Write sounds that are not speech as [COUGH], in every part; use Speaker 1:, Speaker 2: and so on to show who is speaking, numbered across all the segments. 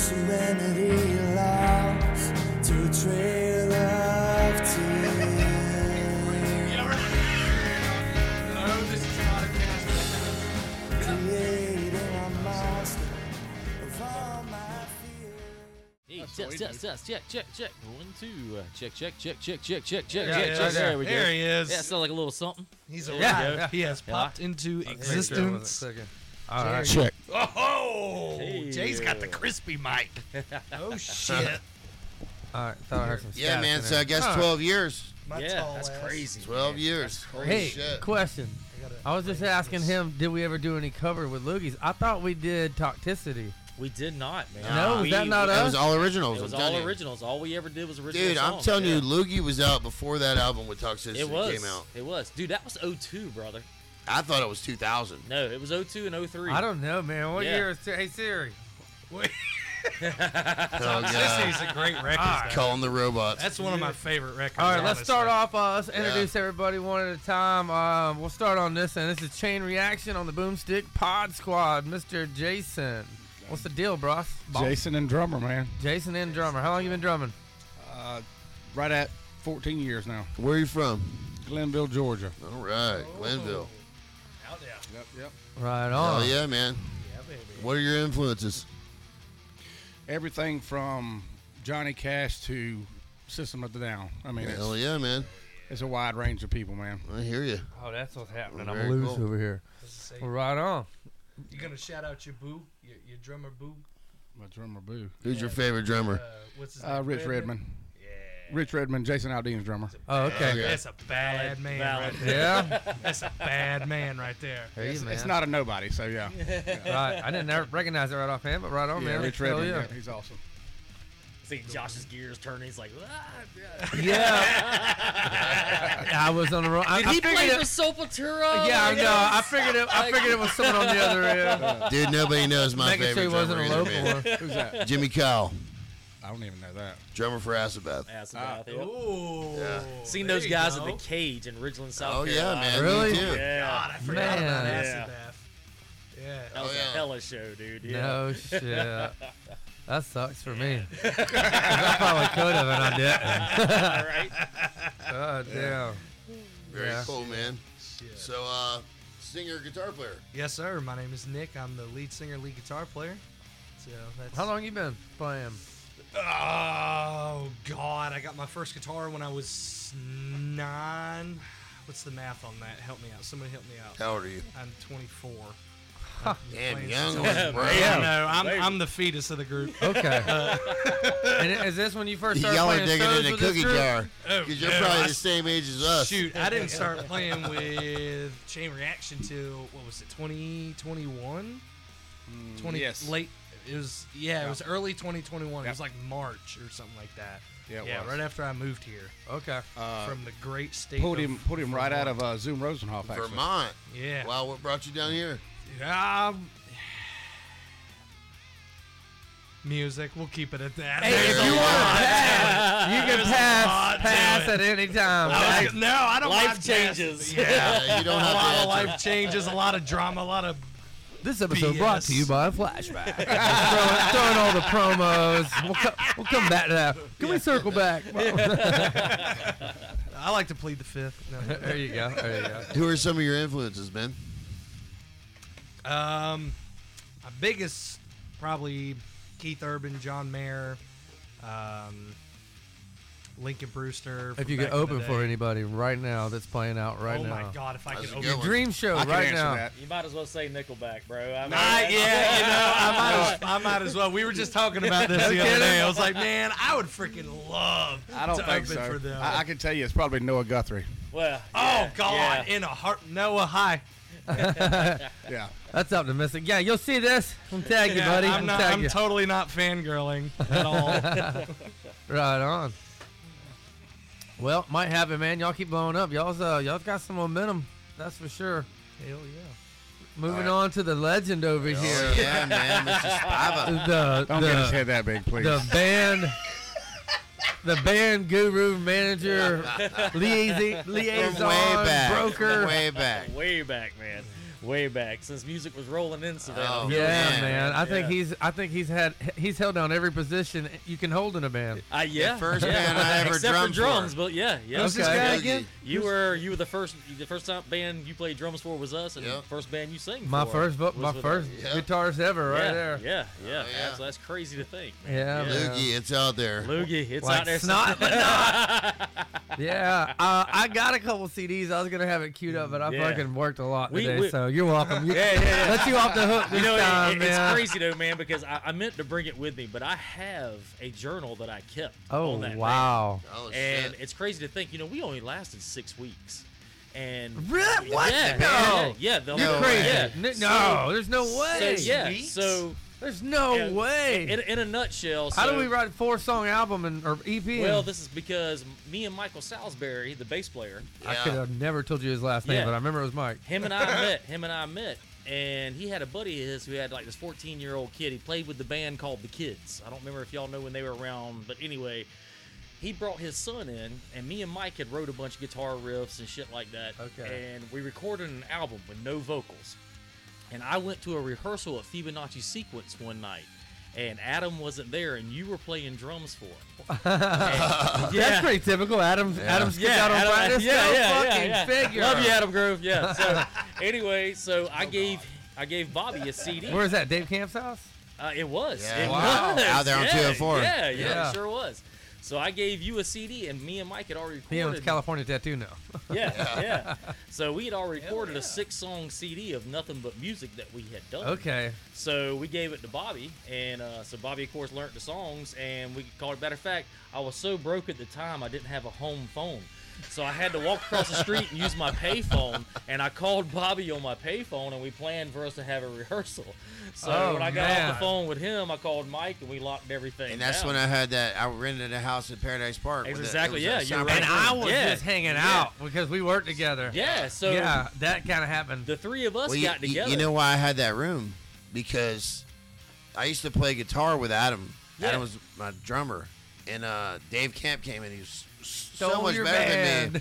Speaker 1: serenity allows to trail of tears.
Speaker 2: No, this is not a cast.
Speaker 1: Creating a monster of all my fears.
Speaker 3: Hey,
Speaker 2: That's what
Speaker 3: test,
Speaker 2: we
Speaker 3: test,
Speaker 2: do.
Speaker 3: test, check, check, check. One, two, uh, check, check, check, check, check, check, check,
Speaker 4: Yeah,
Speaker 3: check,
Speaker 4: yeah,
Speaker 3: check.
Speaker 4: yeah.
Speaker 3: There we go.
Speaker 4: There he is.
Speaker 3: Yeah, it sounded like a little something.
Speaker 4: He's
Speaker 3: Yeah,
Speaker 4: a
Speaker 3: yeah,
Speaker 4: yeah,
Speaker 3: yeah.
Speaker 4: He has popped into existence. All right.
Speaker 3: Check.
Speaker 4: Oh,
Speaker 3: Hey.
Speaker 4: Jay's got the crispy mic. oh shit!
Speaker 5: All right, thought I heard some
Speaker 6: Yeah,
Speaker 5: stats
Speaker 6: man.
Speaker 5: in
Speaker 6: So I
Speaker 5: there.
Speaker 6: guess
Speaker 4: Huh.
Speaker 6: 12 years.
Speaker 4: My
Speaker 3: Yeah,
Speaker 4: tall
Speaker 3: that's
Speaker 4: ass.
Speaker 3: crazy.
Speaker 6: 12 years. Holy
Speaker 5: Hey,
Speaker 6: shit.
Speaker 5: question.
Speaker 4: I gotta-
Speaker 5: I was just asking him, did we ever do any cover with Loogies? I thought we did Toxicity.
Speaker 3: We did not, man.
Speaker 5: No, was
Speaker 3: we,
Speaker 5: that not
Speaker 6: That
Speaker 5: us?
Speaker 6: was all originals.
Speaker 3: It was
Speaker 6: I'm telling
Speaker 3: all
Speaker 6: you.
Speaker 3: originals. All we ever did was original
Speaker 6: Dude, I'm
Speaker 3: songs,
Speaker 6: telling
Speaker 3: yeah.
Speaker 6: you, Loogie was out before that album with Toxicity
Speaker 3: It was.
Speaker 6: came out.
Speaker 3: It was. Dude, that was 02, brother.
Speaker 6: I thought it was 2000.
Speaker 3: No, it was 02 and 03.
Speaker 5: I don't know, man. What
Speaker 3: Yeah.
Speaker 5: year is? Hey Siri.
Speaker 6: Oh, God.
Speaker 4: Toxicity's a great record.
Speaker 6: Calling the robots.
Speaker 4: That's one of my favorite records.
Speaker 5: All right, let's start
Speaker 4: honestly.
Speaker 5: off. Uh, let's introduce everybody one at a time. Um, we'll start on this end. This is Chain Reaction on the Boomstick Pod Squad. Mr. Jason, what's the deal, bros? Boss?
Speaker 7: Jason and drummer, man.
Speaker 5: Jason and drummer. How long you been drumming?
Speaker 7: Right at 14 years now.
Speaker 6: Where are you from?
Speaker 7: Glenville, Georgia.
Speaker 6: All right, Glenville.
Speaker 4: Out there.
Speaker 7: Yep, yep.
Speaker 5: Right
Speaker 6: Oh
Speaker 5: on.
Speaker 6: yeah, man.
Speaker 4: Yeah, baby.
Speaker 6: What are your influences?
Speaker 7: Everything from Johnny Cash to System of the Down. I mean,
Speaker 6: Hell
Speaker 7: it's,
Speaker 6: yeah, man.
Speaker 7: it's a wide range of people, man.
Speaker 6: I hear you.
Speaker 5: Oh, that's what's happening. I'm
Speaker 6: Very
Speaker 5: loose
Speaker 6: cool.
Speaker 5: over here.
Speaker 4: Does it say-
Speaker 5: Well, right on.
Speaker 4: You gonna shout out your boo, your, your drummer boo?
Speaker 7: My drummer, Boo.
Speaker 6: Who's your favorite drummer?
Speaker 4: Uh, what's his
Speaker 7: Uh,
Speaker 4: name?
Speaker 7: Rich Redmond.
Speaker 4: Yeah.
Speaker 7: Rich Redmond, Jason Aldean's drummer.
Speaker 5: Oh, okay.
Speaker 6: Okay.
Speaker 4: That's a bad man.
Speaker 3: valid.
Speaker 4: Right there.
Speaker 5: Yeah.
Speaker 4: That's a bad man right there.
Speaker 5: [LAUGHS] Hey,
Speaker 7: It's,
Speaker 5: man.
Speaker 7: it's not a nobody, so yeah.
Speaker 5: right. I didn't ever recognize it right off hand, but right on,
Speaker 7: yeah
Speaker 5: man.
Speaker 7: Rich
Speaker 5: Hell
Speaker 7: Redmond, yeah.
Speaker 5: yeah.
Speaker 7: he's awesome.
Speaker 3: See Josh's gears turning. He's like, ah.
Speaker 5: Yeah. I was on the wrong. I,
Speaker 3: Did
Speaker 5: I
Speaker 3: he
Speaker 5: figured
Speaker 3: play
Speaker 5: it-
Speaker 3: for Sepultura?
Speaker 5: Yeah, I
Speaker 3: Like,
Speaker 5: know.
Speaker 3: uh,
Speaker 5: I figured it. I figured it was someone on the other end.
Speaker 6: Dude, nobody knows my
Speaker 5: Making sure
Speaker 6: favorite
Speaker 5: he wasn't
Speaker 6: drummer.
Speaker 5: a local
Speaker 6: either, man.
Speaker 5: one.
Speaker 7: Who's that?
Speaker 6: Jimmy Cowell,
Speaker 7: [LAUGHS] I don't even know that.
Speaker 6: drummer for Acid
Speaker 3: [LAUGHS] Ass about it.
Speaker 4: Ooh.
Speaker 6: Yeah.
Speaker 3: Seen
Speaker 4: There
Speaker 3: those
Speaker 4: you
Speaker 3: guys
Speaker 4: go.
Speaker 3: in the cage in Ridgeland, South
Speaker 6: Oh yeah,
Speaker 3: Carolina.
Speaker 6: man.
Speaker 5: Really?
Speaker 6: Me too.
Speaker 3: Yeah.
Speaker 4: God, I forgot about
Speaker 5: Man.
Speaker 4: Acid Bath. Yeah.
Speaker 3: That was
Speaker 6: Oh,
Speaker 3: a
Speaker 6: yeah.
Speaker 3: hella show, dude. Yeah.
Speaker 5: No shit. That sucks for
Speaker 6: [LAUGHS]
Speaker 5: me. 'Cause I probably could have, and I didn't.
Speaker 3: [LAUGHS] All right.
Speaker 5: Oh damn.
Speaker 6: Very
Speaker 5: Yeah.
Speaker 6: cool, man.
Speaker 4: Shit.
Speaker 6: So, uh, singer, guitar player.
Speaker 4: Yes, sir. My name is Nick. I'm the lead singer, lead guitar player. So that's
Speaker 5: How long you been playing?
Speaker 4: Oh God! I got my first guitar when I was nine. What's the math on that? Help me out. Somebody help me out.
Speaker 6: How old are you?
Speaker 4: I'm 24.
Speaker 6: Damn,
Speaker 4: Playing
Speaker 6: young
Speaker 4: since I
Speaker 6: one,
Speaker 3: Yeah,
Speaker 6: bro.
Speaker 4: was- Yeah,
Speaker 3: man.
Speaker 4: no, I'm
Speaker 3: Baby.
Speaker 4: I'm the fetus of the group.
Speaker 6: [LAUGHS]
Speaker 5: Okay. and is this when you first started
Speaker 6: Y'all are
Speaker 5: playing
Speaker 6: digging
Speaker 5: shows
Speaker 6: in a
Speaker 5: with this
Speaker 6: cookie
Speaker 5: group?
Speaker 6: jar
Speaker 4: Oh,
Speaker 6: because you're
Speaker 4: no,
Speaker 6: probably
Speaker 4: I-
Speaker 6: the same age as us.
Speaker 4: Shoot, I didn't start playing with Chain Reaction till what was it? 2021. 20
Speaker 7: yes.
Speaker 4: late. It was yeah, it
Speaker 7: Yeah.
Speaker 4: was early 2021. It
Speaker 7: Yeah.
Speaker 4: was like March or something like that.
Speaker 7: Yeah, it was.
Speaker 4: right after I moved here
Speaker 5: Okay.
Speaker 7: Uh,
Speaker 4: from the great state.
Speaker 7: pulled
Speaker 4: of
Speaker 7: him, pulled him right out
Speaker 4: Vermont.
Speaker 7: of uh, Zoom Rosenhoff, actually.
Speaker 6: Vermont.
Speaker 4: Yeah.
Speaker 6: Wow, what brought you down here?
Speaker 4: Um, music. We'll keep it at that.
Speaker 5: Hey,
Speaker 4: There's
Speaker 5: if
Speaker 4: a
Speaker 5: you want to
Speaker 4: lot.
Speaker 5: pass, you can pass,
Speaker 4: lot to
Speaker 5: pass at
Speaker 4: it.
Speaker 5: any time.
Speaker 4: I
Speaker 5: Like,
Speaker 4: was, no, I don't.
Speaker 3: Life
Speaker 4: mind
Speaker 3: changes.
Speaker 4: Passes. Yeah.
Speaker 6: Yeah, you don't
Speaker 4: a lot of
Speaker 6: have to answer.
Speaker 4: life changes. A lot of drama. A lot of.
Speaker 5: This episode brought to
Speaker 4: BS.
Speaker 5: you by Flashback. Just [LAUGHS] throwing, throwing all the promos. We'll, co- we'll come back to that. Can we circle [LAUGHS] back?
Speaker 4: I like to plead the fifth. No.
Speaker 5: there you go. There you go.
Speaker 6: Who are some of your influences, man?
Speaker 4: Um, my biggest probably Keith Urban, John Mayer, um, Lincoln Brewster.
Speaker 5: If you could open for
Speaker 4: it.
Speaker 5: anybody right now that's playing out right
Speaker 4: oh
Speaker 5: now.
Speaker 4: my God! If I
Speaker 6: That's
Speaker 4: could
Speaker 6: a
Speaker 4: open.
Speaker 6: good one.
Speaker 5: Dream show
Speaker 7: I can
Speaker 5: right
Speaker 7: answer
Speaker 5: now.
Speaker 7: that.
Speaker 3: You might as well say Nickelback, bro. I mean,
Speaker 4: I,
Speaker 3: that's-
Speaker 4: yeah, you know, I might, as, I might as well. We were just talking about this the other
Speaker 5: kidding.
Speaker 4: day. I was like, man, I would freaking love
Speaker 7: I don't
Speaker 4: to
Speaker 7: think
Speaker 4: open
Speaker 7: so.
Speaker 4: for them.
Speaker 7: I, I can tell you, it's probably Noah Guthrie.
Speaker 3: Well.
Speaker 4: [LAUGHS] oh,
Speaker 3: yeah,
Speaker 4: God,
Speaker 3: yeah.
Speaker 4: in a heart. Noah, hi.
Speaker 7: Yeah.
Speaker 5: That's optimistic. Yeah, you'll see this. I'm tagging you, buddy.
Speaker 4: I'm, not,
Speaker 5: tagging
Speaker 4: I'm
Speaker 5: you.
Speaker 4: totally not fangirling at [LAUGHS] all.
Speaker 5: right on. Well, might have it, man. Y'all keep blowing up. Y'all's uh, y'all got some momentum. That's for sure.
Speaker 4: Hell yeah.
Speaker 5: Moving on to the legend over here.
Speaker 6: Oh, yeah, man, Mr. Spava.
Speaker 5: The,
Speaker 7: Don't
Speaker 5: the,
Speaker 7: get his head that big, please.
Speaker 5: the band the band guru manager liaison,
Speaker 6: From
Speaker 5: liaison
Speaker 6: way back.
Speaker 5: broker
Speaker 6: Way back.
Speaker 3: Way back, man.
Speaker 2: way back since music was rolling in Savannah.
Speaker 6: Oh,
Speaker 5: Yeah,
Speaker 6: man.
Speaker 5: man. I think
Speaker 2: Yeah.
Speaker 5: he's. I think he's had. He's held down every position you can hold in a band.
Speaker 2: I, yeah,
Speaker 6: first
Speaker 2: yeah.
Speaker 6: band I ever
Speaker 2: Except
Speaker 6: drummed
Speaker 2: for drums,
Speaker 6: for.
Speaker 2: but yeah, yeah.
Speaker 5: Who's this guy
Speaker 6: Yogi.
Speaker 5: again?
Speaker 2: You were you were the first the first time band you played drums for was us, and
Speaker 6: Yep.
Speaker 2: the first band you sang
Speaker 5: My
Speaker 2: for
Speaker 5: first, vo-
Speaker 2: was
Speaker 5: my
Speaker 2: with
Speaker 5: first
Speaker 2: us.
Speaker 6: Yeah.
Speaker 5: guitarist ever, right
Speaker 2: yeah,
Speaker 5: there.
Speaker 2: Yeah, yeah,
Speaker 6: Oh, yeah.
Speaker 2: That's, that's crazy to think.
Speaker 5: Yeah,
Speaker 2: Yeah.
Speaker 5: man.
Speaker 6: Loogie, it's out there.
Speaker 2: Loogie, it's
Speaker 5: Like
Speaker 2: out there.
Speaker 5: snot, but
Speaker 2: [LAUGHS]
Speaker 5: Yeah, uh, I got a couple CDs. I was gonna have it queued up, but I
Speaker 2: Yeah.
Speaker 5: fucking worked a lot
Speaker 2: We-
Speaker 5: today,
Speaker 2: we-
Speaker 5: so you're welcome. You,
Speaker 2: yeah, yeah.
Speaker 5: Let you off the hook this
Speaker 2: You know, it-
Speaker 5: time,
Speaker 2: it-
Speaker 5: man.
Speaker 2: it's crazy though, man, because I, I meant to bring it with me, but I have a journal that I kept. on
Speaker 5: Oh
Speaker 2: that
Speaker 5: wow!
Speaker 6: Oh,
Speaker 2: band. And
Speaker 6: shit.
Speaker 2: it's crazy to think, you know, we only lasted six weeks, and
Speaker 5: Really? What?
Speaker 2: Yeah,
Speaker 5: No.
Speaker 2: yeah, yeah, the
Speaker 6: You're
Speaker 2: whole-
Speaker 5: Crazy.
Speaker 2: yeah.
Speaker 5: N- No,
Speaker 2: So-
Speaker 5: there's no way.
Speaker 2: So, yeah,
Speaker 4: weeks?
Speaker 2: so
Speaker 5: There's no
Speaker 2: Yeah,
Speaker 5: way.
Speaker 2: in, in a nutshell,
Speaker 5: How
Speaker 2: so-
Speaker 5: do we write a four song album and or EP?
Speaker 2: Well,
Speaker 5: and-
Speaker 2: this is because me and Michael Salisbury, the bass player,
Speaker 5: I
Speaker 6: Yeah.
Speaker 5: could have never told you his last name,
Speaker 2: Yeah.
Speaker 5: but I remember it was Mike.
Speaker 2: him and I met, him and I met, and he had a buddy of his who had like this 14 year old kid. He played with the band called The Kids. I don't remember if y'all know when they were around, but anyway, he brought his son in, and me and Mike had wrote a bunch of guitar riffs and shit like that.
Speaker 5: Okay.
Speaker 2: And we recorded an album with no vocals. And I went to a rehearsal at Fibonacci Sequence one night. And Adam wasn't there, and you were playing drums for
Speaker 5: [LAUGHS]
Speaker 2: him. And-
Speaker 5: That's pretty typical. Adam's Adam's kicked out on
Speaker 2: Adam-
Speaker 5: practice. no fucking figure.
Speaker 2: Love you, Adam Grove. Yeah. So anyway, so I gave I gave Bobby a CD.
Speaker 5: Where is that? Dave Camp's house?
Speaker 2: Uh, it was.
Speaker 6: Yeah.
Speaker 2: It
Speaker 5: Wow.
Speaker 2: was.
Speaker 6: Out there on
Speaker 2: yeah,
Speaker 6: 204.
Speaker 2: Yeah, yeah,
Speaker 5: Yeah.
Speaker 2: it sure was. So I gave you a CD, and me and Mike had already
Speaker 5: He owns
Speaker 2: recorded.
Speaker 5: California Tattoo now.
Speaker 2: yeah, yeah, So we had already recorded a six-song CD of nothing but music that we had done.
Speaker 5: Okay.
Speaker 2: So we gave it to Bobby, and uh, so Bobby, of course, learned the songs, and we called it. Matter of fact, I was so broke at the time, I didn't have a home phone, so I had to walk across the street and use my payphone. And I called Bobby on my payphone, and we planned for us to have a rehearsal. So
Speaker 5: Oh,
Speaker 2: when I got off
Speaker 5: man.
Speaker 2: the phone with him, I called Mike, and we locked everything.
Speaker 6: And that's
Speaker 2: down.
Speaker 6: when I had that. I rented a house in Paradise Park.
Speaker 2: It's
Speaker 6: with a-
Speaker 2: exactly-
Speaker 6: it was a
Speaker 2: yeah, you're
Speaker 6: sound-
Speaker 2: right.
Speaker 5: And I was
Speaker 2: Yeah.
Speaker 5: just hanging out because we worked together.
Speaker 2: yeah. So
Speaker 5: yeah, that kind of happened.
Speaker 2: the three of us
Speaker 6: Well, you,
Speaker 2: got
Speaker 6: you-
Speaker 2: together.
Speaker 6: you know why I had that room? Because I used to play guitar with Adam.
Speaker 2: Yeah.
Speaker 6: Adam was my drummer, and uh, Dave Camp came in. He was s- so
Speaker 5: Stole
Speaker 6: much
Speaker 5: your
Speaker 6: better
Speaker 5: band.
Speaker 6: than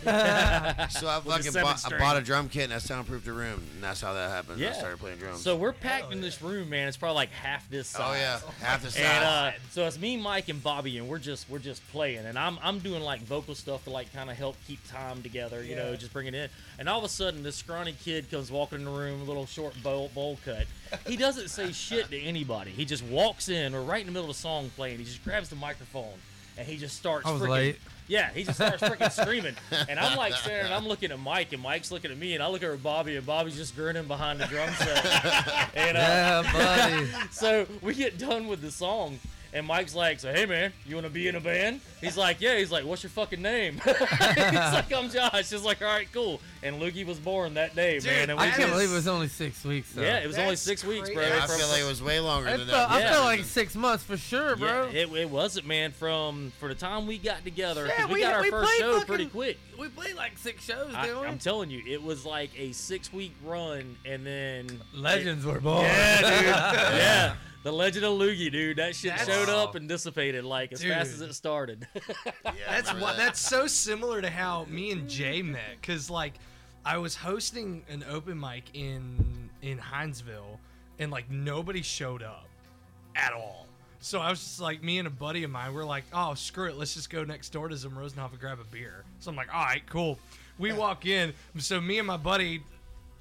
Speaker 6: me. [LAUGHS]
Speaker 2: [LAUGHS]
Speaker 6: So I fucking
Speaker 2: seven
Speaker 6: bought, I
Speaker 2: string.
Speaker 6: bought a drum kit and I soundproofed the room, and that's how that happened.
Speaker 2: yeah.
Speaker 6: I started playing drums.
Speaker 2: So we're packed in this room, man. It's probably like half this size.
Speaker 6: oh
Speaker 2: [LAUGHS]
Speaker 6: yeah, half the size.
Speaker 2: And [LAUGHS] uh, so it's me, Mike, and Bobby, and we're just we're just playing, and I'm I'm doing like vocal stuff to like kind of help keep time together, you know, just bring it in. And all of a sudden, this scrawny kid comes walking in the room, a little short bowl bowl cut. He doesn't say shit to anybody. He just walks in. We're right in the middle of the song playing. He just grabs the microphone and he just starts.
Speaker 5: I was
Speaker 2: freaking,
Speaker 5: late.
Speaker 2: Yeah, he just starts freaking screaming, and I'm like staring. and I'm looking at Mike, and Mike's looking at me, and I look over at Bobby, and Bobby's just grinning behind the drum set. and uh,
Speaker 5: yeah, buddy.
Speaker 2: so we get done with the song, and Mike's like, "So hey man, you want to be in a band?" He's like, "Yeah." He's like, "What's your fucking name?" [LAUGHS] He's like, "I'm Josh." He's like, "All right, cool." And Loogie was born that day, man. And we
Speaker 5: I can't
Speaker 2: just-
Speaker 5: believe it was only six weeks. Though.
Speaker 2: yeah, it was only
Speaker 4: That's
Speaker 2: six weeks, bro.
Speaker 4: crazy.
Speaker 6: I
Speaker 2: From-
Speaker 6: feel like it was way longer
Speaker 5: I
Speaker 6: than
Speaker 5: felt,
Speaker 6: that.
Speaker 5: I
Speaker 2: Yeah.
Speaker 5: felt like six months for sure, bro.
Speaker 2: Yeah, it, it wasn't, man. From for the time we got together, 'cause
Speaker 5: Yeah,
Speaker 2: we,
Speaker 5: we-
Speaker 2: got our
Speaker 5: we
Speaker 2: first
Speaker 5: played
Speaker 2: show pretty
Speaker 5: fucking-
Speaker 2: quick.
Speaker 5: we played like six shows,
Speaker 2: I,
Speaker 5: didn't we?
Speaker 2: I'm telling you, it was like a six week run, and then
Speaker 5: Legends were born. [LAUGHS]
Speaker 2: yeah. The Legend of Loogie, dude. That shit
Speaker 4: That's-
Speaker 2: showed up and dissipated like as fast as
Speaker 4: Dude.
Speaker 2: it started.
Speaker 4: That's
Speaker 6: remember
Speaker 4: what.
Speaker 6: that.
Speaker 4: That's so similar to how me and Jay met, cause like I was hosting an open mic in in Hinesville, and like nobody showed up at all. So I was just like, me and a buddy of mine, we're like, oh screw it, let's just go next door to Zimrosenhoff and grab a beer. So I'm like, all right, cool. We walk in, so me and my buddy,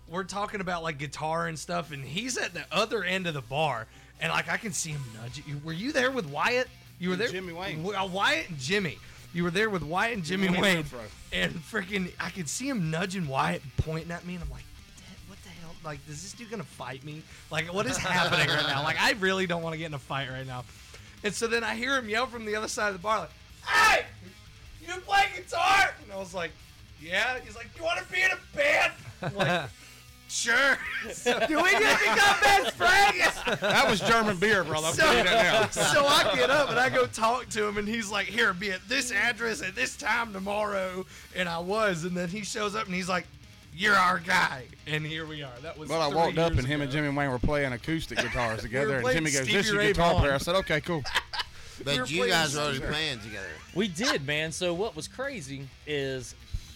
Speaker 4: we're talking about like guitar and stuff, and he's at the other end of the bar, and like I can see him nudge. you. Were you there with Wyatt? You were there,
Speaker 7: Jimmy Wayne.
Speaker 4: Wy- uh, Wyatt and Jimmy. You were there with Wyatt and Jimmy
Speaker 7: Jimmy
Speaker 4: Wayne,
Speaker 7: Renfro.
Speaker 4: and freaking, I could see him nudging Wyatt, pointing at me, and I'm like, what the hell? Like, is this dude gonna fight me? Like, what is happening right now? Like, I really don't want to get in a fight right now. And so then I hear him yell from the other side of the bar, like, "Hey, you play guitar?" And I was like, "Yeah." He's like, "You want to be in a band?" I'm [LAUGHS] like, sure. So, Do we just become best [LAUGHS] friends?
Speaker 7: That was German beer, bro. I'm
Speaker 4: So,
Speaker 7: telling you that now.
Speaker 4: [LAUGHS] so I get up and I go talk to him, and he's like, "Here, be at this address at this time tomorrow." And I was, and then he shows up and he's like, "You're our guy," and here we are. That was.
Speaker 7: But I
Speaker 4: three
Speaker 7: walked up
Speaker 4: years
Speaker 7: and him and
Speaker 4: ago.
Speaker 7: Jimmy Wayne were playing acoustic guitars together, and
Speaker 4: playing
Speaker 7: Jimmy goes, "This is
Speaker 4: Stevie
Speaker 7: a
Speaker 4: Ray
Speaker 7: guitar
Speaker 4: Vaughan.
Speaker 7: player." I said, "Okay, cool."
Speaker 4: we were
Speaker 6: but you
Speaker 4: playing
Speaker 6: guys were already
Speaker 2: [LAUGHS]
Speaker 4: Caesar.
Speaker 6: playing together.
Speaker 2: We did, man. So what was crazy is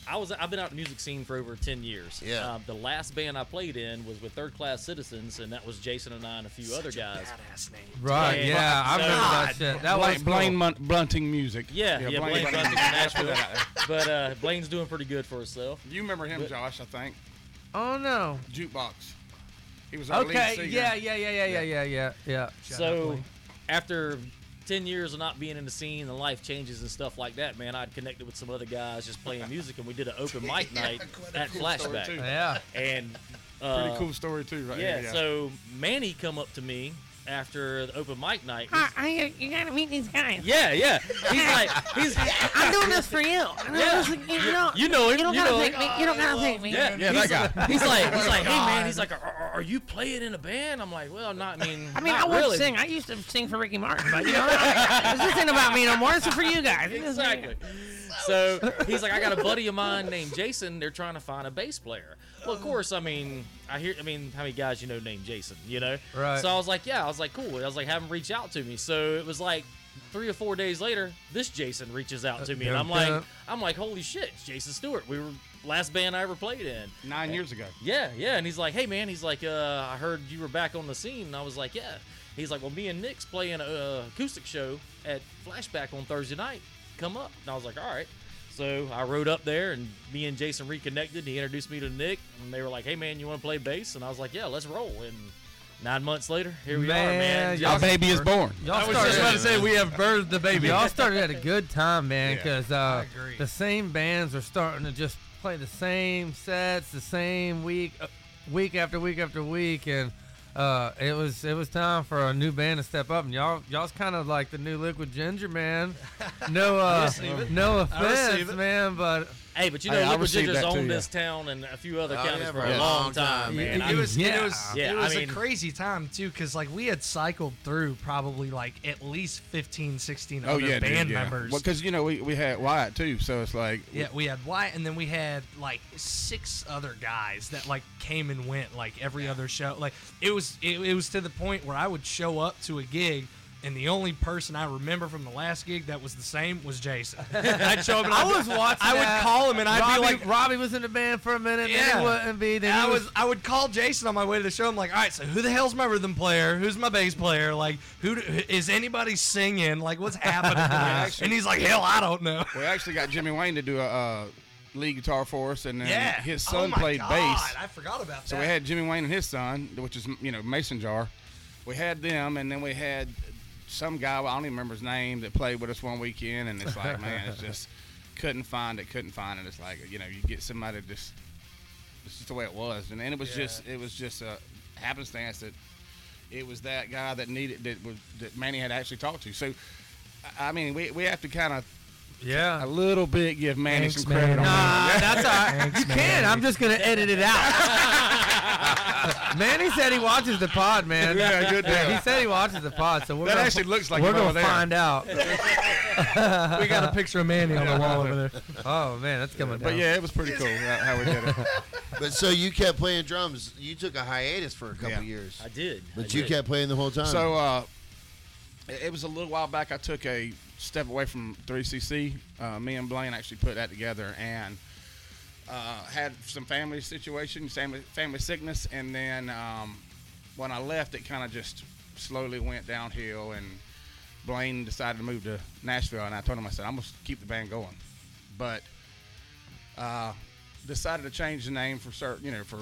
Speaker 2: I was I've been out in the music scene for over ten years.
Speaker 6: Yeah.
Speaker 2: Um, the last band I played in was with Third Class Citizens, and that was Jason and I and a few other guys.
Speaker 4: Badass name.
Speaker 5: Right,
Speaker 2: Yeah,
Speaker 5: yeah, I remember that
Speaker 2: God.
Speaker 5: shit. That was
Speaker 7: Blaine,
Speaker 5: cool.
Speaker 7: Blaine Mun- Blunting music.
Speaker 2: Yeah, yeah, Blaine
Speaker 7: Blunting.
Speaker 2: Blunting from Nashville. [LAUGHS] but uh, Blaine's doing pretty good for herself.
Speaker 7: You remember him, Josh? I think
Speaker 5: Oh no.
Speaker 7: jukebox. He was our lead
Speaker 5: Okay.
Speaker 7: singer.
Speaker 5: Yeah, yeah, yeah, yeah, yeah, yeah, yeah, yeah.
Speaker 4: Shout out,
Speaker 2: so
Speaker 4: Blaine.
Speaker 2: after 10 years of not being in the scene and life changes and stuff like that man i'd connected with some other guys just playing music and we did an open mic night at flashback
Speaker 7: too.
Speaker 5: Yeah.
Speaker 2: and uh,
Speaker 7: Pretty cool story too, right?
Speaker 2: yeah,
Speaker 7: here,
Speaker 2: so manny come up to me after the open mic night
Speaker 8: I, you gotta meet these guys.
Speaker 2: yeah yeah he's like
Speaker 8: [LAUGHS]
Speaker 2: he's
Speaker 8: I'm doing this for you. I'm doing this for- you, know,
Speaker 2: you know him
Speaker 8: you don't
Speaker 2: you
Speaker 8: gotta
Speaker 2: know
Speaker 8: thank
Speaker 2: him
Speaker 8: me. You don't gotta thank me.
Speaker 2: yeah,
Speaker 7: yeah,
Speaker 2: he's,
Speaker 7: that guy.
Speaker 2: he's
Speaker 8: [LAUGHS] Oh
Speaker 2: like, he's like, hey man, he's like, are, are- are you playing in a band? I'm like, well, not. I mean,
Speaker 8: I mean, I
Speaker 2: not
Speaker 8: would
Speaker 2: really.
Speaker 8: sing. I used to sing for Ricky Martin, but you know, like, this isn't about me no more. This is for you guys. This
Speaker 2: [LAUGHS]
Speaker 8: is-
Speaker 2: Exactly. So he's like, I got a buddy of mine named Jason. They're trying to find a bass player. Well, of course, I mean, I hear, I mean, how many guys you know named Jason? You know.
Speaker 5: Right.
Speaker 2: So I was like, yeah, I was like, cool. I was like, have him reach out to me. So it was like three or four days later, this Jason reaches out to me, and I'm like,
Speaker 5: Dun-dun.
Speaker 2: I'm like, holy shit, it's Jason Stewart. We were last band I ever played in.
Speaker 7: Nine years ago.
Speaker 2: Yeah, yeah. And he's like, hey, man, he's like, uh, I heard you were back on the scene. And I was like, yeah. He's like, well, me and Nick's playing a uh, acoustic show at Flashback on Thursday night. Come up. And I was like, all right. So I rode up there and me and Jason reconnected. And he introduced me to Nick. And they were like, hey, man, you want to play bass? And I was like, yeah, let's roll. And nine months later, here we are, man.
Speaker 5: Man,
Speaker 2: Y'all-
Speaker 7: Our baby is born.
Speaker 5: Y'all
Speaker 4: I was just about to
Speaker 5: started.
Speaker 4: say we have birthed the baby.
Speaker 5: Y'all started at a good time, man,
Speaker 7: Yeah.
Speaker 5: because
Speaker 4: I
Speaker 5: uh,
Speaker 4: agree.
Speaker 5: the same bands are starting to just play the same sets, the same week, uh, week after week after week, and uh, it was it was time for a new band to step up. And y'all y'all's kind of like the new Liquid Ginger, man.
Speaker 4: [LAUGHS]
Speaker 5: No, uh,
Speaker 4: receive it.
Speaker 5: no
Speaker 4: I receive
Speaker 5: offense,
Speaker 4: it.
Speaker 5: man, but
Speaker 2: Hey, but you
Speaker 7: Hey,
Speaker 2: know,
Speaker 7: I
Speaker 2: Liquid
Speaker 7: received
Speaker 2: Ginger's
Speaker 7: that too,
Speaker 2: owned
Speaker 7: yeah.
Speaker 2: this town and a few other
Speaker 6: Oh,
Speaker 2: counties
Speaker 6: yeah,
Speaker 2: for
Speaker 6: for
Speaker 2: a
Speaker 6: a
Speaker 2: long
Speaker 6: long
Speaker 2: time,
Speaker 6: time,
Speaker 2: man.
Speaker 5: man.
Speaker 2: I-
Speaker 4: It was
Speaker 5: Yeah.
Speaker 4: it was
Speaker 2: Yeah,
Speaker 4: it
Speaker 2: I
Speaker 4: was
Speaker 2: mean-
Speaker 4: a crazy time too cuz like we had cycled through probably like at least 15 16
Speaker 7: Oh
Speaker 4: other
Speaker 7: yeah, dude,
Speaker 4: band
Speaker 7: yeah.
Speaker 4: members.
Speaker 7: Well, because you know we, we had Wyatt too, so it's like
Speaker 4: yeah, we had Wyatt and then we had like six other guys that like came and went like every other show. Like it was it, it was to the point where I would show up to a gig and the only person I remember from the last gig that was the same was Jason. [LAUGHS] I'd show up and
Speaker 5: I
Speaker 4: I'd be-
Speaker 5: was watching.
Speaker 4: I would
Speaker 5: that.
Speaker 4: call him and I'd
Speaker 5: Robbie,
Speaker 4: be like
Speaker 5: Robbie was in the band for a minute, then
Speaker 4: Yeah.
Speaker 5: he wouldn't be. Then
Speaker 4: And I
Speaker 5: he
Speaker 4: was I would call Jason on my way to the show. I'm like, all right, so who the hell's my rhythm player? Who's my bass player? Like, who do, is anybody singing? Like, what's [LAUGHS] happening?
Speaker 7: actually-
Speaker 4: and he's like, hell, I don't know.
Speaker 7: we actually got Jimmy Wayne to do a uh, lead guitar for us, and then
Speaker 4: yeah,
Speaker 7: his
Speaker 4: Oh
Speaker 7: son
Speaker 4: my
Speaker 7: played
Speaker 4: God,
Speaker 7: bass.
Speaker 4: I forgot about that.
Speaker 7: So we had Jimmy Wayne and his son, which is you know Mason Jar. We had them, and then we had some guy I don't even remember his name that played with us one weekend, and it's
Speaker 5: [LAUGHS]
Speaker 7: like man, it's just couldn't find it, couldn't find it. It's like you know you get somebody that just it's just the way it was, and, and it was just it was just a happenstance that it was that guy that needed that was that Manny had actually talked to. So I I mean we we have to kind of
Speaker 5: yeah.
Speaker 7: a little bit give Manny
Speaker 4: Thanks,
Speaker 7: some credit
Speaker 4: man.
Speaker 7: on that.
Speaker 5: Nah, that's all
Speaker 7: [LAUGHS]
Speaker 5: right. you can. I'm just gonna edit it out.
Speaker 7: [LAUGHS]
Speaker 5: Manny said he watches the pod, man.
Speaker 7: Yeah, good deal.
Speaker 5: He said he watches the pod, so we're
Speaker 7: That
Speaker 5: gonna,
Speaker 7: actually looks like
Speaker 5: we're
Speaker 7: him over
Speaker 5: gonna
Speaker 7: there.
Speaker 5: find
Speaker 7: [LAUGHS]
Speaker 5: out.
Speaker 4: we got a picture of Manny on the wall over there.
Speaker 5: Oh man, that's coming
Speaker 7: But
Speaker 5: down.
Speaker 7: yeah, it was pretty cool how how we did it.
Speaker 6: But so you kept playing drums. You took a hiatus for a couple
Speaker 7: Yeah.
Speaker 6: years,
Speaker 2: I did. I
Speaker 6: but you
Speaker 2: did.
Speaker 6: kept playing the whole time.
Speaker 7: So uh, it it was a little while back. I took a step away from 3CC. Uh, me and Blaine actually put that together and uh, had some family situations, family, family sickness, and then um, when I left, it kind of just slowly went downhill. And Blaine decided to move to Nashville, and I told him I said I'm gonna keep the band going, but uh, decided to change the name for certain, you know, for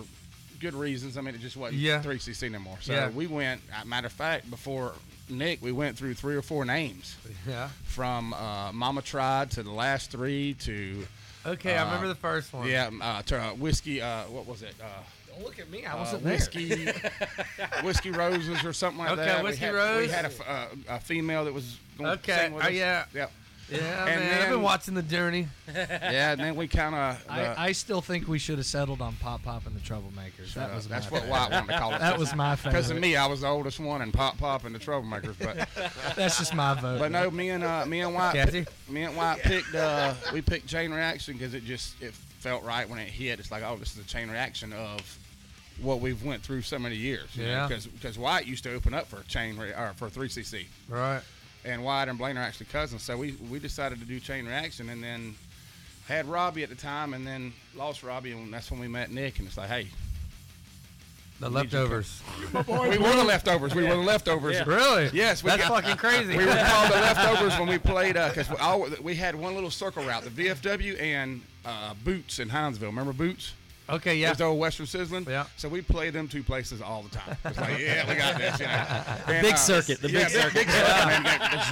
Speaker 7: good reasons. I mean, it just wasn't
Speaker 5: Yeah.
Speaker 7: 3CC anymore. So
Speaker 5: Yeah.
Speaker 7: we went. uh, Matter of fact, before Nick, we went through three or four names
Speaker 5: Yeah.
Speaker 7: from uh, Mama Tried to the last three to
Speaker 5: Okay, I remember the first one.
Speaker 7: Uh, yeah uh, to uh, whiskey. Uh, what was it? Uh,
Speaker 4: Don't look at me. I
Speaker 7: uh,
Speaker 4: wasn't there.
Speaker 7: whiskey, [LAUGHS] whiskey roses or something like
Speaker 5: Okay,
Speaker 7: that.
Speaker 5: Whiskey
Speaker 7: we had,
Speaker 5: Rose.
Speaker 7: We had a, f- uh, a female that was going
Speaker 5: Okay,
Speaker 7: to sing with
Speaker 5: oh,
Speaker 7: us.
Speaker 5: yeah.
Speaker 7: Yep.
Speaker 5: Yeah,
Speaker 7: And
Speaker 5: man. I've
Speaker 7: then-
Speaker 5: been watching the journey.
Speaker 7: yeah, and then we kind of.
Speaker 4: [LAUGHS] I, I still think we should have settled on Pop Pop and the Troublemakers. That was
Speaker 7: that's
Speaker 4: my
Speaker 7: what Wyatt wanted to call it.
Speaker 4: That was my
Speaker 7: Because of
Speaker 4: favorite.
Speaker 7: me, I was the oldest one and Pop Pop and the Troublemakers. But
Speaker 4: That's just my vote.
Speaker 7: but no, me and uh, me and White,
Speaker 5: Kathy?
Speaker 7: me and White picked uh, we picked Chain Reaction because it just it felt right when it hit. It's like oh, this is a chain reaction of what we've went through so many years.
Speaker 5: Yeah.
Speaker 7: Because because White used to open up for Chain Re- or for Three CC,
Speaker 5: Right.
Speaker 7: and White and Blaine are actually cousins, so we we decided to do Chain Reaction, and then Had Robbie at the time, and then lost Robbie, and that's when we met Nick. And it's like, hey,
Speaker 5: The leftovers.
Speaker 7: we were the leftovers. We were the leftovers.
Speaker 2: Yeah.
Speaker 5: [LAUGHS] Really?
Speaker 7: Yes, we
Speaker 5: That's
Speaker 7: got- [LAUGHS]
Speaker 5: fucking crazy.
Speaker 7: We were called the leftovers when we played because we, all- we had one little circle route, the VFW and uh, Boots in Hinesville. Remember Boots?
Speaker 5: okay, yeah.
Speaker 7: There's the old Western Sizzling.
Speaker 5: Yeah.
Speaker 7: So we played them two places all the time. It's like, yeah, we got this.
Speaker 5: [LAUGHS]
Speaker 7: You know? And,
Speaker 2: Big
Speaker 7: uh,
Speaker 2: circuit, the
Speaker 7: yeah,
Speaker 2: big circuit.
Speaker 7: Big circuit. man,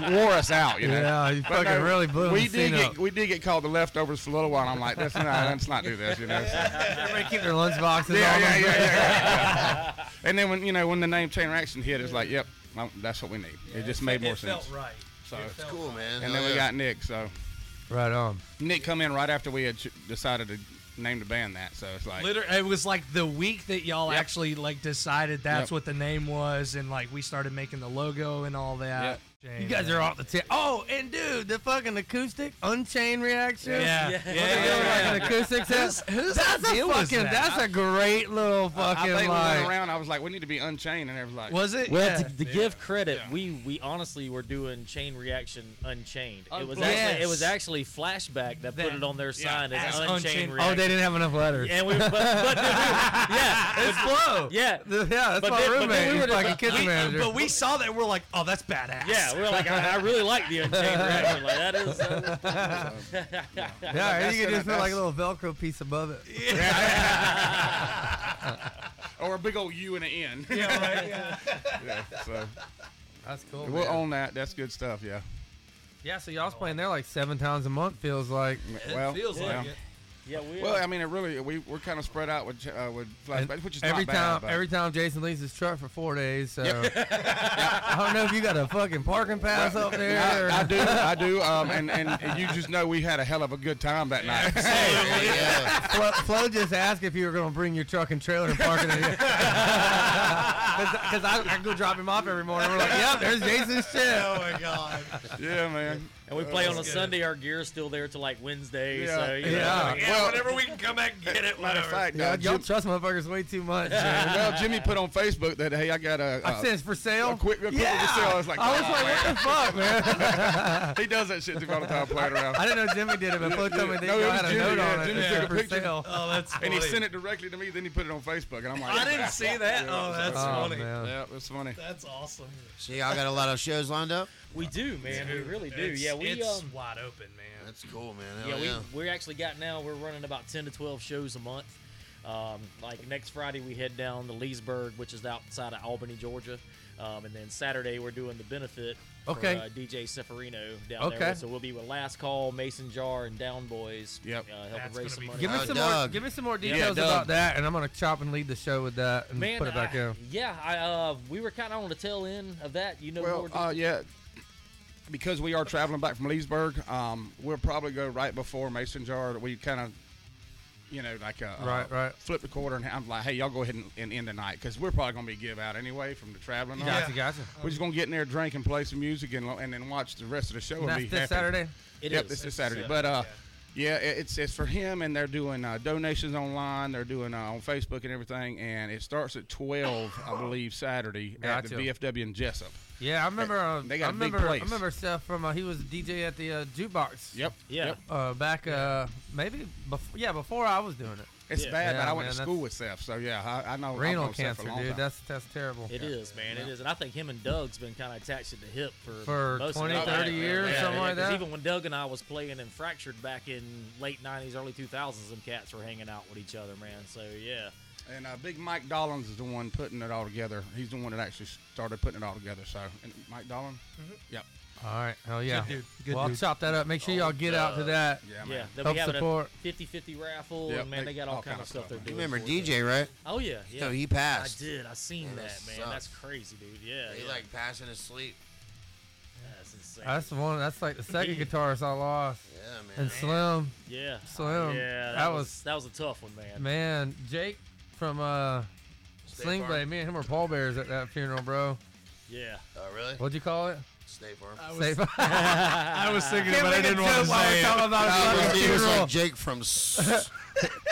Speaker 7: they, they wore us out. You know.
Speaker 5: Yeah, you
Speaker 7: But
Speaker 5: fucking really blew
Speaker 7: We
Speaker 5: the
Speaker 7: did
Speaker 5: scene
Speaker 7: get
Speaker 5: up.
Speaker 7: [LAUGHS] we did get called the leftovers for a little while. And I'm like, let's not let's not do this.
Speaker 5: [LAUGHS]
Speaker 7: You know. So-
Speaker 5: Everybody keep their lunch boxes
Speaker 7: yeah,
Speaker 5: on
Speaker 7: yeah,
Speaker 5: them.
Speaker 7: yeah, yeah, yeah. and then when you know when the name chain reaction hit, it's like, yep, well, that's what we need. It just made more
Speaker 4: it
Speaker 7: sense.
Speaker 4: felt right.
Speaker 7: So,
Speaker 4: It felt
Speaker 6: Cool, man.
Speaker 7: and
Speaker 6: Hell
Speaker 7: then we
Speaker 6: yeah.
Speaker 7: got Nick. So
Speaker 5: Right on.
Speaker 7: Nick come in right after we had ch- decided to name the band that. So it's like,
Speaker 4: Liter- it was like the week that y'all
Speaker 7: Yep.
Speaker 4: actually like decided that's
Speaker 7: Yep.
Speaker 4: what the name was, and like we started making the logo and all that.
Speaker 5: You guys are off the tip. Oh, and dude, the fucking acoustic unchained reaction.
Speaker 4: yeah, yeah.
Speaker 2: Yeah.
Speaker 5: They
Speaker 2: Yeah.
Speaker 5: doing like an acoustic set. that's a
Speaker 4: idea was
Speaker 5: fucking.
Speaker 4: that?
Speaker 5: That's a great little
Speaker 7: I
Speaker 5: fucking
Speaker 7: think we
Speaker 5: like.
Speaker 7: went around. I was like, we need to be unchained, and everybody was like,
Speaker 4: Was it?
Speaker 2: Well,
Speaker 4: yeah.
Speaker 2: to, to give credit, we we honestly were doing Chain Reaction Unchained. It was actually it was
Speaker 4: Yes.
Speaker 2: actually Flashback that
Speaker 4: That-
Speaker 2: put it on their sign
Speaker 4: as
Speaker 2: as Unchained,
Speaker 4: Unchained- Oh,
Speaker 5: Oh,
Speaker 2: Reaction.
Speaker 5: they didn't have enough letters.
Speaker 2: and we, but, but then we were- yeah,
Speaker 5: It's slow.
Speaker 2: yeah,
Speaker 5: [LAUGHS] Yeah, that's
Speaker 2: But
Speaker 5: my
Speaker 2: then- but then
Speaker 5: roommate.
Speaker 2: we
Speaker 5: He's
Speaker 2: were to-
Speaker 5: fucking kitchen manager.
Speaker 4: But we saw that we're like, oh, that's badass.
Speaker 2: yeah. We were like, I, I really like the
Speaker 4: [LAUGHS]
Speaker 2: Unchained Reaction. Like that is. Uh,
Speaker 5: yeah,
Speaker 7: that's
Speaker 5: you could
Speaker 7: gonna-
Speaker 5: just put like
Speaker 7: that's-
Speaker 5: a little Velcro piece above it.
Speaker 7: or a big old U and an N.
Speaker 4: Yeah, right, yeah.
Speaker 7: [LAUGHS] yeah, so
Speaker 5: That's cool.
Speaker 7: we'll own that. That's good stuff. Yeah.
Speaker 5: Yeah, so y'all's playing there like seven times a month. Feels like.
Speaker 7: well,
Speaker 4: feels
Speaker 7: yeah.
Speaker 4: like it.
Speaker 2: yeah, we.
Speaker 7: Well, I mean, it really we we're kind of spread out with uh, with
Speaker 5: And
Speaker 7: flashbacks, which is
Speaker 5: every
Speaker 7: not
Speaker 5: time,
Speaker 7: bad, but-
Speaker 5: every time Jason leaves his truck for four days, so [LAUGHS] I don't know if you got a fucking parking pass up there. or-
Speaker 7: I, I do, I
Speaker 5: [LAUGHS]
Speaker 7: do, um, and, and and you just know we had a hell of a good time that night. [LAUGHS]
Speaker 6: yeah.
Speaker 5: Flo, Flo just asked if you were going to bring your truck and trailer and park it
Speaker 7: [LAUGHS]
Speaker 5: in here. Because I, I go drop him off every morning. We're like, yep, there's Jason's shit.
Speaker 4: Oh my god.
Speaker 7: yeah, man.
Speaker 2: and we play on a
Speaker 4: good.
Speaker 2: Sunday. Our gear's still there till like Wednesday.
Speaker 7: Yeah.
Speaker 2: So you know,
Speaker 5: Yeah.
Speaker 4: Yeah,
Speaker 7: Well-
Speaker 4: whenever we can come back and get it.
Speaker 7: Matter of
Speaker 4: whatever.
Speaker 7: fact, uh,
Speaker 5: Yeah, y'all
Speaker 7: Jim, Uh,
Speaker 5: trust motherfuckers way too much.
Speaker 7: well, Jimmy put on Facebook that hey, I got a.
Speaker 5: I
Speaker 7: Uh,
Speaker 5: said it's for sale.
Speaker 7: a quick, a quick
Speaker 5: yeah.
Speaker 7: sale. I was like,
Speaker 5: I was
Speaker 7: "Oh,
Speaker 5: like,
Speaker 7: man."
Speaker 5: what the fuck, man?
Speaker 7: he does that shit all the time playing around.
Speaker 5: [LAUGHS] I didn't know Jimmy did it, but Flo told me that
Speaker 7: No, it
Speaker 5: y'all
Speaker 7: was
Speaker 5: had a
Speaker 7: Jimmy.
Speaker 5: note
Speaker 7: Yeah,
Speaker 5: on it.
Speaker 7: Jimmy
Speaker 5: that
Speaker 7: took
Speaker 5: said
Speaker 7: a
Speaker 5: for
Speaker 7: picture.
Speaker 5: sale.
Speaker 4: Oh, that's funny.
Speaker 7: and he sent it directly to me. Then he put it on Facebook, and I'm like,
Speaker 4: I didn't see that. Oh, that's
Speaker 5: Oh,
Speaker 4: funny.
Speaker 5: man.
Speaker 7: Yeah, it was funny.
Speaker 4: That's awesome.
Speaker 6: See, I got a lot of shows lined up.
Speaker 2: we do, man. We really do.
Speaker 4: It's-
Speaker 2: yeah, we
Speaker 4: It's
Speaker 2: um,
Speaker 4: wide open, man.
Speaker 6: That's cool, man. Hell
Speaker 2: yeah,
Speaker 6: Oh, yeah.
Speaker 2: we we actually got now. We're running about ten to twelve shows a month. Um, like next Friday, we head down to Leesburg, which is outside of Albany, Georgia, um, and then Saturday we're doing the benefit. for,
Speaker 5: Okay.
Speaker 2: uh, DJ Seferino down there.
Speaker 5: Okay.
Speaker 2: So we'll be with Last Call, Mason Jar, and Down Boys.
Speaker 7: Yep.
Speaker 2: Uh, helping raise
Speaker 4: That's gonna
Speaker 2: some
Speaker 4: be
Speaker 2: money.
Speaker 5: Give me
Speaker 6: Uh,
Speaker 5: some more.
Speaker 6: Doug.
Speaker 5: Give me some more details
Speaker 6: Doug.
Speaker 5: about that, and I'm gonna chop and lead the show with that and
Speaker 2: Uh, Man,
Speaker 5: put it back
Speaker 2: I-
Speaker 5: in.
Speaker 2: Yeah, I uh, we were kind of on the tail end of that. You know,
Speaker 7: Well,
Speaker 2: more
Speaker 7: uh, yeah, because we are traveling back from Leesburg, um, we'll probably go right before Mason Jar. We kind of, you know, like uh,
Speaker 5: Right,
Speaker 7: uh,
Speaker 5: right.
Speaker 7: flip the quarter, and I'm like, hey, y'all go ahead and, and end the night because we're probably gonna be give out anyway from the traveling. on.
Speaker 5: Gotcha, gotcha.
Speaker 7: We're just gonna get in there, drink, and play some music, and lo- and then watch the rest of the show.
Speaker 5: And
Speaker 7: and be
Speaker 5: that's this
Speaker 7: happy.
Speaker 5: Saturday.
Speaker 2: It
Speaker 7: yep,
Speaker 2: is.
Speaker 7: this is Saturday. But uh, yeah, it- it's it's for him, and they're doing uh, donations online. They're doing uh, on Facebook and everything, and it starts at twelve, I
Speaker 2: [COUGHS]
Speaker 7: believe, Saturday at
Speaker 5: Gotcha.
Speaker 7: the VFW in Jessup.
Speaker 5: Yeah, I remember. Uh,
Speaker 7: They got
Speaker 5: I
Speaker 7: a big
Speaker 5: remember.
Speaker 7: place.
Speaker 5: I remember Steph from. Uh, he was a DJ at the uh, jukebox.
Speaker 7: Yep.
Speaker 2: Yeah.
Speaker 7: Yep.
Speaker 5: Uh, back uh, maybe before. Yeah, before I was doing it.
Speaker 7: It's
Speaker 2: Yeah.
Speaker 7: bad,
Speaker 5: Yeah,
Speaker 7: but I went
Speaker 5: man,
Speaker 7: to
Speaker 5: that's-
Speaker 7: school with Seth, so yeah, I, I know. I've
Speaker 5: Renal
Speaker 7: known Seth
Speaker 5: cancer,
Speaker 7: for a long
Speaker 5: dude.
Speaker 7: time.
Speaker 5: That's that's terrible.
Speaker 2: It is, man. It is, and I think him and Doug's been kind of attached at the hip for
Speaker 5: For
Speaker 2: most
Speaker 5: 20,
Speaker 2: of his
Speaker 5: 30
Speaker 2: life.
Speaker 5: years,
Speaker 2: yeah,
Speaker 5: something
Speaker 2: yeah,
Speaker 5: like
Speaker 2: 'cause
Speaker 5: that.
Speaker 2: Even when Doug and I was playing in Fractured back in late '90s, early 2000s, them cats were hanging out with each other, man. So yeah,
Speaker 7: and uh, Big Mike Dollins is the one putting it all together. He's the one that actually started putting it all together. So, and Mike Dollin. Yep.
Speaker 5: All right. Hell yeah.
Speaker 4: dude, good
Speaker 5: well, I'll
Speaker 4: dude.
Speaker 5: chop that up. Make sure y'all get out to
Speaker 2: Doug.
Speaker 5: that.
Speaker 7: Yeah.
Speaker 2: yeah.
Speaker 7: Man.
Speaker 2: They'll
Speaker 5: Help
Speaker 2: be having
Speaker 5: support.
Speaker 2: a 50-50 raffle,
Speaker 7: Yep,
Speaker 2: and man,
Speaker 7: they-
Speaker 2: they got all, kind of stuff they're
Speaker 7: man.
Speaker 2: doing.
Speaker 6: You remember
Speaker 2: for us.
Speaker 6: DJ, right?
Speaker 2: Oh yeah, yeah.
Speaker 6: So he passed.
Speaker 2: I did. I seen
Speaker 6: Yeah,
Speaker 2: that,
Speaker 6: that
Speaker 2: man.
Speaker 6: sucks.
Speaker 2: That's crazy, dude. Yeah,
Speaker 6: He
Speaker 2: yeah.
Speaker 6: like passing his sleep.
Speaker 2: that's insane.
Speaker 5: That's the one. That's like the second guitarist I lost.
Speaker 6: Yeah, man.
Speaker 5: And Slim,
Speaker 2: yeah,
Speaker 5: Slim,
Speaker 2: Yeah, that,
Speaker 5: that
Speaker 2: was,
Speaker 5: was-
Speaker 2: that was a tough one, man.
Speaker 5: man, Jake from uh,
Speaker 6: State
Speaker 5: Sling
Speaker 6: Farm.
Speaker 5: Blade. Me and him were pallbearers at that funeral, bro.
Speaker 2: Yeah.
Speaker 6: Oh, really?
Speaker 5: What'd you call it?
Speaker 6: State Farm.
Speaker 4: I was,
Speaker 5: Safe. [LAUGHS]
Speaker 4: I was thinking,
Speaker 5: Can't
Speaker 4: but I
Speaker 5: make a
Speaker 4: didn't want to
Speaker 5: joke while
Speaker 4: say
Speaker 5: we're
Speaker 4: it.
Speaker 5: talking about
Speaker 6: Oh,
Speaker 5: his
Speaker 6: bro,
Speaker 5: fucking
Speaker 6: he was
Speaker 5: funeral.
Speaker 6: like Jake
Speaker 5: [LAUGHS]
Speaker 6: from. S-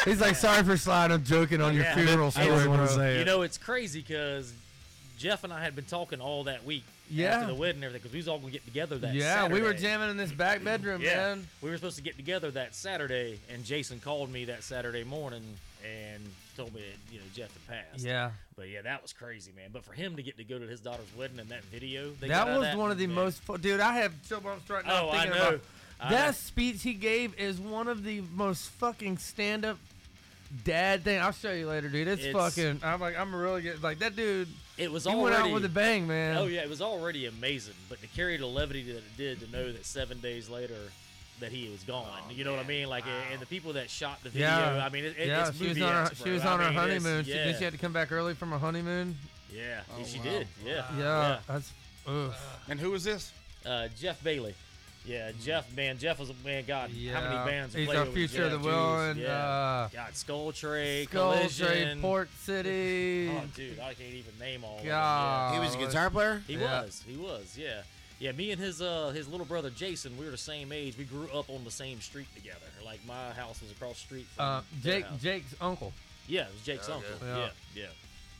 Speaker 5: He's like, sorry for slide. I'm joking on your
Speaker 2: Yeah.
Speaker 5: funeral
Speaker 2: I
Speaker 5: story,
Speaker 4: wanna
Speaker 5: bro.
Speaker 4: say it.
Speaker 2: You know, it's crazy because Jeff and I had been talking all that week
Speaker 5: Yeah.
Speaker 2: after the wedding and everything because we was all gonna get together that
Speaker 5: yeah, we were
Speaker 2: Saturday.
Speaker 5: jamming in this back bedroom,
Speaker 2: Yeah,
Speaker 5: man.
Speaker 2: we were supposed to get together that Saturday, and Jason called me that Saturday morning and told me that you know Jeff had passed.
Speaker 5: Yeah.
Speaker 2: but yeah, that was crazy, man. But for him to get to go to his daughter's wedding and that video, they got out
Speaker 5: That
Speaker 2: of
Speaker 5: was one of the
Speaker 2: yeah.
Speaker 5: most fu- dude. I have chill bumps right now
Speaker 2: Oh, I
Speaker 5: thinking
Speaker 2: know.
Speaker 5: about
Speaker 2: I
Speaker 5: that
Speaker 2: know.
Speaker 5: speech he gave is one of the most fucking stand up dad thing. I'll show you later, dude. It's,
Speaker 2: It's-
Speaker 5: fucking. I'm like I'm really good. Like that dude.
Speaker 2: It was
Speaker 5: He
Speaker 2: already.
Speaker 5: went out with a bang, man. [LAUGHS]
Speaker 2: Oh yeah, it was already amazing, but to carry the levity that it did, to know that seven days later that he was gone, you know what I mean? Like, and- and the people that shot the video,
Speaker 5: Oh, Yeah.
Speaker 2: I mean, it, it,
Speaker 5: yeah,
Speaker 2: it's
Speaker 5: she was
Speaker 2: movie
Speaker 5: on her
Speaker 2: expert.
Speaker 5: she was
Speaker 2: I
Speaker 5: on her
Speaker 2: mean, it's-
Speaker 5: honeymoon. She,
Speaker 2: Yeah,
Speaker 5: then she had to come back early from her honeymoon.
Speaker 2: yeah,
Speaker 7: Oh,
Speaker 2: she
Speaker 7: wow.
Speaker 2: did. Uh, Yeah,
Speaker 5: Yeah, that's ugh.
Speaker 7: And who
Speaker 5: [LAUGHS]
Speaker 7: is this?
Speaker 2: uh, Jeff Bailey. Yeah, Jeff, man, Jeff was a man. God, how
Speaker 5: Mm. Yeah.
Speaker 2: many bands? have
Speaker 5: He's
Speaker 2: played
Speaker 5: our
Speaker 2: with
Speaker 5: future of
Speaker 2: Jeff,
Speaker 5: the Will
Speaker 2: jeez,
Speaker 5: and,
Speaker 2: yeah.
Speaker 5: uh,
Speaker 2: God, Skull Trade,
Speaker 5: Skull
Speaker 2: Collision,
Speaker 5: Trade, Port City.
Speaker 2: Oh, dude, I can't even name all.
Speaker 5: God.
Speaker 2: Of them.
Speaker 6: He was
Speaker 5: Uh,
Speaker 6: a guitar player.
Speaker 2: Yeah. He
Speaker 5: Yeah.
Speaker 2: was, he was, yeah, yeah. Me and his uh his little brother Jason, we were the same age. We grew up on the same street together. Like my house was across the street. From
Speaker 5: Uh,
Speaker 2: their
Speaker 5: Jake
Speaker 2: house.
Speaker 5: Jake's uncle.
Speaker 2: Yeah, it was Jake's uncle.
Speaker 5: Yeah.
Speaker 2: Yeah, yeah.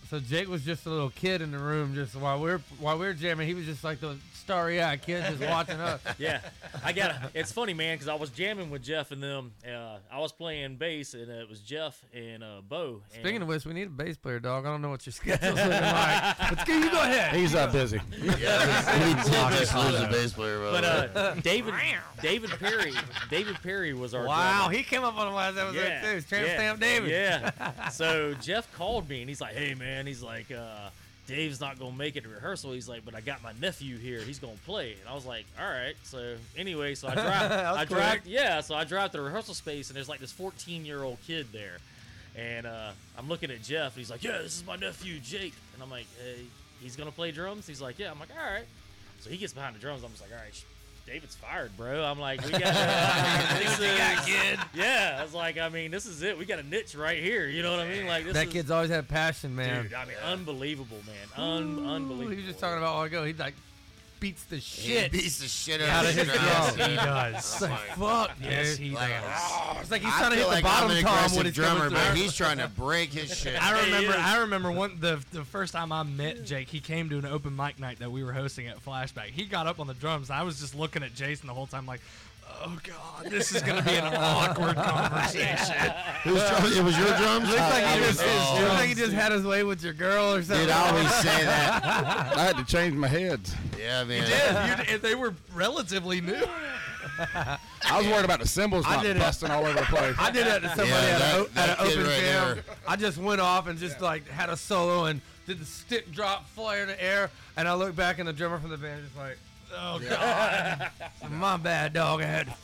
Speaker 5: So Jake was just a little kid in the room, just while we're while we're jamming. He was just like the starry-eyed kid, just watching [LAUGHS] us.
Speaker 2: yeah, I got. It's funny, man, because I was jamming with Jeff and them. Uh, I was playing bass, and uh, it was Jeff and uh, Bo. and-
Speaker 5: Speaking of which, we need a bass player, dog. I don't know what [LAUGHS] your schedule's looking like. But Ski, you go ahead.
Speaker 7: He's uh, busy.
Speaker 6: Yeah, he did just lose a bass player. By
Speaker 2: but
Speaker 6: the way.
Speaker 2: uh, David David Perry David Perry was our
Speaker 5: [LAUGHS] Wow,
Speaker 2: drummer.
Speaker 5: he came up on the last episode too. It's Tramp Stamp David. [LAUGHS]
Speaker 2: Yeah. So Jeff called me and he's like, "Hey man," he's like, uh, "Dave's not gonna make it to rehearsal." He's like, "But I got my nephew here. He's gonna play." And I was like, "All right." So anyway,
Speaker 5: [LAUGHS]
Speaker 2: so I drive.
Speaker 5: That was
Speaker 2: I
Speaker 5: quick.
Speaker 2: drive. Yeah. So I drive to the rehearsal space and there's like this 14 year old kid there, and uh, I'm looking at Jeff. And he's like, "Yeah, this is my nephew Jake," and I'm like, "Hey, he's gonna play drums." He's like, "Yeah." I'm like, "All right." So he gets behind the drums. I'm just like, "All right." sh- David's fired, bro. I'm like,
Speaker 5: [LAUGHS]
Speaker 2: we got. uh, this is- yeah, I was like, I mean, this is it. We got a niche right here. You know what I mean? Like this
Speaker 5: That
Speaker 2: is,
Speaker 5: kid's always had passion, man.
Speaker 2: dude. I mean, unbelievable, man. Un- unbelievable.
Speaker 5: He was just talking about all ago. He like beats the
Speaker 6: he
Speaker 5: shit
Speaker 6: beats the shit
Speaker 5: out
Speaker 6: out
Speaker 5: of
Speaker 6: of
Speaker 5: his
Speaker 6: his
Speaker 5: drum.
Speaker 6: drums.
Speaker 4: He does.
Speaker 5: Fuck, dude.
Speaker 4: yes, he
Speaker 6: Like,
Speaker 4: does.
Speaker 5: it's like he's
Speaker 6: I
Speaker 5: trying to
Speaker 6: feel
Speaker 5: hit
Speaker 6: like
Speaker 5: the bottom
Speaker 6: I'm an
Speaker 5: tom
Speaker 6: aggressive
Speaker 5: when he's
Speaker 6: drummer,
Speaker 5: coming
Speaker 6: but
Speaker 5: through.
Speaker 6: he's trying to break his shit.
Speaker 4: I
Speaker 2: He
Speaker 4: remember.
Speaker 2: is.
Speaker 4: I remember one the the first time I met Jake. He came to an open mic night that we were hosting at Flashback. He got up on the drums. And I was just looking at Jason the whole time, like, "Oh God, this is gonna
Speaker 2: [LAUGHS]
Speaker 4: be an awkward conversation."
Speaker 6: it was your drums.
Speaker 5: Looks like he
Speaker 6: I
Speaker 5: just,
Speaker 6: was-
Speaker 5: looks
Speaker 6: oh.
Speaker 5: like he just had his way with your girl or something.
Speaker 6: Dude, I always say that.
Speaker 7: [LAUGHS] I had to change my head.
Speaker 6: Yeah, man.
Speaker 4: Yeah, you- and they were relatively new.
Speaker 7: I was worried about the cymbals
Speaker 5: I
Speaker 7: not
Speaker 5: did it.
Speaker 7: busting all over the place.
Speaker 5: I did that to somebody
Speaker 6: Yeah,
Speaker 5: at,
Speaker 6: that-
Speaker 5: a, o-
Speaker 6: that
Speaker 5: at an
Speaker 6: kid
Speaker 5: open
Speaker 6: right
Speaker 5: jam.
Speaker 6: there.
Speaker 5: I just went off and just like had a solo and did the stick drop flare in the air. And I looked back and the drummer from the band just like, "Oh,
Speaker 4: Oh God.
Speaker 5: my bad, dog. I had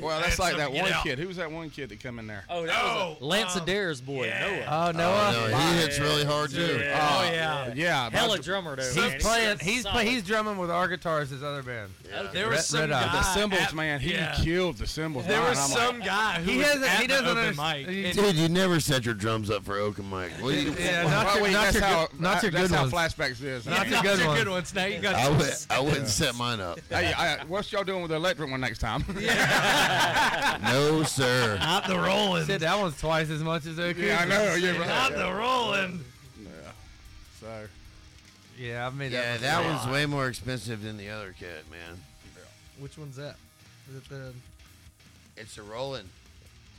Speaker 7: Well, that's like
Speaker 4: so
Speaker 7: that
Speaker 4: get
Speaker 7: one
Speaker 4: out.
Speaker 7: kid. Who was that one kid that come in there?
Speaker 2: Oh, that was a-
Speaker 4: Oh,
Speaker 2: Lance
Speaker 4: um,
Speaker 2: Adair's boy, Noah.
Speaker 5: Oh,
Speaker 6: Oh,
Speaker 5: Noah.
Speaker 6: no, he hits really hard too.
Speaker 2: Yeah.
Speaker 4: Oh yeah.
Speaker 7: Yeah, but
Speaker 2: Hella drummer though. man.
Speaker 5: He's playing.
Speaker 2: so
Speaker 5: He's play,
Speaker 2: solid.
Speaker 5: He's drumming with our guitarist, his other band.
Speaker 4: There
Speaker 5: Red-
Speaker 4: was some
Speaker 5: Red Eye.
Speaker 4: guy.
Speaker 7: the cymbals,
Speaker 4: at-
Speaker 7: man. He
Speaker 4: yeah.
Speaker 7: killed the cymbals.
Speaker 4: There
Speaker 7: man.
Speaker 4: was
Speaker 7: I'm like,
Speaker 4: some guy who
Speaker 5: He
Speaker 4: was
Speaker 5: doesn't.
Speaker 4: at
Speaker 5: He doesn't
Speaker 4: the open
Speaker 5: understand.
Speaker 4: mic. [LAUGHS]
Speaker 5: he-
Speaker 6: Dude, you never set your drums up for open mic. What do you-
Speaker 5: Yeah,
Speaker 7: Well,
Speaker 5: not your,
Speaker 7: wait,
Speaker 5: not
Speaker 7: that's
Speaker 5: your,
Speaker 7: how,
Speaker 5: good, not your
Speaker 7: that's
Speaker 5: good
Speaker 7: how
Speaker 5: ones.
Speaker 7: flashbacks is.
Speaker 5: Not your
Speaker 4: Not
Speaker 5: good
Speaker 4: your
Speaker 5: ones.
Speaker 4: good ones. Now you got
Speaker 6: I would. I wouldn't set mine up.
Speaker 7: [LAUGHS] Hey, I, what's y'all doing with the electric one next time?
Speaker 6: No, sir.
Speaker 4: not the rolling.
Speaker 5: Shit, that one's twice as much as Oakley.
Speaker 7: [LAUGHS] yeah, I know. Yeah, right.
Speaker 4: Not the rolling.
Speaker 7: So,
Speaker 5: Yeah, I've made
Speaker 6: Yeah,
Speaker 5: that.
Speaker 6: that one's way more expensive than the other kid, man.
Speaker 4: Which one's that? Is it the
Speaker 6: It's a rolling.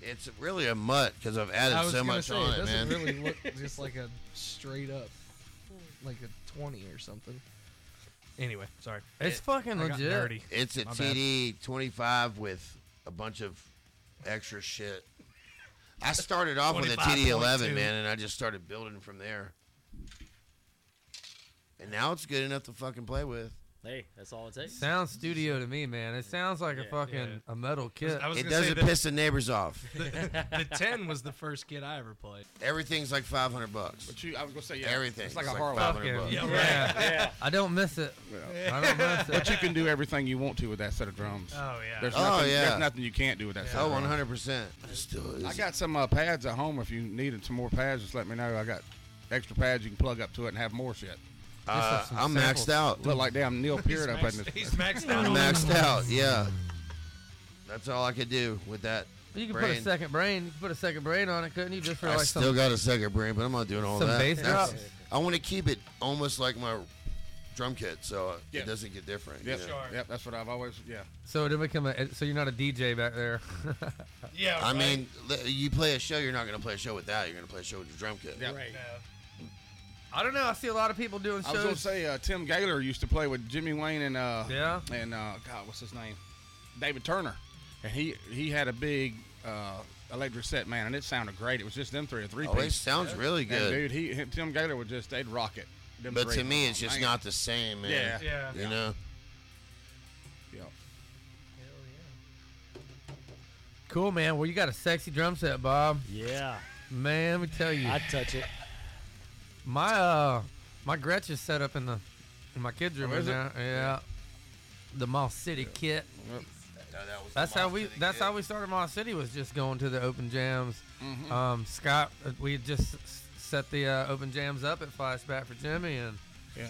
Speaker 6: It's really a mutt because I've added
Speaker 4: I was
Speaker 6: so
Speaker 4: gonna
Speaker 6: much
Speaker 4: say
Speaker 6: on
Speaker 4: it
Speaker 6: it, man.
Speaker 4: doesn't really look just like a straight up, like a twenty or something. Anyway, sorry.
Speaker 5: It's fucking
Speaker 4: I got
Speaker 5: legit.
Speaker 4: nerdy.
Speaker 6: It's a
Speaker 4: My bad.
Speaker 6: TD 25 with a bunch of extra shit. I started off with a TD 11,
Speaker 4: 25.2.
Speaker 6: man, and I just started building from there. And now it's good enough to fucking play with.
Speaker 2: Hey, that's all it takes.
Speaker 5: Sounds studio to me, man. It sounds like a
Speaker 2: Yeah,
Speaker 5: fucking
Speaker 4: yeah.
Speaker 5: a metal kit.
Speaker 4: I was
Speaker 6: It
Speaker 4: gonna say
Speaker 6: doesn't
Speaker 4: that
Speaker 6: piss the neighbors off.
Speaker 4: the ten was the first kid I ever played.
Speaker 6: Everything's like 500 bucks.
Speaker 7: but you, I was gonna say yeah,
Speaker 6: Everything.
Speaker 7: It's like a Harley.
Speaker 5: Fucking-
Speaker 6: bucks.
Speaker 4: Yeah,
Speaker 5: yeah.
Speaker 2: Yeah.
Speaker 5: I don't miss it.
Speaker 7: Yeah.
Speaker 5: I don't miss it.
Speaker 7: But you can do everything you want to with that set of drums.
Speaker 4: Oh yeah.
Speaker 7: There's
Speaker 6: Oh,
Speaker 7: nothing,
Speaker 6: yeah.
Speaker 7: There's nothing you can't do with that set.
Speaker 6: Oh,
Speaker 7: of drums.
Speaker 6: 100%. Just do it.
Speaker 7: I got some uh, pads at home. If you needed some more pads, just let me know. I got extra pads you can plug up to it and have more shit.
Speaker 6: Uh,
Speaker 5: some
Speaker 6: I'm
Speaker 5: samples.
Speaker 6: maxed out.
Speaker 7: Look like damn Neil Peart
Speaker 4: [LAUGHS]
Speaker 7: up in
Speaker 4: He's
Speaker 7: this.
Speaker 4: maxed out.
Speaker 6: I'm
Speaker 4: on
Speaker 6: maxed out. Yeah. That's all I could do with that.
Speaker 5: You can put a
Speaker 6: brain.
Speaker 5: second brain. You can put a second brain on it, couldn't you? Just for
Speaker 6: I
Speaker 5: like
Speaker 6: still
Speaker 5: some.
Speaker 6: got a second brain, but I'm not doing all
Speaker 5: some
Speaker 6: that.
Speaker 5: bass
Speaker 6: That's-
Speaker 5: drops?
Speaker 6: I want to keep it almost like my drum kit, so uh,
Speaker 7: Yeah.
Speaker 6: it doesn't get different. you
Speaker 7: Yep,
Speaker 6: know?
Speaker 4: Sure.
Speaker 7: yep, that's what I've always. Yeah,
Speaker 5: So it didn't become a. So you're not a DJ back there. [LAUGHS]
Speaker 4: Yeah.
Speaker 6: I
Speaker 4: right.
Speaker 6: mean, li- you play a show, you're not going to play a show with that. You're going to play a show with your drum kit.
Speaker 7: yeah.
Speaker 4: No.
Speaker 5: I don't know. I see a lot of people doing
Speaker 7: I was gonna
Speaker 5: shows.
Speaker 7: say uh, Tim Gaylor used to play with Jimmy Wayne and uh,
Speaker 5: Yeah.
Speaker 7: and uh, God, what's his name? David Turner, and he he had a big uh, electric set, man, and it sounded great. It was just them three, a three
Speaker 6: Oh, it
Speaker 7: piece.
Speaker 6: sounds really
Speaker 7: And
Speaker 6: good.
Speaker 7: dude, he him, Tim Gaylor would just they'd rock it. them
Speaker 6: But
Speaker 7: three.
Speaker 6: to me, it's
Speaker 7: Oh,
Speaker 6: just
Speaker 7: man.
Speaker 6: not the same, man.
Speaker 7: Yeah.
Speaker 4: Yeah.
Speaker 6: You know?
Speaker 7: Yeah.
Speaker 5: cool, man. Well, you got a sexy drum set, Bob.
Speaker 2: Yeah,
Speaker 5: Man, let me tell you,
Speaker 2: I'd touch it.
Speaker 5: my uh, my Gretsch is set up in the in my kids' room
Speaker 7: Oh,
Speaker 5: right
Speaker 7: is it?
Speaker 5: now. Yeah. The Mall City kit. That's how we. That's how we started Mall City was just going to the open jams.
Speaker 4: Mm-hmm.
Speaker 5: Um, Scott, uh, we had just s- set the uh, open jams up at Flashback for Jimmy and
Speaker 7: Yeah.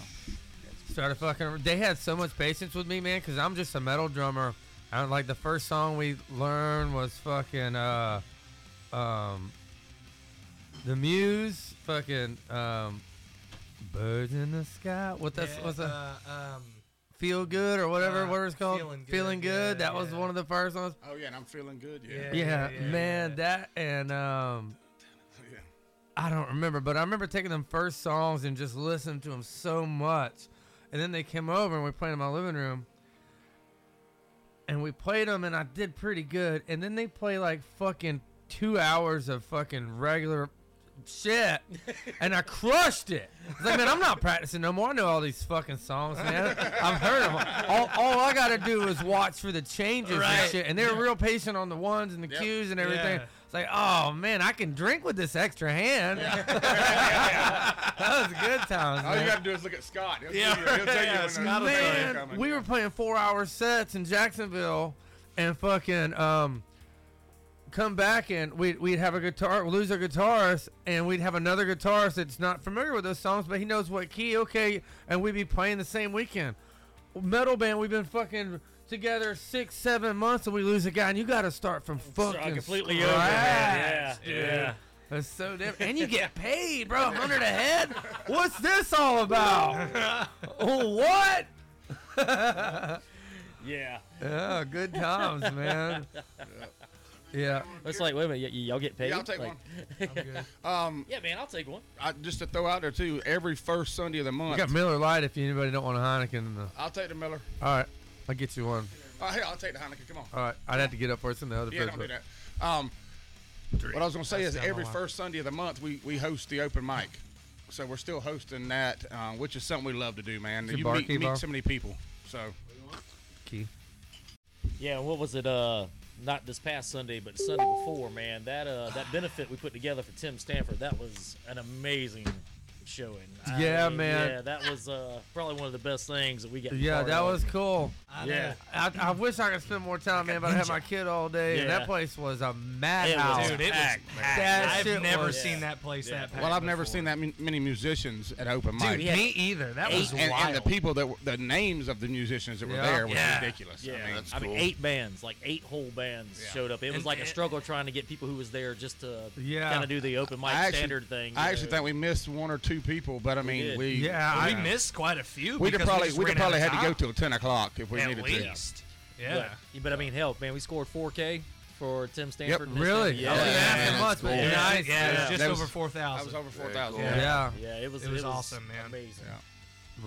Speaker 5: started fucking. They had so much patience with me, man, because I'm just a metal drummer. And like the first song we learned was fucking uh, um, the Muse, fucking um, birds in the sky. What that's
Speaker 4: Yeah,
Speaker 5: what's that?
Speaker 4: uh, um,
Speaker 5: feel good or whatever,
Speaker 4: uh,
Speaker 5: whatever it's called.
Speaker 4: Feeling Good,
Speaker 5: Good,
Speaker 4: yeah,
Speaker 5: That was
Speaker 4: yeah.
Speaker 5: one of the first ones.
Speaker 7: Oh yeah, and I'm feeling good.
Speaker 4: Yeah.
Speaker 7: Yeah.
Speaker 5: Yeah,
Speaker 4: yeah,
Speaker 5: man,
Speaker 4: yeah.
Speaker 5: that and um,
Speaker 7: Yeah.
Speaker 5: I don't remember, but I remember taking them first songs and just listening to them so much, and then they came over and we played in my living room, and we played them and I did pretty good, and then they play like fucking two hours of fucking regular
Speaker 4: [LAUGHS]
Speaker 5: shit, and I crushed it. It's like, man, I'm not practicing no more. I know all these fucking songs, man. I've heard them. All, all I gotta do is watch for the changes and
Speaker 4: Right.
Speaker 5: shit, and they're real patient on the ones and the
Speaker 7: Yep.
Speaker 5: cues and everything.
Speaker 4: Yeah.
Speaker 5: It's like, oh man, I can drink with this extra hand.
Speaker 4: [LAUGHS]
Speaker 5: [LAUGHS] that was good times.
Speaker 7: All you
Speaker 5: man.
Speaker 7: got to do is look at Scott. He'll yeah. Tell you, he'll tell you
Speaker 4: [LAUGHS] Yeah,
Speaker 7: when
Speaker 4: Scott
Speaker 7: the-
Speaker 4: will tell you.
Speaker 7: when they're
Speaker 5: Man,
Speaker 7: coming.
Speaker 5: we were playing four hour sets in Jacksonville and fucking um come back and we'd, we'd have a guitar lose a guitarist and we'd have another guitarist that's not familiar with those songs but he knows what key okay and we'd be playing the same weekend metal band we've been fucking together six seven months and we lose a guy and you gotta start from
Speaker 2: So
Speaker 5: fucking
Speaker 2: I completely over.
Speaker 5: scratch.
Speaker 2: man. Yeah, yeah.
Speaker 5: That's so different. And you get paid, bro. 100 a head? What's this all about? Oh, what?
Speaker 2: Yeah.
Speaker 5: Yeah, [LAUGHS] good times, [LAUGHS] man. Yeah.
Speaker 2: It's like, wait a minute, y- y- y'all get paid?
Speaker 7: Yeah, I'll take
Speaker 2: Like,
Speaker 7: one.
Speaker 2: one. Yeah, man, I'll take one.
Speaker 7: I, just to throw out there too, every first Sunday of the
Speaker 5: You
Speaker 7: month,
Speaker 5: got Miller Lite if you anybody don't want a Heineken. In the...
Speaker 7: I'll take the Miller.
Speaker 5: All right. I'll get you one.
Speaker 7: Oh, hey, I'll take the Heineken. Come on.
Speaker 5: All right. I'd have to get up first in the other
Speaker 7: Yeah,
Speaker 5: place,
Speaker 7: don't do
Speaker 5: but-
Speaker 7: that. Um, what I was gonna say
Speaker 5: That's
Speaker 7: is
Speaker 5: down the
Speaker 7: every
Speaker 5: line.
Speaker 7: first Sunday of the month we, we host the open mic, so we're still hosting that, uh, which is something we love to do, man.
Speaker 5: Your
Speaker 7: You
Speaker 5: bar
Speaker 7: meet,
Speaker 5: key bar?
Speaker 7: meet so many people, so
Speaker 5: Key.
Speaker 2: Yeah, and what was it? Uh, not this past Sunday, but the Sunday before, man. That uh, that benefit we put together for Tim Stanford, that was an amazing showing.
Speaker 5: Yeah, man.
Speaker 2: Yeah, that was uh, probably one of the best things that we got. to
Speaker 5: Yeah,
Speaker 2: part
Speaker 5: that
Speaker 2: of.
Speaker 5: was cool.
Speaker 4: I
Speaker 2: Yeah.
Speaker 4: know.
Speaker 5: I, I wish I could spend more time, man, but I had my kid all day. and
Speaker 2: Yeah.
Speaker 5: that place was a
Speaker 2: It was
Speaker 5: madhouse.
Speaker 4: Dude, it was
Speaker 2: packed, man.
Speaker 4: packed.
Speaker 5: That shit
Speaker 4: I've never
Speaker 5: was-
Speaker 4: seen that place
Speaker 2: Yeah.
Speaker 4: that packed.
Speaker 7: well, I've never
Speaker 4: before.
Speaker 7: seen that m- many musicians at open mic.
Speaker 4: Dude, me either. That was
Speaker 7: and,
Speaker 4: wild.
Speaker 7: and the people that were, the names of the musicians that were
Speaker 5: Yeah.
Speaker 7: there was
Speaker 4: Yeah.
Speaker 7: ridiculous.
Speaker 2: Yeah,
Speaker 7: I mean,
Speaker 6: that's
Speaker 2: I mean,
Speaker 6: cool.
Speaker 2: eight bands, like eight whole bands
Speaker 7: Yeah.
Speaker 2: showed up. It was
Speaker 4: And-
Speaker 2: like a
Speaker 4: and-
Speaker 2: struggle trying to get people who was there just to
Speaker 5: Yeah.
Speaker 2: kind of do the open mic
Speaker 7: I actually-
Speaker 2: standard thing.
Speaker 7: I
Speaker 2: you
Speaker 7: actually
Speaker 2: know.
Speaker 7: think we missed one or two people, but I mean
Speaker 2: did.
Speaker 7: we
Speaker 5: Yeah.
Speaker 4: we
Speaker 5: I-
Speaker 4: missed quite a few.
Speaker 7: we'd have
Speaker 4: because
Speaker 7: probably
Speaker 4: just
Speaker 7: we'd have
Speaker 4: ran out
Speaker 7: probably
Speaker 4: of
Speaker 7: had to go
Speaker 4: time.
Speaker 7: till ten o'clock if we needed
Speaker 4: at
Speaker 7: to.
Speaker 4: least. Yeah.
Speaker 2: But, but I mean, hell, man, we scored 4K for Tim Stanford. and his
Speaker 5: Really?
Speaker 2: team.
Speaker 5: I
Speaker 2: Yeah.
Speaker 5: wasn't
Speaker 6: Yeah,
Speaker 5: asking
Speaker 6: man,
Speaker 5: much,
Speaker 6: that's
Speaker 5: but
Speaker 6: cool.
Speaker 4: Yeah,
Speaker 5: nice.
Speaker 4: yeah, it was
Speaker 2: Yeah.
Speaker 4: just
Speaker 5: That
Speaker 4: over
Speaker 5: was-
Speaker 4: four
Speaker 7: I was
Speaker 4: thousand.
Speaker 7: over four thousand.
Speaker 6: cool.
Speaker 5: Yeah.
Speaker 2: Yeah, it was
Speaker 4: It was awesome, man.
Speaker 2: Amazing.
Speaker 7: Yeah.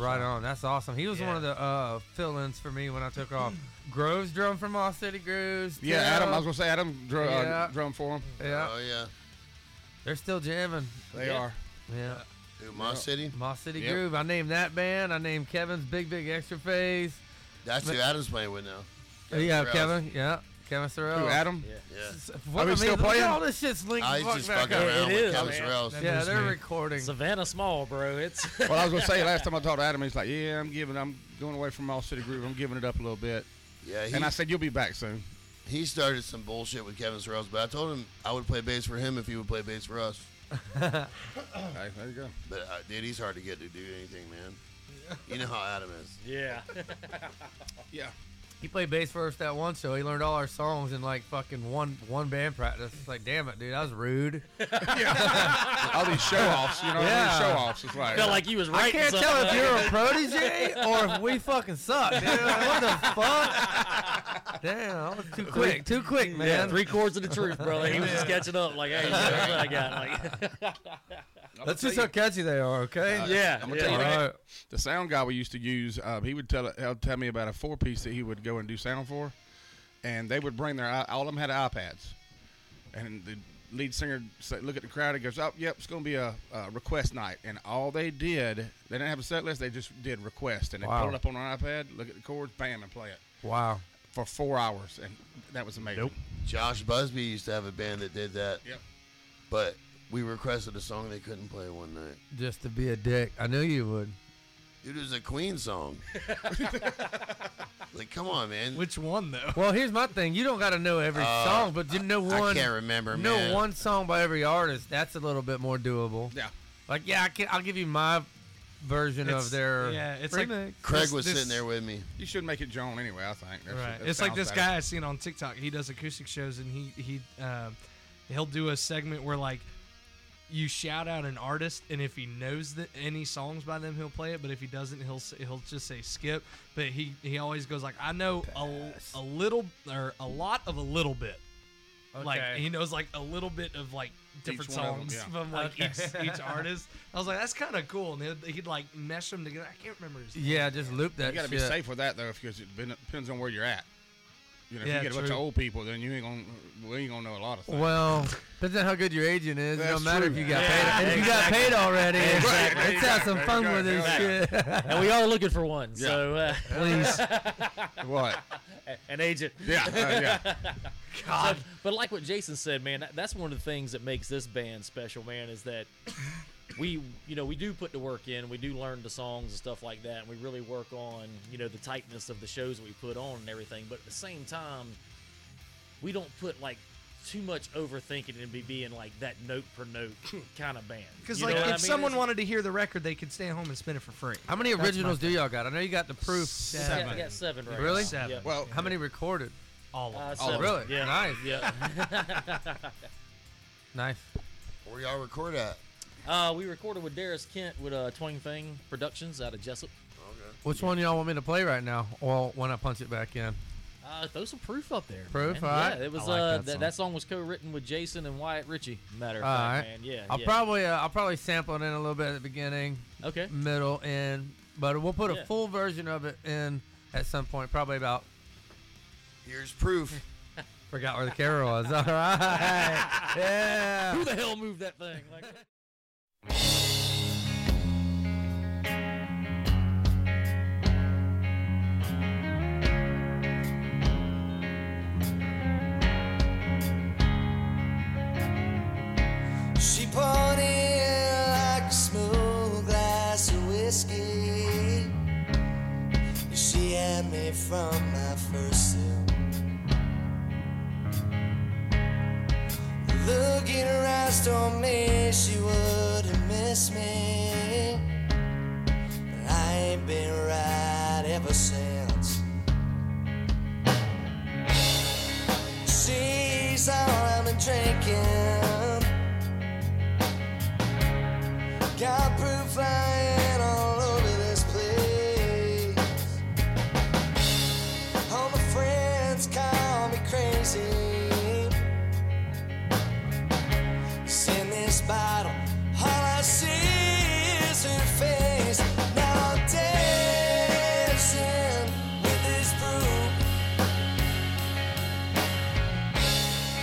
Speaker 5: Right on. That's awesome. He was one
Speaker 4: Yeah.
Speaker 5: of the uh, fill-ins for me when I took off. Groves drum from All City Grooves.
Speaker 7: Yeah,
Speaker 5: Tim.
Speaker 7: Adam. I was gonna say Adam dr-
Speaker 5: Yeah.
Speaker 7: uh, drum for him.
Speaker 5: Yeah,
Speaker 6: Oh, yeah.
Speaker 5: they're still jamming.
Speaker 7: They
Speaker 2: Yeah.
Speaker 7: are.
Speaker 5: Yeah.
Speaker 6: Dude, my city.
Speaker 5: Moss City
Speaker 7: Yep.
Speaker 5: Groove. I named that band. I named Kevin's Big Big Extra Phase.
Speaker 6: That's who
Speaker 5: But-
Speaker 6: Adam's playing with now.
Speaker 5: Uh, yeah,
Speaker 6: Sorrell.
Speaker 5: Kevin. Yeah, Kevin Sorrell.
Speaker 7: Who, Adam?
Speaker 2: Yeah.
Speaker 6: Yeah.
Speaker 5: S- What,
Speaker 7: Are we
Speaker 5: I mean,
Speaker 7: still
Speaker 5: look at
Speaker 7: playing?
Speaker 5: All this shit's linked
Speaker 6: I
Speaker 5: fuck
Speaker 6: was Ah, just
Speaker 5: back
Speaker 6: fucking
Speaker 5: up.
Speaker 6: around
Speaker 2: It
Speaker 6: with
Speaker 2: is,
Speaker 6: Kevin
Speaker 2: man.
Speaker 6: Sorrells.
Speaker 5: Yeah,
Speaker 4: There's
Speaker 5: they're
Speaker 4: me.
Speaker 5: recording.
Speaker 2: Savannah Small, bro. It's [LAUGHS]
Speaker 7: Well, I was gonna say last time I talked to Adam, he's like, "Yeah, I'm giving. I'm going away from All City Groove. I'm giving it up a little bit."
Speaker 6: Yeah, he,
Speaker 7: And I said, "You'll be back soon."
Speaker 6: he started some bullshit with Kevin Sorrells, but I told him I would play bass for him if he would play bass for us.
Speaker 7: Hey, there you go.
Speaker 6: But uh, dude, he's hard to get to do anything, man. You know how Adam is.
Speaker 2: yeah.
Speaker 7: Yeah.
Speaker 5: He played bass for us that one show. He learned all our songs in like fucking one one band practice. It's like, damn it, dude, that was rude.
Speaker 7: All these show offs, you know, all
Speaker 5: Yeah.
Speaker 7: these show offs. It's like,
Speaker 2: Felt like you was
Speaker 5: [LAUGHS] I
Speaker 2: right.
Speaker 5: can't tell if you're a protege or if we fucking suck, dude. Like, what the fuck? Damn, I was too quick, too quick, man.
Speaker 2: Yeah, three quarts of the truth, brother. He was just catching up. Like, hey, that's what I got. Like,
Speaker 5: That's just how catchy they are, okay?
Speaker 2: [LAUGHS] yeah,
Speaker 7: I'm gonna
Speaker 2: yeah. [LAUGHS]
Speaker 7: tell you that.
Speaker 5: Alright.
Speaker 7: the sound guy we used to use, uh, he would tell he'll tell me about a four piece that he would go and do sound for, and they would bring their i- all of them had iPads, and the lead singer say, look at the crowd and goes, "Oh, yep, it's gonna be a, a request night," and all they did, they didn't have a set list, they just did request, and they
Speaker 5: Wow.
Speaker 7: pulled it up on an iPad, look at the chords, bam, and play it
Speaker 5: Wow.
Speaker 7: for four hours, and that was amazing.
Speaker 5: Nope.
Speaker 6: Josh Busby used to have a band that did that.
Speaker 7: Yep.
Speaker 6: But we requested a song they couldn't play one night.
Speaker 5: Just to be a dick. I knew you would.
Speaker 6: Dude, it was a Queen song. like, come on, man.
Speaker 4: Which one though?
Speaker 5: Well, here's my thing. You don't got to know every
Speaker 6: Uh,
Speaker 5: song, but you know
Speaker 6: I
Speaker 5: one.
Speaker 6: can't remember,
Speaker 5: know
Speaker 6: man.
Speaker 5: one song by every artist. That's a little bit more doable.
Speaker 7: Yeah.
Speaker 5: Like, yeah, I can, I'll give you my version
Speaker 4: It's-
Speaker 5: of their
Speaker 4: yeah, it's like-
Speaker 5: remix.
Speaker 6: Craig
Speaker 4: This-
Speaker 6: was
Speaker 4: this-
Speaker 6: sitting there with me.
Speaker 7: You should make it Joan anyway. I think. That's-
Speaker 4: Right.
Speaker 7: that
Speaker 4: It's like
Speaker 7: sounds
Speaker 4: this
Speaker 7: better.
Speaker 4: guy I seen on TikTok. He does acoustic shows and he he uh, he'll do a segment where like you shout out an artist and if he knows that any songs by them he'll play it but if he doesn't he'll s- he'll just say skip but he he always goes like I know a, a little or a lot of a little bit like
Speaker 5: Okay.
Speaker 4: he knows like a little bit of like different
Speaker 7: one of them,
Speaker 4: songs
Speaker 7: yeah.
Speaker 4: from like
Speaker 5: Okay.
Speaker 4: each, each artist I was like that's kind of cool and he'd, he'd like mesh them together I can't remember his
Speaker 5: Yeah, just loop that
Speaker 7: You got to be
Speaker 5: shit.
Speaker 7: safe with that though, because it depend- depends on where you're at. You know, if
Speaker 4: Yeah,
Speaker 7: you get a bunch of
Speaker 4: true.
Speaker 7: old people, then you ain't gonna we ain't gonna know a lot of things.
Speaker 5: Well, depends on how good your agent is. it
Speaker 7: That's
Speaker 5: don't matter
Speaker 7: true.
Speaker 5: if you got
Speaker 2: Yeah,
Speaker 5: paid. If you got paid already,
Speaker 7: Exactly.
Speaker 5: let's have some fun with this shit.
Speaker 2: And we all looking for one. So, uh, [LAUGHS]
Speaker 5: Please.
Speaker 7: What?
Speaker 2: an agent.
Speaker 7: Yeah, uh, yeah.
Speaker 2: God. but like what Jason said, man, that, that's one of the things that makes this band special, man, is that [COUGHS] we, you know, we do put the work in, we do learn the songs and stuff like that, and we really work on, you know, the tightness of the shows that we put on and everything. But at the same time, we don't put like too much overthinking and be being like that note per note [COUGHS] kind of band.
Speaker 4: Because
Speaker 2: You
Speaker 4: like,
Speaker 2: know
Speaker 4: if
Speaker 2: what I mean?
Speaker 4: someone
Speaker 2: It's-
Speaker 4: wanted to hear the record, they could stay at home and spin it for free.
Speaker 5: How many originals do y'all got? I know you got the proof.
Speaker 2: yeah,
Speaker 4: Seven.
Speaker 2: I got seven right
Speaker 5: Really?
Speaker 2: now.
Speaker 4: Seven.
Speaker 2: Yeah.
Speaker 7: [LAUGHS] Well,
Speaker 5: How many recorded?
Speaker 4: All of
Speaker 2: Uh,
Speaker 4: them.
Speaker 2: seven.
Speaker 5: really?
Speaker 2: Yeah.
Speaker 5: Nice.
Speaker 2: Yeah. [LAUGHS]
Speaker 4: [LAUGHS]
Speaker 5: Nice.
Speaker 6: Where y'all record at?
Speaker 2: Uh, we recorded with Darius Kent with uh, Twang Thing Productions out of Jessup.
Speaker 5: Which one y'all want me to play right now? Well, when I punch it back in.
Speaker 2: Uh, throw some proof up there.
Speaker 5: Proof,
Speaker 2: man.
Speaker 5: alright.
Speaker 2: Yeah, it was
Speaker 4: I like
Speaker 2: uh,
Speaker 4: that
Speaker 2: that, that,
Speaker 4: song.
Speaker 2: song. was co-written with Jason and Wyatt Ritchie. Matter of
Speaker 5: Alright.
Speaker 2: fact, man. Yeah.
Speaker 5: I'll
Speaker 2: yeah.
Speaker 5: probably uh, I'll probably sample it in a little bit at the beginning,
Speaker 2: okay.
Speaker 5: middle, end, but we'll put a
Speaker 2: Yeah.
Speaker 5: full version of it in at some point. Probably about
Speaker 6: Here's proof.
Speaker 5: forgot where the camera was. [LAUGHS] All right. Yeah.
Speaker 2: Who the hell moved that thing? Like,
Speaker 1: She poured in like a smooth glass of whiskey. She had me from my first sip. Looking around told me she wouldn't miss me. But I ain't been right ever since. She's all I've been drinking. Got proof flying all over this place. All my friends call me crazy. It's in this bottle, all I see is her face. Now I'm dancing with this proof.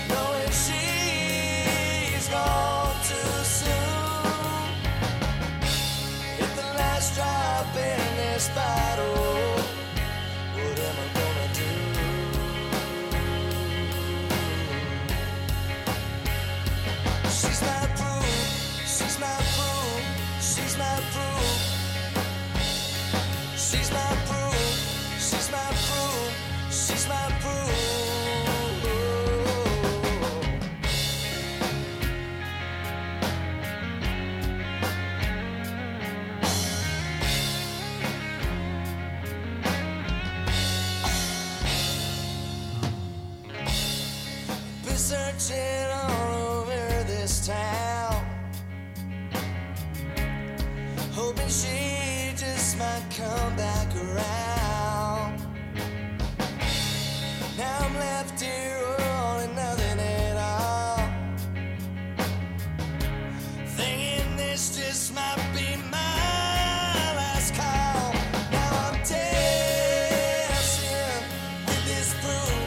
Speaker 1: Knowing she's gone too soon. Hit the last drop in this bottle. What am I gonna do? She's my proof. She's my proof. She's my proof. She's my proof. She's my proof. She's my proof. be searching all over this town. Hoping she just might come back around. Now I'm left here all and nothing at all. Thinking this just might be my last call. Now I'm dancing with this fool.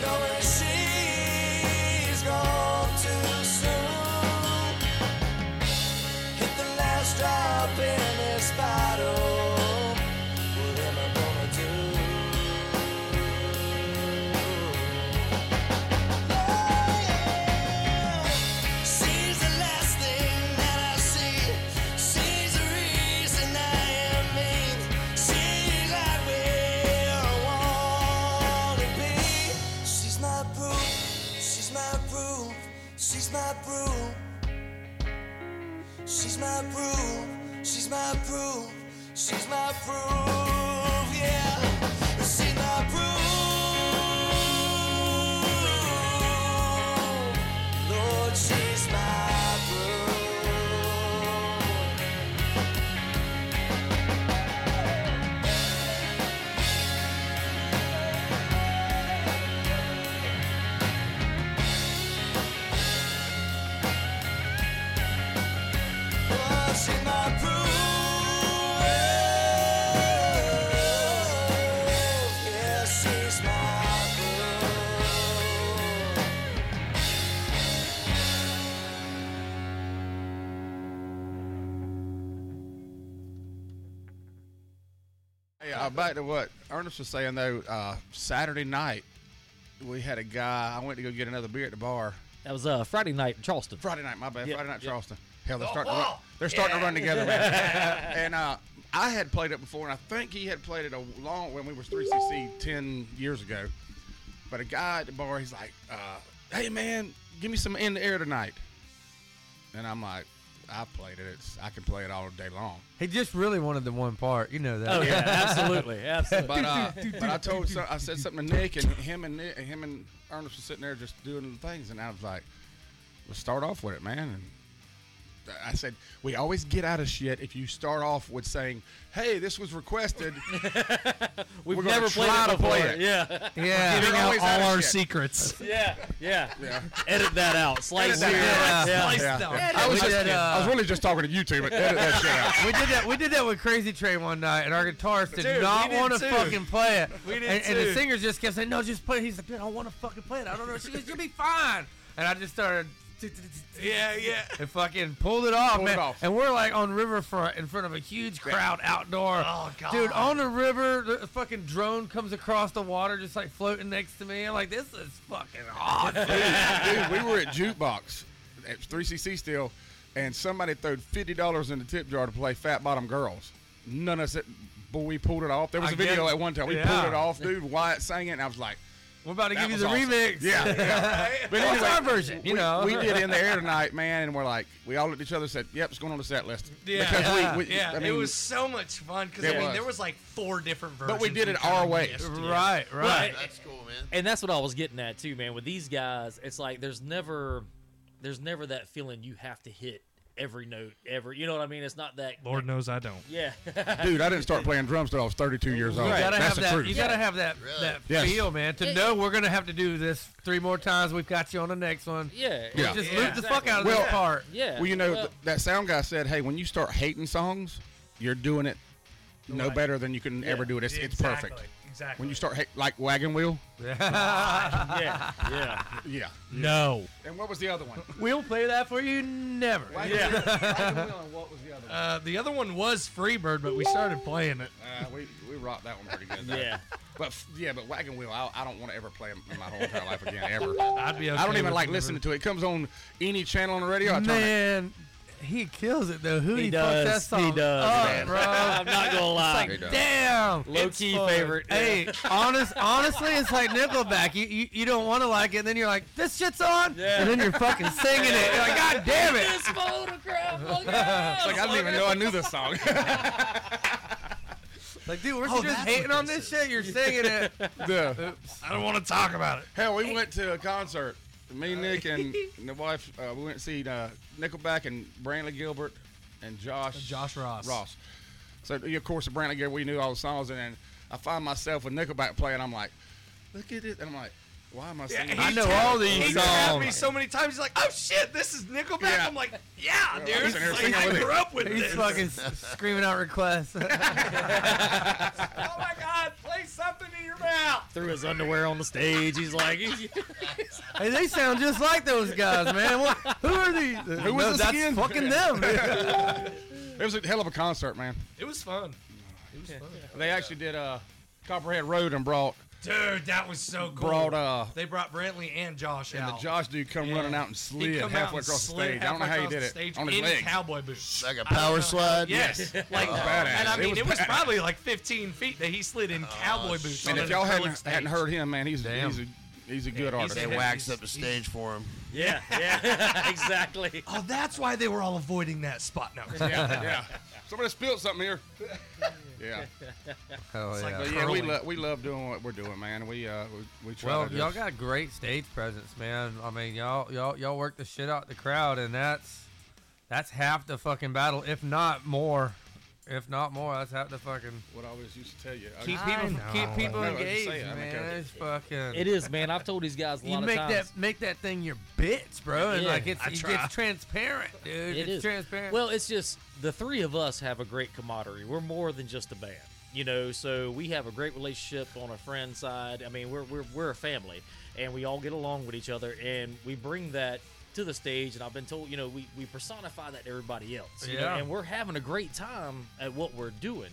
Speaker 1: Knowing she's gone too soon. Hit the last drop in this bottle. What am I gonna do? She's the last thing that I see. She's the reason I am me. She's right where I wanna be. She's my proof. She's my proof. She's my proof. She's my proof. She's my proof. She's my proof. Yeah. She's my proof. Lord, she's my proof. Oh, she's my proof. Yeah, she's my proof.
Speaker 7: Hey, uh, back to what Ernest was saying though. Uh, Saturday night, we had a guy. I went to go get another beer at the bar.
Speaker 2: That was uh, Friday night in Charleston.
Speaker 7: Friday night, my bad.
Speaker 2: Yeah,
Speaker 7: Friday night,
Speaker 2: yeah.
Speaker 7: Charleston. Hell, they're starting. To run, they're starting to run together. man. and uh, I had played it before, and I think he had played it a long when we was three CC ten years ago. But a guy at the bar, he's like, uh, "Hey man, give me some in the air tonight." And I'm like, "I played it. It's, I can play it all day long."
Speaker 5: He just really wanted the one part. You know that.
Speaker 2: Oh yeah, absolutely, absolutely.
Speaker 7: But uh, but I told some, I said something to Nick, and him and Nick, him and Ernest were sitting there just doing things, and I was like, "Let's start off with it, man." And I said, "We always get out of shit if you start off with saying, hey, this was
Speaker 4: [LAUGHS]
Speaker 7: requested.'
Speaker 2: We've
Speaker 7: we're gonna
Speaker 2: never played
Speaker 7: try
Speaker 2: it
Speaker 7: to
Speaker 2: before.
Speaker 7: play it.
Speaker 2: Yeah,
Speaker 5: Yeah.
Speaker 4: Giving
Speaker 7: You're
Speaker 4: out
Speaker 7: always out
Speaker 4: all our
Speaker 7: of shit.
Speaker 4: secrets. [LAUGHS]
Speaker 2: yeah, yeah.
Speaker 7: yeah,
Speaker 2: Edit that out. Slice
Speaker 7: that
Speaker 2: it.
Speaker 5: out.
Speaker 2: Yeah.
Speaker 4: Slice them.
Speaker 7: I was
Speaker 5: We
Speaker 7: just,
Speaker 5: did, uh,
Speaker 7: I was really just talking to you two, but edit that shit out.
Speaker 4: [LAUGHS]
Speaker 5: We did that. We did that with Crazy Train one night, and our guitarist did
Speaker 4: Dude, we
Speaker 5: not
Speaker 4: did
Speaker 5: want to
Speaker 4: too.
Speaker 5: fucking play it.
Speaker 4: We did
Speaker 5: and, and the
Speaker 4: too.
Speaker 5: singer just kept saying, "No, just play." it." He's like, "Dude, I want to fucking play it. I don't know." She goes, "You'll be fine." And I just started.
Speaker 4: Yeah, yeah.
Speaker 5: And fucking pulled it off,
Speaker 7: Pulled
Speaker 5: man.
Speaker 7: it off.
Speaker 5: And we're like on riverfront in front of a huge crowd outdoor.
Speaker 4: Oh, God.
Speaker 5: Dude, on the river, the fucking drone comes across the water, just like floating next to me. I'm like, this is fucking awesome.
Speaker 7: [LAUGHS] Dude, we were at jukebox at 3CC still, and somebody threw fifty dollars in the tip jar to play Fat Bottom Girls. None of us, boy, we pulled it off. There was
Speaker 5: I
Speaker 7: a video
Speaker 5: guess-
Speaker 7: at one time. We
Speaker 5: yeah.
Speaker 7: pulled it off, dude. Wyatt sang it, and I was like,
Speaker 5: we're about to give
Speaker 7: that
Speaker 5: you
Speaker 7: was
Speaker 5: the
Speaker 7: awesome.
Speaker 5: remix.
Speaker 7: Yeah, yeah. [LAUGHS] but
Speaker 5: Well,
Speaker 7: anyway,
Speaker 5: it's our version, you
Speaker 7: we,
Speaker 5: know.
Speaker 7: we did in the [LAUGHS] air tonight, man, and we're like, we all looked at each other, and said, "Yep, it's going on the set list."
Speaker 4: Yeah.
Speaker 7: because we, we
Speaker 4: yeah,
Speaker 7: I mean,
Speaker 4: it was so much fun because I
Speaker 7: It
Speaker 4: mean
Speaker 7: was.
Speaker 4: there was like four different versions.
Speaker 7: But we did it
Speaker 4: kinda
Speaker 7: our way.
Speaker 4: missed, yeah.
Speaker 5: Right, right.
Speaker 2: But-
Speaker 6: That's cool, man.
Speaker 2: and that's what I was getting at too, man. With these guys, it's like there's never, there's never that feeling you have to hit every note, every. You know what I mean? It's not that.
Speaker 4: Lord knows I don't.
Speaker 2: Yeah. [LAUGHS]
Speaker 7: dude. I didn't start playing drums till I was 32 years old.
Speaker 5: You gotta
Speaker 7: That's
Speaker 5: have
Speaker 7: the
Speaker 5: that.
Speaker 7: truth.
Speaker 5: You gotta have that
Speaker 6: Really?
Speaker 5: that
Speaker 7: Yes.
Speaker 5: feel, man. To know we're gonna have to do this three more times. We've got you on the next one.
Speaker 2: Yeah.
Speaker 7: Yeah.
Speaker 5: Just
Speaker 4: Yeah.
Speaker 5: loop the fuck out of
Speaker 7: Well-
Speaker 5: this part.
Speaker 2: Yeah.
Speaker 7: Well, you know,
Speaker 2: well,
Speaker 7: th- that sound guy said, "Hey, when you start hating songs, you're doing it no
Speaker 2: Right.
Speaker 7: better than you can ever do it. It's, it's perfect.
Speaker 4: Exactly, Exactly.
Speaker 7: When you start hate, like Wagon Wheel,
Speaker 2: yeah. Yeah.
Speaker 7: yeah.
Speaker 4: no.
Speaker 7: And what was the [LAUGHS] other one?
Speaker 5: We'll play that for you never.
Speaker 7: Wagon Wheel and what was the other one?
Speaker 4: Uh, the other one was Freebird, but we started playing it.
Speaker 7: Uh, we we rocked that one pretty good. though.
Speaker 5: [LAUGHS]
Speaker 2: Yeah.
Speaker 7: But f- yeah, but Wagon Wheel, I, I don't want to ever play 'em in [LAUGHS] my whole entire life again, ever.
Speaker 4: I'd be. Okay
Speaker 7: I don't even
Speaker 4: with
Speaker 7: like
Speaker 4: Freebird.
Speaker 7: listening to it. It comes on any channel on the radio. I turn it.
Speaker 5: Man, he kills it though. Who
Speaker 2: He
Speaker 5: he,
Speaker 2: does.
Speaker 5: fucks that song
Speaker 2: He does,
Speaker 5: up,
Speaker 7: man.
Speaker 5: bro?
Speaker 2: I'm not gonna lie.
Speaker 7: He does.
Speaker 5: Damn.
Speaker 2: Low
Speaker 5: It's
Speaker 2: key
Speaker 5: fun.
Speaker 2: favorite.
Speaker 5: Hey, honest, honestly, it's like Nickelback. You, you you don't want to like it, and then you're like, this shit's on,
Speaker 2: Yeah.
Speaker 5: and then you're fucking singing it. You're like, God
Speaker 2: [LAUGHS]
Speaker 5: damn it.
Speaker 2: This photograph.
Speaker 7: Like I didn't even know I knew this song.
Speaker 5: Like, dude, we're
Speaker 4: Oh,
Speaker 5: just
Speaker 4: that's
Speaker 5: hating
Speaker 4: what
Speaker 5: on
Speaker 4: this
Speaker 5: this shit. You're singing it.
Speaker 7: [LAUGHS] The-
Speaker 5: Oops.
Speaker 4: I don't want to talk about it.
Speaker 7: hell, we went to a concert. Me, Nick, and the wife. Uh, we went to see uh, Nickelback and Brantley Gilbert and Josh.
Speaker 4: Josh Ross.
Speaker 7: Ross. So yeah, of course, the Brantley Gilbert, we knew all the songs, and then I find myself with Nickelback playing. I'm like, look at it, and I'm like, why am I
Speaker 4: he
Speaker 7: singing? this?
Speaker 5: I know
Speaker 4: tapped-
Speaker 5: all these
Speaker 4: He tapped me
Speaker 5: songs.
Speaker 4: so many times. He's like, "Oh shit, this is Nickelback."
Speaker 7: Yeah.
Speaker 4: I'm like, "Yeah,
Speaker 7: Yeah,
Speaker 4: dude.
Speaker 7: I'm sitting here
Speaker 4: Like,
Speaker 7: singing
Speaker 4: I
Speaker 7: with
Speaker 4: grew
Speaker 7: it.
Speaker 4: up with
Speaker 5: He's
Speaker 4: this."
Speaker 5: fucking s- screaming out requests. [LAUGHS]
Speaker 4: oh my god, play something in your mouth.
Speaker 2: Threw his underwear on the stage. He's like,
Speaker 5: hey, they sound just like those guys, man. What, who are these? Who
Speaker 7: was
Speaker 5: no,
Speaker 7: this
Speaker 5: that's
Speaker 7: again?
Speaker 5: fucking
Speaker 7: [LAUGHS]
Speaker 5: them.
Speaker 7: It was a hell of a concert, man.
Speaker 4: It was fun. It was fun.
Speaker 7: They actually did uh, Copperhead Road and brought
Speaker 4: Dude, that was so cool.
Speaker 7: brought uh,
Speaker 4: they brought Brantley and Josh
Speaker 7: and
Speaker 4: out.
Speaker 7: the Josh dude come running out and slid
Speaker 4: He come out
Speaker 7: halfway
Speaker 4: and
Speaker 7: across the
Speaker 4: slid
Speaker 7: stage. I don't know
Speaker 4: halfway
Speaker 7: how he
Speaker 4: across
Speaker 7: did
Speaker 4: the
Speaker 7: it
Speaker 4: stage
Speaker 7: on his
Speaker 4: in
Speaker 7: legs.
Speaker 4: cowboy boots.
Speaker 6: Like a
Speaker 4: I don't
Speaker 6: power
Speaker 4: know.
Speaker 6: slide.
Speaker 4: Yes, [LAUGHS] like
Speaker 7: was
Speaker 4: uh,
Speaker 7: badass.
Speaker 4: and I
Speaker 7: It
Speaker 4: mean,
Speaker 7: was
Speaker 4: it was
Speaker 7: badass.
Speaker 4: probably like 15 feet that he slid in cowboy boots. on
Speaker 7: And if
Speaker 4: an
Speaker 7: y'all
Speaker 4: acrylic
Speaker 7: hadn't, hadn't
Speaker 4: stage.
Speaker 7: heard him, man, he's
Speaker 5: Damn.
Speaker 7: he's a he's a good
Speaker 4: he's
Speaker 7: artist.
Speaker 6: They
Speaker 4: Yeah,
Speaker 6: waxed
Speaker 4: he's-
Speaker 6: up the stage for him.
Speaker 2: yeah, yeah, [LAUGHS] exactly.
Speaker 4: oh, that's why they were all avoiding that spot now. it's
Speaker 7: yeah, yeah. Somebody spilled something here. Yeah,
Speaker 5: Hell
Speaker 4: like
Speaker 5: yeah.
Speaker 7: but yeah, we
Speaker 4: Curling.
Speaker 7: love we love doing what we're doing, man. We uh we, we try.
Speaker 5: Well,
Speaker 7: to
Speaker 5: y'all
Speaker 7: just-
Speaker 5: got great stage presence, man. I mean, y'all y'all y'all work the shit out the crowd, and that's that's half the fucking battle, if not more. If not more, that's half the fucking.
Speaker 7: what I always used to tell you. I-
Speaker 5: Keep people, keep people
Speaker 7: No, I'm just
Speaker 5: engaged,
Speaker 7: saying, I mean,
Speaker 5: man. It's fucking.
Speaker 2: It is, man. I've told these guys a
Speaker 5: you
Speaker 2: lot
Speaker 5: make
Speaker 2: of times.
Speaker 5: that make that thing your bitch, bro, and
Speaker 2: Yeah,
Speaker 5: like it's
Speaker 4: I
Speaker 5: it's
Speaker 4: try.
Speaker 5: transparent, dude.
Speaker 2: It
Speaker 5: it's
Speaker 2: is
Speaker 5: transparent.
Speaker 2: Well, it's just the three of us have a great camaraderie. We're more than just a band, you know. So we have a great relationship on a friend side. I mean, we're we're we're a family, and we all get along with each other, and we bring that to the stage. And I've been told, you know, we we personify that to everybody else. you know,
Speaker 5: Yeah.
Speaker 2: and we're having a great time at what we're doing.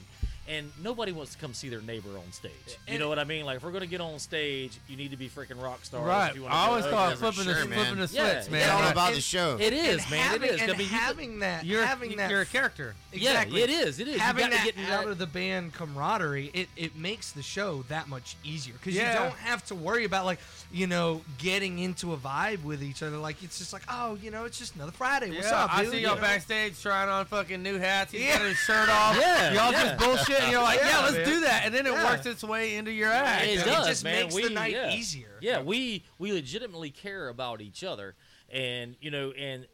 Speaker 2: And nobody wants to come see their neighbor on stage. You know what I mean? Like, if we're gonna get on stage, you need to be freaking rock stars.
Speaker 5: right.
Speaker 2: If you wanna
Speaker 5: I
Speaker 2: go
Speaker 5: always
Speaker 2: over
Speaker 5: thought
Speaker 2: and-
Speaker 6: for
Speaker 5: flipping the
Speaker 6: sure,
Speaker 5: flipping
Speaker 6: man.
Speaker 5: the
Speaker 2: Yeah,
Speaker 5: switch,
Speaker 2: yeah.
Speaker 5: man.
Speaker 6: It's all
Speaker 5: Like,
Speaker 6: about the
Speaker 4: it's-
Speaker 6: show.
Speaker 2: It is, man.
Speaker 4: Having,
Speaker 2: it is.
Speaker 4: And
Speaker 2: I mean, you could-
Speaker 4: having that,
Speaker 5: You're
Speaker 4: having that,
Speaker 5: you're a character.
Speaker 4: exactly.
Speaker 2: Yeah, it is. It is. You
Speaker 4: having
Speaker 2: gotta
Speaker 4: that
Speaker 2: get in
Speaker 4: out of the band camaraderie, it, it makes the show that much easier because
Speaker 5: Yeah.
Speaker 4: you don't have to worry about like you know getting into a vibe with each other. Like it's just like oh you know it's just another Friday. What's
Speaker 5: yeah,
Speaker 4: up?
Speaker 5: I
Speaker 4: dude?
Speaker 5: see
Speaker 4: You
Speaker 5: y'all
Speaker 4: know?
Speaker 5: backstage trying on fucking new hats. He's
Speaker 4: Yeah.
Speaker 5: got his shirt off.
Speaker 2: Yeah,
Speaker 5: Y'all
Speaker 2: yeah.
Speaker 5: just bullshit. And you're like, yeah,
Speaker 4: Yeah,
Speaker 5: let's
Speaker 4: man.
Speaker 5: do that. And then it
Speaker 4: Yeah.
Speaker 5: works its way into your act.
Speaker 2: It
Speaker 4: It
Speaker 2: does,
Speaker 4: just
Speaker 2: man.
Speaker 4: makes
Speaker 2: we,
Speaker 4: the night
Speaker 2: yeah.
Speaker 4: easier.
Speaker 2: Yeah, we we legitimately care about each other, and you know, and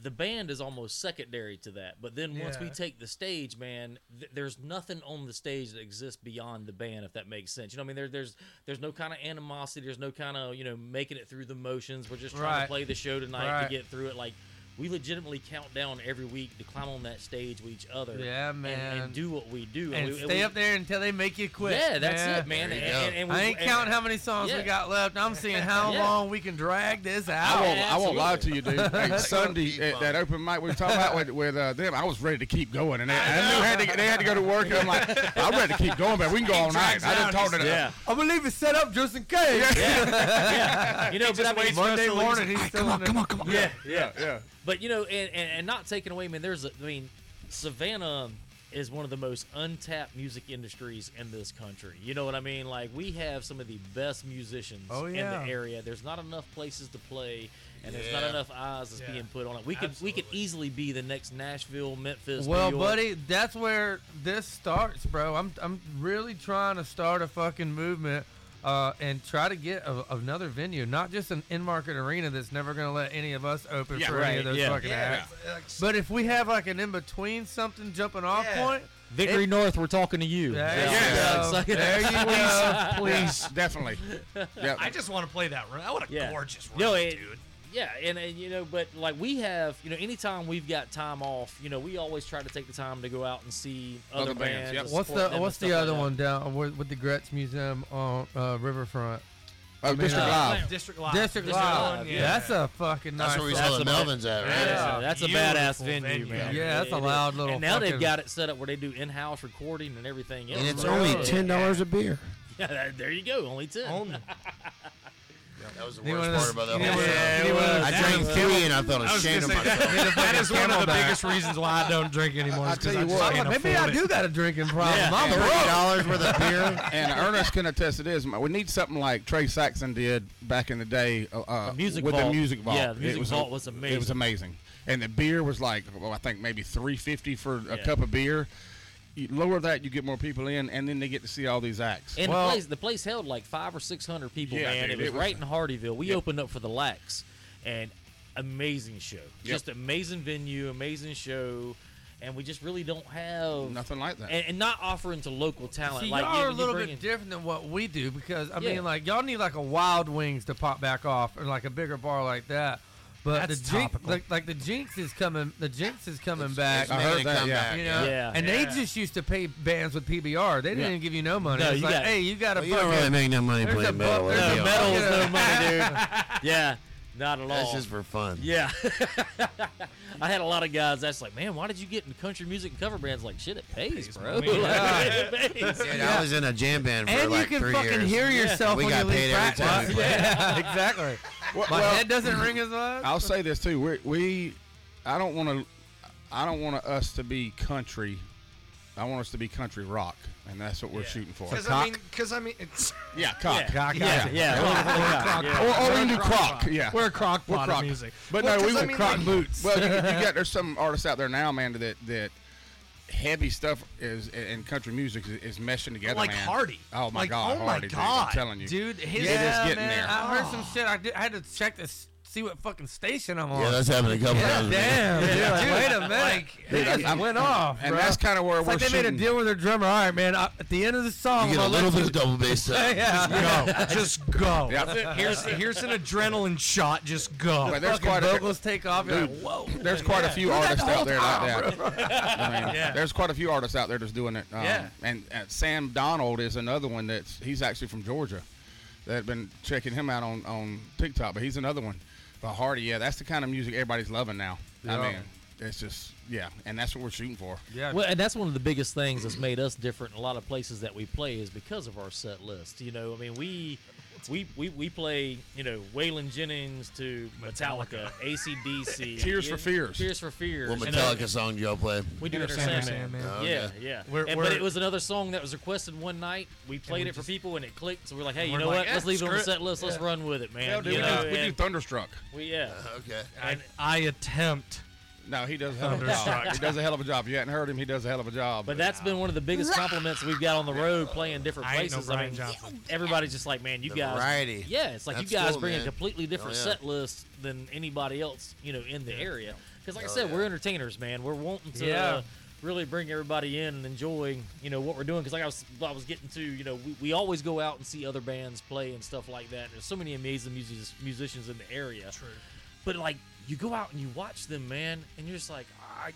Speaker 2: the band is almost secondary to that. But then once we
Speaker 4: Yeah.
Speaker 2: take the stage, man, th- there's nothing on the stage that exists beyond the band, if that makes sense. You know, what I mean, there, there's there's no kind of animosity. There's no kind of you know making it through the motions. We're just trying
Speaker 5: Right.
Speaker 2: to play the show tonight
Speaker 5: Right.
Speaker 2: to get through it. Like. We legitimately count down every week to climb on that stage with each other.
Speaker 5: Yeah,
Speaker 2: and- And,
Speaker 5: man.
Speaker 2: do what we do.
Speaker 5: And
Speaker 2: we,
Speaker 5: stay
Speaker 2: we-
Speaker 5: up there until they make you quit.
Speaker 2: Yeah, that's it, man.
Speaker 6: There
Speaker 2: And,
Speaker 6: you
Speaker 2: and,
Speaker 6: go.
Speaker 2: and we,
Speaker 5: I ain't
Speaker 2: and-
Speaker 5: counting how many songs
Speaker 2: Yeah.
Speaker 5: we got left. I'm seeing how
Speaker 2: Yeah.
Speaker 5: long we can drag this
Speaker 7: I
Speaker 5: out.
Speaker 7: won't, I won't lie to you, dude. Hey, Sunday
Speaker 6: Keep
Speaker 7: at
Speaker 6: on.
Speaker 7: that open mic we were talking about with, with uh, them, I was ready to keep going, and they, I knew had to, they had to go to work. And I'm like, I'm ready to keep going, but we can go all night. I didn't talk to them.
Speaker 2: Yeah.
Speaker 5: I'm gonna leave it set up just in case.
Speaker 2: yeah, [LAUGHS] you know, but I mean,
Speaker 5: [LAUGHS] Monday morning, he's
Speaker 4: Hey,
Speaker 5: still
Speaker 4: come on,
Speaker 5: in the-
Speaker 4: come on, come on.
Speaker 2: yeah, yeah.
Speaker 7: yeah, yeah.
Speaker 2: But you know, and, and and not taking away, man. There's, a, I mean, Savannah is one of the most untapped music industries in this country. You know what I mean? Like we have some of the best musicians
Speaker 5: Oh,
Speaker 2: in
Speaker 5: yeah.
Speaker 2: the area. There's not enough places to play, and there's not
Speaker 6: Yeah.
Speaker 2: enough eyes that's
Speaker 4: Yeah.
Speaker 2: being put on it. We could we could
Speaker 4: Absolutely.
Speaker 2: easily be the next Nashville, Memphis.
Speaker 5: Well,
Speaker 2: New York.
Speaker 5: buddy, that's where this starts, bro. I'm I'm really trying to start a fucking movement uh, and try to get a, another venue, not just an in-market arena that's never going to let any of us open
Speaker 7: Yeah,
Speaker 5: for
Speaker 2: right,
Speaker 5: any of those
Speaker 2: yeah.
Speaker 5: fucking acts.
Speaker 4: it's like-
Speaker 5: But if we have like an in-between something jumping off
Speaker 4: Yeah.
Speaker 5: point,
Speaker 2: Victory
Speaker 5: it-
Speaker 2: North, we're talking to you.
Speaker 5: there
Speaker 7: Yeah.
Speaker 5: you go. There you go.
Speaker 7: Please, definitely. Yeah.
Speaker 4: I just want to play that run. I want a
Speaker 2: Yeah.
Speaker 4: gorgeous run,
Speaker 2: No, it-
Speaker 4: dude.
Speaker 2: Yeah, and, and you know, but like we have, you know, anytime we've got time off, you know, we always try to take the time to go out and see other,
Speaker 7: Other bands,
Speaker 2: bands.
Speaker 7: yep.
Speaker 2: and support
Speaker 5: What's the
Speaker 2: them and
Speaker 5: what's the
Speaker 2: stuff like
Speaker 5: other
Speaker 2: that.
Speaker 5: one down with, with the Gretz Museum on uh, Riverfront?
Speaker 7: oh, District
Speaker 5: uh,
Speaker 7: Live.
Speaker 4: District Live.
Speaker 5: District
Speaker 2: District
Speaker 5: Live.
Speaker 2: Live,
Speaker 4: yeah.
Speaker 5: That's a fucking nice.
Speaker 6: That's where we
Speaker 2: That's
Speaker 6: saw the
Speaker 2: about it.
Speaker 6: Melvins at, right?
Speaker 2: That is-
Speaker 5: Yeah.
Speaker 2: that's a
Speaker 4: Beautiful
Speaker 2: badass venue,
Speaker 4: venue.
Speaker 2: man.
Speaker 5: Yeah, that's a
Speaker 2: It- it
Speaker 5: loud
Speaker 2: is.
Speaker 5: little
Speaker 2: And now they've
Speaker 5: fucking-
Speaker 2: got it set up where they do in-house recording and everything else.
Speaker 6: And it's
Speaker 2: Like, [LAUGHS]
Speaker 6: only
Speaker 2: oh,
Speaker 6: ten dollars a beer.
Speaker 2: Yeah, that- there you go, only ten.
Speaker 4: Only.
Speaker 6: That was the
Speaker 5: Anyone
Speaker 6: worst
Speaker 5: else-
Speaker 6: part about that
Speaker 5: anyone
Speaker 6: whole
Speaker 5: else-
Speaker 6: show.
Speaker 5: anyone else-
Speaker 6: I drank three and I felt
Speaker 4: I was
Speaker 6: ashamed of
Speaker 4: gonna say that-
Speaker 6: myself.
Speaker 5: [LAUGHS]
Speaker 4: that is one of the
Speaker 5: Camelback.
Speaker 4: biggest reasons why I don't drink anymore.
Speaker 7: I- I
Speaker 4: is 'cause
Speaker 7: tell you
Speaker 4: just
Speaker 7: what.
Speaker 5: I'm
Speaker 4: can't
Speaker 5: like, maybe
Speaker 4: afford
Speaker 5: I
Speaker 4: it.
Speaker 5: do got a drinking problem.
Speaker 2: Yeah.
Speaker 5: I'm broke.
Speaker 6: Three dollars worth of beer.
Speaker 7: [LAUGHS] And Ernest can attest to this. We need something like Trey Saxon did back in the day uh, uh,
Speaker 2: The Music
Speaker 7: with the
Speaker 2: Vault.
Speaker 7: music vault.
Speaker 2: Yeah, the Music
Speaker 7: it was, a-
Speaker 2: Vault was
Speaker 7: It was
Speaker 2: amazing.
Speaker 7: oh, amazing. And the beer was like, well, I think maybe three fifty for
Speaker 2: Yeah.
Speaker 7: a cup of beer. you lower that, you get more people in, and then they get to see all these acts.
Speaker 2: And
Speaker 5: Well-
Speaker 2: the place the place held like five or six hundred people,
Speaker 7: Yeah,
Speaker 2: man.
Speaker 7: dude,
Speaker 2: it was
Speaker 7: it was-
Speaker 2: right in Hardyville. We
Speaker 7: Yeah.
Speaker 2: opened up for the Lax, and amazing show, just amazing venue, amazing show, and we just really don't have
Speaker 7: Nothing like that.
Speaker 2: and, and not offering to local talent.
Speaker 5: See,
Speaker 2: like
Speaker 5: y'all
Speaker 2: you-
Speaker 5: are a
Speaker 2: you
Speaker 5: little
Speaker 2: bring
Speaker 5: bit
Speaker 2: in-
Speaker 5: different than what we do because I
Speaker 2: Yeah.
Speaker 5: mean, like y'all need like a Wild Wings to pop back off and like a bigger bar like that. But
Speaker 4: That's
Speaker 5: the jinx,
Speaker 4: topical.
Speaker 5: like, like the Jinx is coming. The Jinx is coming
Speaker 6: It's-
Speaker 5: back.
Speaker 6: it's making
Speaker 7: heard that,
Speaker 6: a
Speaker 7: yeah.
Speaker 6: comeback,
Speaker 5: you know,
Speaker 2: Yeah.
Speaker 5: and they
Speaker 4: Yeah.
Speaker 5: just used to pay bands with PBR. They didn't
Speaker 7: Yeah.
Speaker 5: even give you no money.
Speaker 2: No,
Speaker 5: it's
Speaker 2: you
Speaker 5: like,
Speaker 2: got-
Speaker 5: hey, you got a
Speaker 6: Well, you don't
Speaker 5: bucket.
Speaker 6: really make no money
Speaker 5: There's a
Speaker 6: playing metal.
Speaker 5: bu-
Speaker 6: let's
Speaker 5: there's
Speaker 6: be
Speaker 5: a
Speaker 2: No,
Speaker 6: honest.
Speaker 2: metal is
Speaker 5: [LAUGHS] Yeah.
Speaker 2: no money, dude. yeah, not at all.
Speaker 6: That's just for fun.
Speaker 2: Yeah. [LAUGHS] I had a lot of guys that's like, man, why did you get into country music and cover bands? Like, shit, [LAUGHS] it pays, bro. Like,
Speaker 5: Yeah.
Speaker 2: it pays.
Speaker 6: Dude, I was in a jam band for
Speaker 5: and
Speaker 6: like
Speaker 5: you can
Speaker 6: three
Speaker 5: fucking
Speaker 6: years.
Speaker 5: hear
Speaker 2: Yeah.
Speaker 5: yourself
Speaker 6: We
Speaker 5: when
Speaker 6: got
Speaker 5: you leave
Speaker 6: paid every
Speaker 5: practice.
Speaker 6: time we played.
Speaker 5: [LAUGHS] Yeah, exactly.
Speaker 7: Well-
Speaker 5: My
Speaker 7: well-
Speaker 5: head doesn't ring as much.
Speaker 7: I'll say this too. We're, we, I don't want to, I don't want us to be country. I want us to be country rock, and that's what we're shooting for.
Speaker 4: Because I mean, because I mean, it's
Speaker 7: yeah, cock.
Speaker 2: Yeah.
Speaker 5: Cock
Speaker 2: Yeah.
Speaker 5: out.
Speaker 2: Yeah.
Speaker 7: Or,
Speaker 2: Yeah.
Speaker 7: or we can do
Speaker 4: We're a crock
Speaker 7: croc.
Speaker 4: pot.
Speaker 7: Yeah,
Speaker 4: we're a crock pot
Speaker 7: crock.
Speaker 4: of music.
Speaker 7: But
Speaker 4: Well,
Speaker 7: no,
Speaker 4: 'cause
Speaker 7: we
Speaker 4: I
Speaker 7: would
Speaker 4: mean,
Speaker 7: crock
Speaker 4: like-
Speaker 7: boots. [LAUGHS] Well, you, you got there's some artists out there now, man, that that heavy stuff is and country music is, is meshing together,
Speaker 4: Like
Speaker 7: man.
Speaker 4: Hardy.
Speaker 7: Oh my
Speaker 4: Like,
Speaker 7: God,
Speaker 4: oh my
Speaker 7: Hardy, dude,
Speaker 4: God.
Speaker 7: I'm telling you,
Speaker 5: Dude, his,
Speaker 7: It is
Speaker 5: yeah,
Speaker 7: getting
Speaker 5: man,
Speaker 7: there.
Speaker 2: [SIGHS]
Speaker 5: I heard some shit. I, did, I had to check to s- see what fucking station I'm on.
Speaker 6: Yeah, that's happened a couple
Speaker 5: Yeah,
Speaker 6: times.
Speaker 5: damn. dude, like, wait a minute.
Speaker 7: [LAUGHS] Dude,
Speaker 5: It
Speaker 7: I- I'm-
Speaker 5: went off.
Speaker 7: and
Speaker 5: bro.
Speaker 7: that's kind of where
Speaker 5: It's
Speaker 7: we're
Speaker 5: like they made
Speaker 7: shooting.
Speaker 5: a deal with their drummer. All right, man. I, at the end of the song,
Speaker 6: You get a
Speaker 5: I'm gonna
Speaker 6: little
Speaker 5: let
Speaker 6: bit of double bass.
Speaker 5: you- [LAUGHS]
Speaker 6: up.
Speaker 4: [LAUGHS]
Speaker 5: Yeah, yeah.
Speaker 4: just go.
Speaker 7: That's it.
Speaker 4: Here's here's an adrenaline shot. Just go.
Speaker 7: But there's
Speaker 5: Fucking
Speaker 7: quite a
Speaker 5: vocals take off. You're like, whoa.
Speaker 7: There's quite a few artists out there like that. I mean,
Speaker 4: Yeah.
Speaker 7: There's quite a few artists out there that's doing it. Um,
Speaker 4: Yeah.
Speaker 7: And, and Sam Donald is another one that's he's actually from Georgia. That been checking him out on on TikTok, but he's another one. But Hardy, yeah, that's the kind of music everybody's loving now.
Speaker 5: Yeah.
Speaker 7: I mean, it's just yeah, and that's what we're shooting for.
Speaker 5: Yeah.
Speaker 2: Well, and that's one of the biggest things that's made us different in a lot of places that we play is because of our set list. You know, I mean, we we we, we play, you know, Waylon Jennings to Metallica, AC/DC,
Speaker 7: Tears for
Speaker 2: yeah,
Speaker 7: Fears.
Speaker 2: Tears for Fears.
Speaker 6: What
Speaker 2: and, uh,
Speaker 6: Metallica song do y'all play?
Speaker 2: We do
Speaker 4: Enter
Speaker 2: Enter
Speaker 4: Sandman.
Speaker 2: Sandman.
Speaker 4: Sandman.
Speaker 6: Oh,
Speaker 2: Yeah,
Speaker 6: okay.
Speaker 2: yeah.
Speaker 4: We're-
Speaker 2: And-
Speaker 4: we're-
Speaker 2: but it was another song that was requested one night. We played
Speaker 4: we
Speaker 2: it for
Speaker 4: just-
Speaker 2: people, and it clicked. So we're like, hey, you
Speaker 4: We're
Speaker 2: know
Speaker 4: like,
Speaker 2: what?
Speaker 4: eh,
Speaker 2: Let's leave it on the
Speaker 4: screw it.
Speaker 2: set list. Let's run with it, man.
Speaker 7: Hell, dude,
Speaker 2: you
Speaker 7: we,
Speaker 2: know,
Speaker 7: do, we do
Speaker 2: and
Speaker 7: Thunderstruck.
Speaker 2: we- yeah.
Speaker 6: Okay.
Speaker 4: I, I attempt.
Speaker 7: No, he does a hell of a job. He does a hell of a job. If you hadn't heard him, he does a hell of a job.
Speaker 2: But that's been one of the biggest compliments we've got on the road playing different
Speaker 4: I ain't no
Speaker 2: places. I
Speaker 4: Brian
Speaker 2: mean,
Speaker 4: Johnson.
Speaker 2: everybody's just like, man, you
Speaker 6: The
Speaker 2: guys.
Speaker 6: variety.
Speaker 2: Yeah, it's like
Speaker 6: That's
Speaker 2: you guys
Speaker 6: cool,
Speaker 2: bring a
Speaker 6: man.
Speaker 2: completely different
Speaker 6: yeah.
Speaker 2: set list than anybody else, you know, in the area. Because, like I
Speaker 6: Hell
Speaker 2: said,
Speaker 6: yeah.
Speaker 2: we're entertainers, man. We're wanting to.
Speaker 5: Yeah.
Speaker 2: Uh, Really bring everybody in and enjoy, you know, what we're doing. Because like I was, I was getting to, you know, we, we always go out and see other bands play and stuff like that. There's so many amazing music, musicians in the area. True. But like you go out and you watch them, man, and you're just like, I,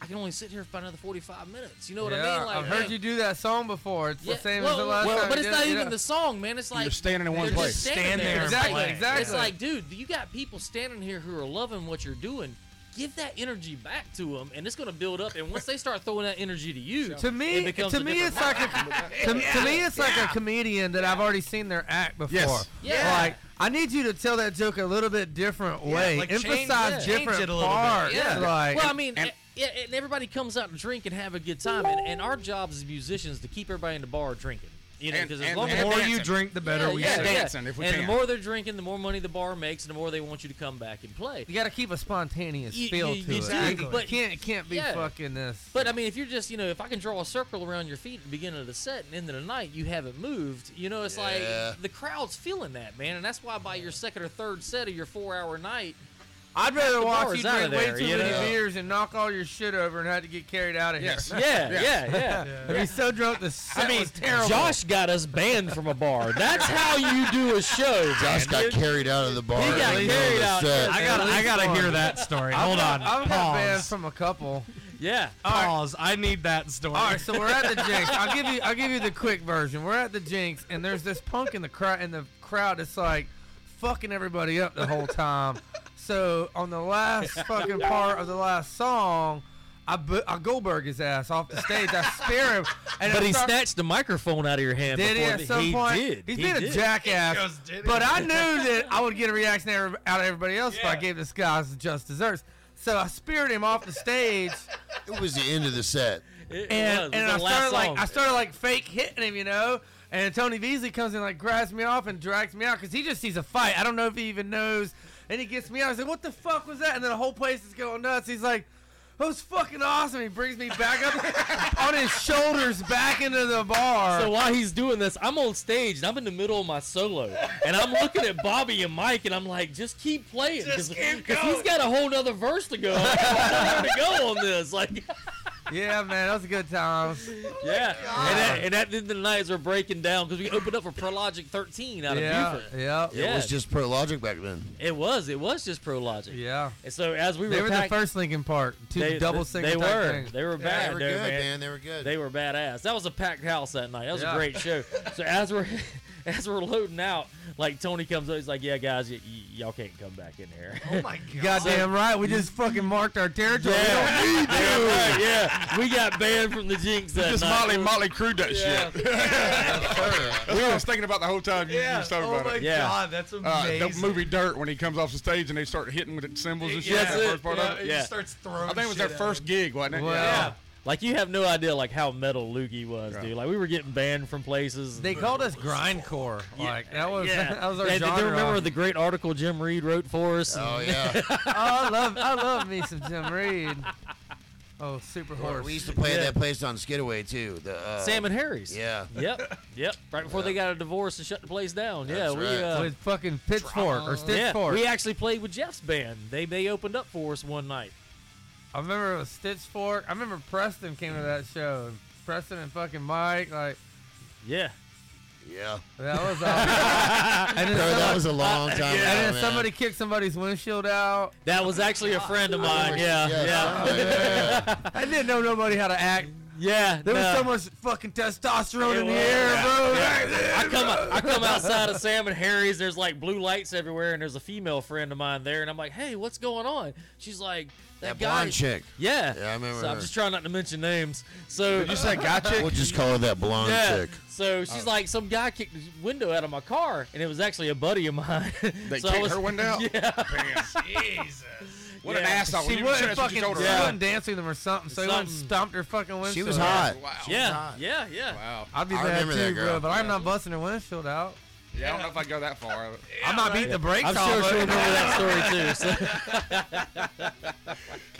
Speaker 2: I can only sit here for another 45 minutes. You know what I
Speaker 5: Yeah,
Speaker 2: mean? Like,
Speaker 5: I've heard
Speaker 2: man,
Speaker 5: you do that song before. It's
Speaker 2: yeah,
Speaker 5: the same
Speaker 2: well,
Speaker 5: as the last
Speaker 2: well,
Speaker 5: time.
Speaker 2: But
Speaker 5: you
Speaker 2: it's
Speaker 5: did it,
Speaker 2: not
Speaker 5: you
Speaker 2: even
Speaker 5: know?
Speaker 2: the song, man. It's like
Speaker 7: you're standing in one
Speaker 2: they're
Speaker 7: place.
Speaker 2: just standing
Speaker 4: Stand
Speaker 2: there.
Speaker 4: there
Speaker 2: It's
Speaker 5: Exactly,
Speaker 2: like- It's
Speaker 5: exactly.
Speaker 2: like, dude, you got people standing here who are loving what you're doing. Give that energy back to them, and it's going to build up. And once they start throwing that energy to you,
Speaker 5: To me,
Speaker 2: it becomes
Speaker 5: to
Speaker 2: a
Speaker 5: me,
Speaker 2: different
Speaker 5: it's like [LAUGHS] a to, to me, it's like a comedian that I've already seen their act before.
Speaker 7: Yes.
Speaker 2: Yeah.
Speaker 5: Like I need you to tell that joke a little bit different way,
Speaker 4: like change-
Speaker 5: emphasize
Speaker 2: yeah.
Speaker 4: change
Speaker 5: different
Speaker 4: it a little bit.
Speaker 5: parts.
Speaker 2: Yeah.
Speaker 5: Like
Speaker 2: well, I mean,
Speaker 7: and-
Speaker 2: eh, yeah, and everybody comes out to drink and have a good time, and, and our jobs as musicians to keep everybody in the bar drinking. You know,
Speaker 7: And-
Speaker 2: because as
Speaker 7: and-
Speaker 2: long
Speaker 4: The
Speaker 2: as
Speaker 7: and
Speaker 4: more you
Speaker 7: dancing.
Speaker 4: drink, the better we
Speaker 7: yeah,
Speaker 4: sing.
Speaker 7: yeah. dancing if we
Speaker 2: and the
Speaker 7: can.
Speaker 2: more they're drinking, the more money the bar makes, and the more they want you to come back and play.
Speaker 5: you got to keep a spontaneous
Speaker 2: You-
Speaker 5: feel
Speaker 2: you-
Speaker 5: to
Speaker 2: you
Speaker 5: it.
Speaker 2: do,
Speaker 5: Like,
Speaker 2: but-
Speaker 5: it can't it can't be
Speaker 2: yeah.
Speaker 5: fucking this.
Speaker 2: But I mean, if you're just, you know, if I can draw a circle around your feet at the beginning of the set and end of the night, you haven't moved. You know, it's
Speaker 6: Yeah.
Speaker 2: like the crowd's feeling that, man, and that's why by your second or third set of your four-hour night,
Speaker 5: I'd rather
Speaker 2: the
Speaker 5: watch
Speaker 2: bar
Speaker 5: you
Speaker 2: is outta
Speaker 5: drink way
Speaker 2: there,
Speaker 5: too
Speaker 2: you
Speaker 5: many
Speaker 2: know?
Speaker 5: beers and knock all your shit over and have to get carried out of
Speaker 7: Yes.
Speaker 2: [LAUGHS]
Speaker 5: here. [LAUGHS]
Speaker 2: yeah, yeah,
Speaker 7: Yeah.
Speaker 2: yeah.
Speaker 5: I'd be so drunk the set
Speaker 2: I mean,
Speaker 5: was terrible.
Speaker 2: Josh got us banned from a bar. That's how you do a show.
Speaker 6: Josh got
Speaker 2: dude.
Speaker 6: carried out of the bar.
Speaker 2: He
Speaker 6: in the
Speaker 2: got
Speaker 6: middle of
Speaker 2: carried
Speaker 6: the
Speaker 2: out.
Speaker 6: set.
Speaker 4: I gotta, I gotta hear that story. Hold on.
Speaker 5: I've had bands
Speaker 4: Pause.
Speaker 5: from a couple.
Speaker 2: Yeah.
Speaker 4: Pause. I need that story.
Speaker 5: All right, so we're at the Jinx. I'll give you I'll give you the quick version. We're at the Jinx, and there's this punk in the crowd in the crowd that's like fucking everybody up the whole time. So on the last fucking part of the last song, I, bu- I Goldberg his ass off the stage. I spare him, and
Speaker 2: But
Speaker 5: I
Speaker 2: he
Speaker 5: start-
Speaker 2: snatched the microphone out of your hand
Speaker 5: Did he
Speaker 2: before
Speaker 5: at
Speaker 2: the-
Speaker 5: some
Speaker 2: he
Speaker 5: point?
Speaker 2: did.
Speaker 5: He's
Speaker 2: he
Speaker 5: been
Speaker 2: did.
Speaker 5: a jackass.
Speaker 4: Just did it.
Speaker 5: But I knew that I would get a reaction every- out of everybody else if I gave this guy just desserts. So I speared him off the stage
Speaker 6: It was the end of the set.
Speaker 2: It was. It
Speaker 5: and, and
Speaker 2: was
Speaker 5: I
Speaker 2: the last
Speaker 5: started
Speaker 2: song.
Speaker 5: like I started like fake hitting him, you know. And Tony Beasley comes in like grabs me off and drags me out because he just sees a fight. I don't know if he even knows. And he gets me out. I said, "What the fuck was that?" And then the whole place is going nuts. He's like, That was fucking awesome. He brings me back up [LAUGHS] on his shoulders back into the bar.
Speaker 2: So while he's doing this, I'm on stage and I'm in the middle of my solo, and I'm looking at Bobby and Mike, and I'm like, just keep playing, because
Speaker 4: Just keep
Speaker 2: he's
Speaker 4: going.
Speaker 2: got a whole nother verse to go. Like, I don't know where to go on this, like,
Speaker 5: yeah, man, that was good times.
Speaker 2: yeah. And that, and at the end of the night, as we're breaking down, because we opened up for Prologic 13 out of
Speaker 5: Yeah,
Speaker 2: Buford.
Speaker 5: yeah,
Speaker 2: Yeah.
Speaker 6: It was just pro logic back then.
Speaker 2: It was, it was just Prologic.
Speaker 5: yeah.
Speaker 2: And so as we
Speaker 5: They were the
Speaker 2: packed-
Speaker 5: first Linkin Park, two
Speaker 2: they, they-
Speaker 5: double single.
Speaker 2: They
Speaker 5: type
Speaker 2: were,
Speaker 5: things.
Speaker 2: they were
Speaker 6: Yeah,
Speaker 2: bad,
Speaker 6: they were
Speaker 2: there,
Speaker 6: good,
Speaker 2: man.
Speaker 6: man. They were
Speaker 2: [LAUGHS]
Speaker 6: good.
Speaker 2: They were badass. That was a packed house that night. That was
Speaker 5: Yeah.
Speaker 2: a great
Speaker 5: [LAUGHS]
Speaker 2: show. So as we're [LAUGHS] as we're loading out, like Tony comes up, he's like, "Yeah, guys, y- y- y'all can't come back in here."
Speaker 4: Oh my god.
Speaker 5: Goddamn right, we just fucking marked our territory.
Speaker 2: Oh, Yeah, [LAUGHS] yeah, right, yeah. We got banned from the Jinx that
Speaker 7: Just
Speaker 2: night.
Speaker 7: Molly Molly crewed that
Speaker 2: Yeah.
Speaker 7: shit. [LAUGHS] That's what I was thinking about the whole time you, you
Speaker 4: Yeah.
Speaker 7: was talking
Speaker 4: oh
Speaker 7: about
Speaker 4: my
Speaker 7: it.
Speaker 2: Yeah.
Speaker 4: god, that's
Speaker 7: Uh,
Speaker 4: amazing.
Speaker 7: the movie Dirt when he comes off the stage and they start hitting with cymbals and shit.
Speaker 4: Yeah,
Speaker 7: that
Speaker 2: that's
Speaker 7: first part
Speaker 4: yeah,
Speaker 7: of it.
Speaker 4: it
Speaker 2: Yeah.
Speaker 4: just starts throwing.
Speaker 7: I think it was their
Speaker 4: shit at
Speaker 7: first
Speaker 4: him.
Speaker 7: gig, wasn't it?
Speaker 5: Well,
Speaker 4: Yeah.
Speaker 2: Like you have no idea like how metal Loogie was, dude. Like we were getting banned from places.
Speaker 5: They called us grindcore. Like that was
Speaker 2: yeah.
Speaker 5: [LAUGHS] that was our
Speaker 2: Yeah, did
Speaker 5: genre.
Speaker 2: you remember the great article Jim Reed wrote for us?
Speaker 6: Oh yeah.
Speaker 5: [LAUGHS] oh, I love I love me some Jim Reed. Oh, super horse.
Speaker 6: we used to play
Speaker 2: Yeah.
Speaker 6: at that place on Skidaway too. The uh,
Speaker 2: Sam and Harry's.
Speaker 6: Yeah.
Speaker 2: Yep. Yep. Right before they got a divorce and shut the place down. yeah.
Speaker 6: That's
Speaker 2: We,
Speaker 6: right.
Speaker 2: uh,
Speaker 5: with fucking pitchfork or
Speaker 2: yeah,
Speaker 5: stitchfork.
Speaker 2: we actually played with Jeff's band. They they opened up for us one night.
Speaker 5: I remember it was stitchfork. I remember Preston came to that show. and Preston and fucking Mike, like
Speaker 2: Yeah.
Speaker 6: Yeah.
Speaker 2: [LAUGHS]
Speaker 5: that was awesome. and then,
Speaker 6: Bro, that
Speaker 5: somebody,
Speaker 6: was a long time ago.
Speaker 5: and then
Speaker 6: man.
Speaker 5: somebody kicked somebody's windshield out.
Speaker 2: That was actually a friend of mine. Yeah.
Speaker 6: Yes.
Speaker 2: Yeah.
Speaker 6: Oh, yeah.
Speaker 5: I didn't know nobody how to act.
Speaker 2: Yeah.
Speaker 5: There was
Speaker 2: no.
Speaker 5: so much fucking testosterone
Speaker 2: It
Speaker 5: in the
Speaker 2: was.
Speaker 5: air, bro.
Speaker 2: I come I come outside of Sam and Harry's. There's like blue lights everywhere, and there's a female friend of mine there, and I'm like, "Hey, what's going on?" She's like, "That,
Speaker 6: That
Speaker 2: guy."
Speaker 6: blonde chick.
Speaker 2: Yeah.
Speaker 6: Yeah, I remember
Speaker 2: So I'm
Speaker 6: her.
Speaker 2: just trying not to mention names. So you
Speaker 7: Just that guy chick.
Speaker 6: We'll [LAUGHS] just call her that blonde
Speaker 2: yeah.
Speaker 6: chick.
Speaker 2: So she's like, some guy kicked the window out of my car, and it was actually a buddy of mine. [LAUGHS]
Speaker 7: They
Speaker 2: so I
Speaker 7: kicked
Speaker 2: was-
Speaker 7: her window out.
Speaker 2: Yeah.
Speaker 4: Jesus.
Speaker 7: What an
Speaker 2: Yeah.
Speaker 7: asshole!
Speaker 5: She
Speaker 7: You
Speaker 5: wasn't
Speaker 7: should've-
Speaker 5: fucking
Speaker 7: you told her.
Speaker 5: she
Speaker 2: Yeah.
Speaker 5: wasn't dancing them or something, so he went and
Speaker 2: Something.
Speaker 5: stomped her fucking windshield.
Speaker 6: She was
Speaker 5: out.
Speaker 6: hot.
Speaker 7: Wow.
Speaker 2: Yeah. Yeah. Yeah.
Speaker 7: Wow.
Speaker 5: I'd be
Speaker 6: I
Speaker 5: mad
Speaker 6: remember
Speaker 5: too,
Speaker 6: that
Speaker 5: bro,
Speaker 6: girl.
Speaker 5: but I'm not busting her windshield out.
Speaker 7: Yeah, I don't know if I go that far.
Speaker 5: I might beat the brakes
Speaker 2: I'm
Speaker 5: off.
Speaker 2: sure
Speaker 5: of
Speaker 2: she'll
Speaker 5: it.
Speaker 2: remember that story too. So.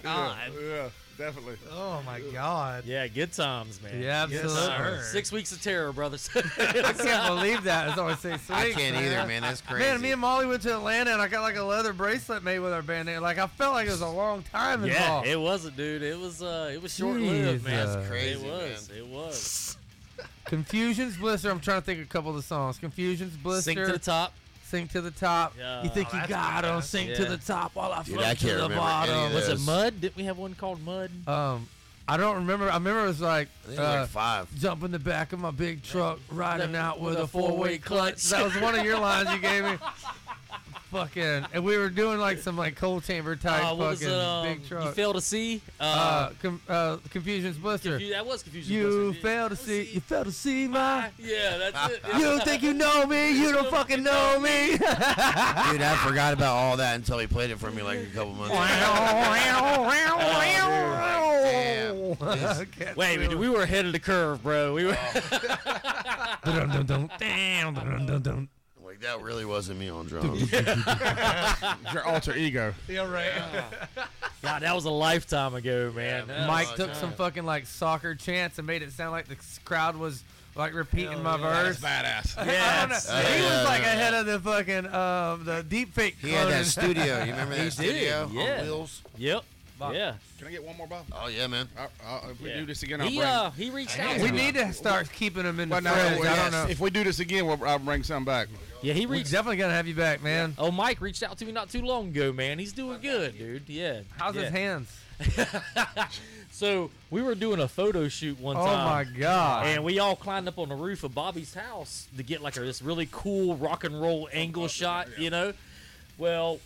Speaker 7: Yeah, definitely.
Speaker 4: Oh my god.
Speaker 2: [LAUGHS] Yeah, good times, man.
Speaker 5: Yeah,
Speaker 4: Yes,
Speaker 5: absolutely.
Speaker 4: sir.
Speaker 2: Six weeks of terror, brothers. [LAUGHS]
Speaker 5: I
Speaker 6: [LAUGHS]
Speaker 5: can't believe that. It's always six weeks.
Speaker 6: I can't either, man. That's crazy.
Speaker 5: Man, me and Molly went to Atlanta and I got like a leather bracelet made with our band name. Like I felt like it was a long time
Speaker 2: yeah,
Speaker 5: involved.
Speaker 2: it was not dude. It was uh, it was short lived, man.
Speaker 5: Jesus. That's
Speaker 6: crazy,
Speaker 2: It was. It was.
Speaker 5: Confusion's Blister. I'm trying to think of a couple of the songs. Confusion's Blister.
Speaker 2: Sink to the top.
Speaker 5: Sink to the top.
Speaker 2: Yeah.
Speaker 5: You think
Speaker 4: Oh,
Speaker 5: you
Speaker 4: that's
Speaker 5: got
Speaker 4: good,
Speaker 5: them?
Speaker 4: man.
Speaker 5: Sink to
Speaker 2: Yeah.
Speaker 5: the top while I
Speaker 6: Dude,
Speaker 5: float
Speaker 6: I
Speaker 5: to
Speaker 6: can't
Speaker 5: the
Speaker 6: remember any of
Speaker 5: bottom.
Speaker 2: Was it
Speaker 6: Yes.
Speaker 2: mud? Didn't we have one called mud?
Speaker 5: Um, I don't remember. I remember it was like.
Speaker 6: I think it was
Speaker 5: Uh, [LAUGHS]
Speaker 6: like five.
Speaker 5: Jump in the back of my big truck, riding
Speaker 2: that-
Speaker 5: out with
Speaker 2: with
Speaker 5: a
Speaker 2: a four-way
Speaker 5: four-way clutch.
Speaker 2: clutch.
Speaker 5: That was one
Speaker 2: [LAUGHS]
Speaker 5: of your lines you gave me. Fucking, and we were doing like some like cold chamber type
Speaker 2: Uh, what was
Speaker 5: fucking
Speaker 2: it? Um,
Speaker 5: big
Speaker 2: you
Speaker 5: truck.
Speaker 2: fail to see. Uh,
Speaker 5: uh, com- uh, Confusion's blister.
Speaker 2: confu- that was confusing.
Speaker 5: You
Speaker 2: Blister, dude.
Speaker 5: fail to see. You fail to see my.
Speaker 2: [LAUGHS] Yeah, that's it.
Speaker 5: You think you know me? You don't fucking know
Speaker 2: [LAUGHS]
Speaker 5: me. [LAUGHS]
Speaker 6: Dude, I forgot about all that until he played it for me like a couple months
Speaker 2: Oh,
Speaker 6: ago.
Speaker 5: Oh,
Speaker 6: Damn. Just-
Speaker 2: Wait, we, we were ahead of the curve, bro. We were.
Speaker 5: Dun-dun-dun-dun. Damn, dun-dun-dun-dun.
Speaker 6: like, that really wasn't me on drums.
Speaker 7: It's your alter ego.
Speaker 4: Yeah, right.
Speaker 2: [LAUGHS]
Speaker 7: [LAUGHS]
Speaker 2: God, that was a lifetime ago, man. That
Speaker 5: Mike
Speaker 6: Oh,
Speaker 5: took
Speaker 6: God.
Speaker 5: some fucking like soccer chants and made it sound like the s- crowd was like repeating my verse.
Speaker 7: Badass.
Speaker 5: I don't know.
Speaker 2: Yes.
Speaker 5: he
Speaker 6: yeah,
Speaker 5: was like
Speaker 6: yeah.
Speaker 5: ahead of the fucking um the deep fake.
Speaker 6: He had
Speaker 5: cloning.
Speaker 6: that studio. You remember that studio
Speaker 2: yeah.
Speaker 6: on wheels?
Speaker 2: Yep.
Speaker 5: Fuck.
Speaker 2: Yeah.
Speaker 7: Can I get one more, Bob?
Speaker 6: Oh yeah, man.
Speaker 7: I, I, if we
Speaker 2: Yeah.
Speaker 7: do this again, I'll
Speaker 2: He
Speaker 7: bring.
Speaker 2: uh he reached out.
Speaker 5: [LAUGHS]
Speaker 2: to
Speaker 5: we
Speaker 2: us.
Speaker 5: need to start keeping him in the
Speaker 7: Well, no,
Speaker 5: friends.
Speaker 7: well,
Speaker 5: I don't
Speaker 7: yes.
Speaker 5: know.
Speaker 7: If we do this again, we'll, I'll bring something back.
Speaker 2: Yeah, he
Speaker 5: We're
Speaker 2: reached.
Speaker 5: definitely gonna have you back, man.
Speaker 2: Oh, Mike reached out to me not too long ago, man. He's doing good, dude. Yeah.
Speaker 5: How's
Speaker 2: yeah.
Speaker 5: his hands?
Speaker 2: So we were doing a photo shoot one
Speaker 5: Oh
Speaker 2: time.
Speaker 5: my god!
Speaker 2: And we all climbed up on the roof of Bobby's house to get like a, this really cool rock and roll angle shot, you know. Well,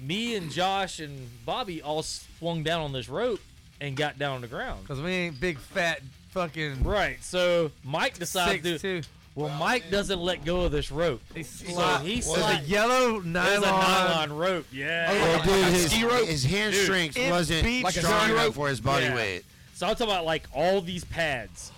Speaker 2: me and Josh and Bobby all swung down on this rope and got down on the ground.
Speaker 5: Cause we ain't big fat fucking
Speaker 2: Right. So Mike
Speaker 5: six
Speaker 2: decides to.
Speaker 5: two.
Speaker 2: Well, Mike doesn't let go of this rope.
Speaker 5: They
Speaker 2: So
Speaker 5: slide.
Speaker 2: he
Speaker 5: There's a
Speaker 2: slides.
Speaker 5: yellow
Speaker 2: It
Speaker 5: nylon. Oh,
Speaker 2: was a nylon Oh, rope. Yeah.
Speaker 6: Well, Oh, dude, his,
Speaker 7: ski rope?
Speaker 6: his hand strength
Speaker 5: it
Speaker 6: wasn't
Speaker 5: beats
Speaker 6: strong
Speaker 7: ski
Speaker 6: enough
Speaker 7: rope?
Speaker 6: for his body
Speaker 2: Yeah.
Speaker 6: weight.
Speaker 2: So I'm talking about like all these pads.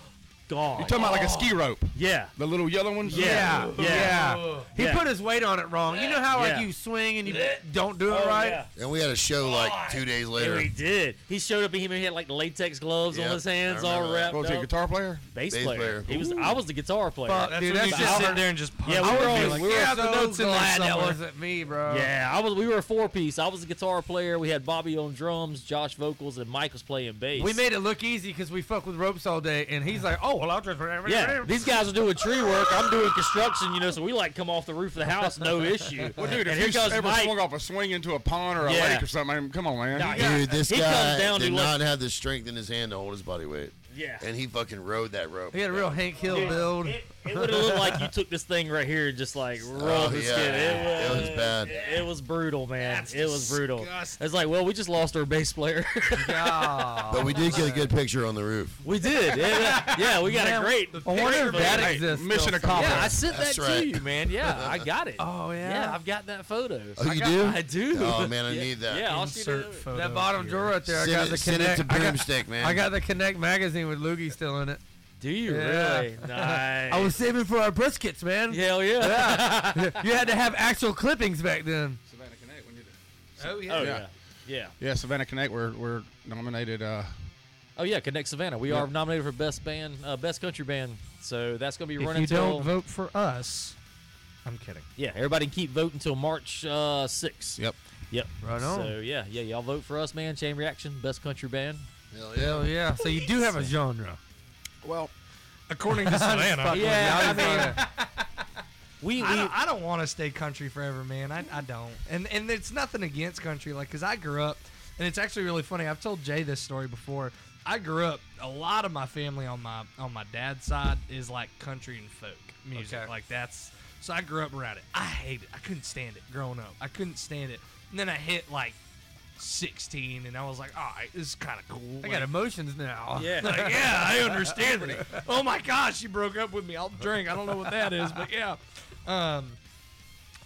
Speaker 2: gone.
Speaker 7: You're talking about like a ski rope,
Speaker 2: yeah.
Speaker 7: the little yellow ones.
Speaker 2: Yeah.
Speaker 5: Yeah.
Speaker 7: Oh,
Speaker 2: Yeah.
Speaker 5: He
Speaker 2: Yeah.
Speaker 5: put his weight on it wrong. You know how like
Speaker 2: Yeah.
Speaker 5: you swing and you don't do it
Speaker 2: Oh,
Speaker 5: right.
Speaker 2: yeah.
Speaker 6: And we had a show like two days
Speaker 2: Yeah,
Speaker 6: later.
Speaker 2: he did. He showed up and he he had like latex gloves
Speaker 6: Yeah,
Speaker 2: on his hands,
Speaker 6: I
Speaker 2: all
Speaker 6: remember that.
Speaker 2: wrapped
Speaker 7: What was he, a
Speaker 2: up.
Speaker 7: guitar player?
Speaker 2: Bass,
Speaker 6: Bass
Speaker 2: player.
Speaker 6: player.
Speaker 2: He was. I was the guitar player.
Speaker 5: Fuck,
Speaker 4: That's
Speaker 5: dude,
Speaker 4: when
Speaker 5: that's
Speaker 4: you
Speaker 5: just
Speaker 4: just
Speaker 2: our-
Speaker 4: sit there and just punch.
Speaker 2: Yeah, we
Speaker 4: it.
Speaker 2: were
Speaker 4: Be
Speaker 2: always-
Speaker 4: like,
Speaker 5: we were
Speaker 4: yeah,
Speaker 5: so
Speaker 4: the notes in there
Speaker 5: glad that
Speaker 4: somewhere.
Speaker 5: wasn't me, bro.
Speaker 2: Yeah, I was. We were a four piece. I was the guitar player. We had Bobby on drums, Josh vocals, and Mike was playing bass.
Speaker 5: We made it look easy because we fuck with ropes all day, and he's like, "Oh, well, I'll just
Speaker 2: Yeah, these guys are doing tree work. I'm doing construction, you know. So we like come off the roof of the house, no issue.
Speaker 7: Well, dude,
Speaker 2: and
Speaker 7: if
Speaker 2: here
Speaker 7: you
Speaker 2: goes
Speaker 7: ever
Speaker 2: Mike.
Speaker 7: swung off a swing into a pond or a
Speaker 2: Yeah.
Speaker 7: lake or something, I mean, come on, man.
Speaker 2: Nah,
Speaker 7: You-
Speaker 6: Dude, this
Speaker 2: He comes
Speaker 6: guy
Speaker 2: down to
Speaker 6: did
Speaker 2: look-
Speaker 6: not have the strength in his hand to hold his body weight,
Speaker 2: Yeah,
Speaker 6: and he fucking rode that rope.
Speaker 5: He had a real Hank Hill
Speaker 2: Yeah.
Speaker 5: build.
Speaker 2: It, would have looked like you took this thing right here and just like rubbed
Speaker 6: Oh,
Speaker 2: the
Speaker 6: yeah.
Speaker 2: skin. It
Speaker 6: It
Speaker 2: was,
Speaker 6: was bad.
Speaker 2: It was brutal, man.
Speaker 4: That's
Speaker 2: it was brutal.
Speaker 4: disgusting.
Speaker 2: It's like, well, we just lost our bass player. [LAUGHS]
Speaker 6: [LAUGHS]
Speaker 5: God.
Speaker 6: But we did get a good picture on the roof.
Speaker 2: we did. Yeah, yeah, we got a great.
Speaker 5: I wonder if
Speaker 2: picture.
Speaker 5: that
Speaker 7: Hey,
Speaker 5: exists.
Speaker 7: mission
Speaker 5: still.
Speaker 2: Yeah,
Speaker 7: accomplished.
Speaker 2: I sent
Speaker 6: That's
Speaker 2: that to
Speaker 6: right.
Speaker 2: you, man. Yeah, I got [LAUGHS] it.
Speaker 5: Oh yeah.
Speaker 2: yeah, I've got that photo.
Speaker 6: Oh, you
Speaker 5: got-
Speaker 6: do?
Speaker 2: I do.
Speaker 6: Oh, man, I
Speaker 2: Yeah,
Speaker 6: need that.
Speaker 2: Yeah, I'll shoot it.
Speaker 4: Insert
Speaker 2: over.
Speaker 4: photo.
Speaker 5: that bottom
Speaker 4: here.
Speaker 5: drawer right there. I
Speaker 6: Send
Speaker 5: got
Speaker 6: it,
Speaker 5: the
Speaker 6: send
Speaker 5: connect.
Speaker 6: it
Speaker 5: I
Speaker 6: to
Speaker 5: got-
Speaker 6: Broomstick, man.
Speaker 5: I got the Connect magazine with Loogie still in it.
Speaker 2: Do you
Speaker 5: Yeah.
Speaker 2: [LAUGHS] really? Nice.
Speaker 5: I was saving for our press kits, man.
Speaker 2: Hell yeah.
Speaker 5: [LAUGHS] you had to have actual clippings back then.
Speaker 7: Savannah Connect, when you did-
Speaker 4: Oh yeah.
Speaker 2: [LAUGHS] Oh
Speaker 7: Yeah.
Speaker 2: yeah. Yeah.
Speaker 7: yeah, Savannah Connect, we're, we're nominated. Uh,
Speaker 2: Oh yeah. Connect Savannah. We are nominated for best band, uh, best country band. So that's gonna be
Speaker 4: If
Speaker 2: running
Speaker 4: you don't
Speaker 2: till
Speaker 4: vote for us, I'm kidding.
Speaker 2: yeah. Everybody keep voting till March uh, 6th.
Speaker 6: Yep.
Speaker 2: Yep.
Speaker 5: Right on.
Speaker 2: So yeah, yeah. Y'all vote for us, man. Chain Reaction, best country band.
Speaker 6: Hell
Speaker 5: Hell yeah. So you do have a genre.
Speaker 7: well,
Speaker 4: According to Savannah.
Speaker 2: Yeah.
Speaker 5: mean,
Speaker 2: We, we
Speaker 4: I don't, I don't want to stay country forever, man. I, I don't. And and it's nothing against country, like, cause I grew up, and it's actually really funny. I've told Jay this story before. I grew up. A lot of my family on my on my dad's side is like country and folk music.
Speaker 5: Okay.
Speaker 4: Like that's. So I grew up around it. I hate it. I couldn't stand it growing up. I couldn't stand it. And then I hit like 16, and I was like, all right, this is kind of cool.
Speaker 5: I
Speaker 4: Like,
Speaker 5: got emotions now.
Speaker 2: yeah.
Speaker 4: [LAUGHS] like, yeah, I understand it. Oh my gosh, she broke up with me. I'll drink. I don't know what that is, but yeah. Um,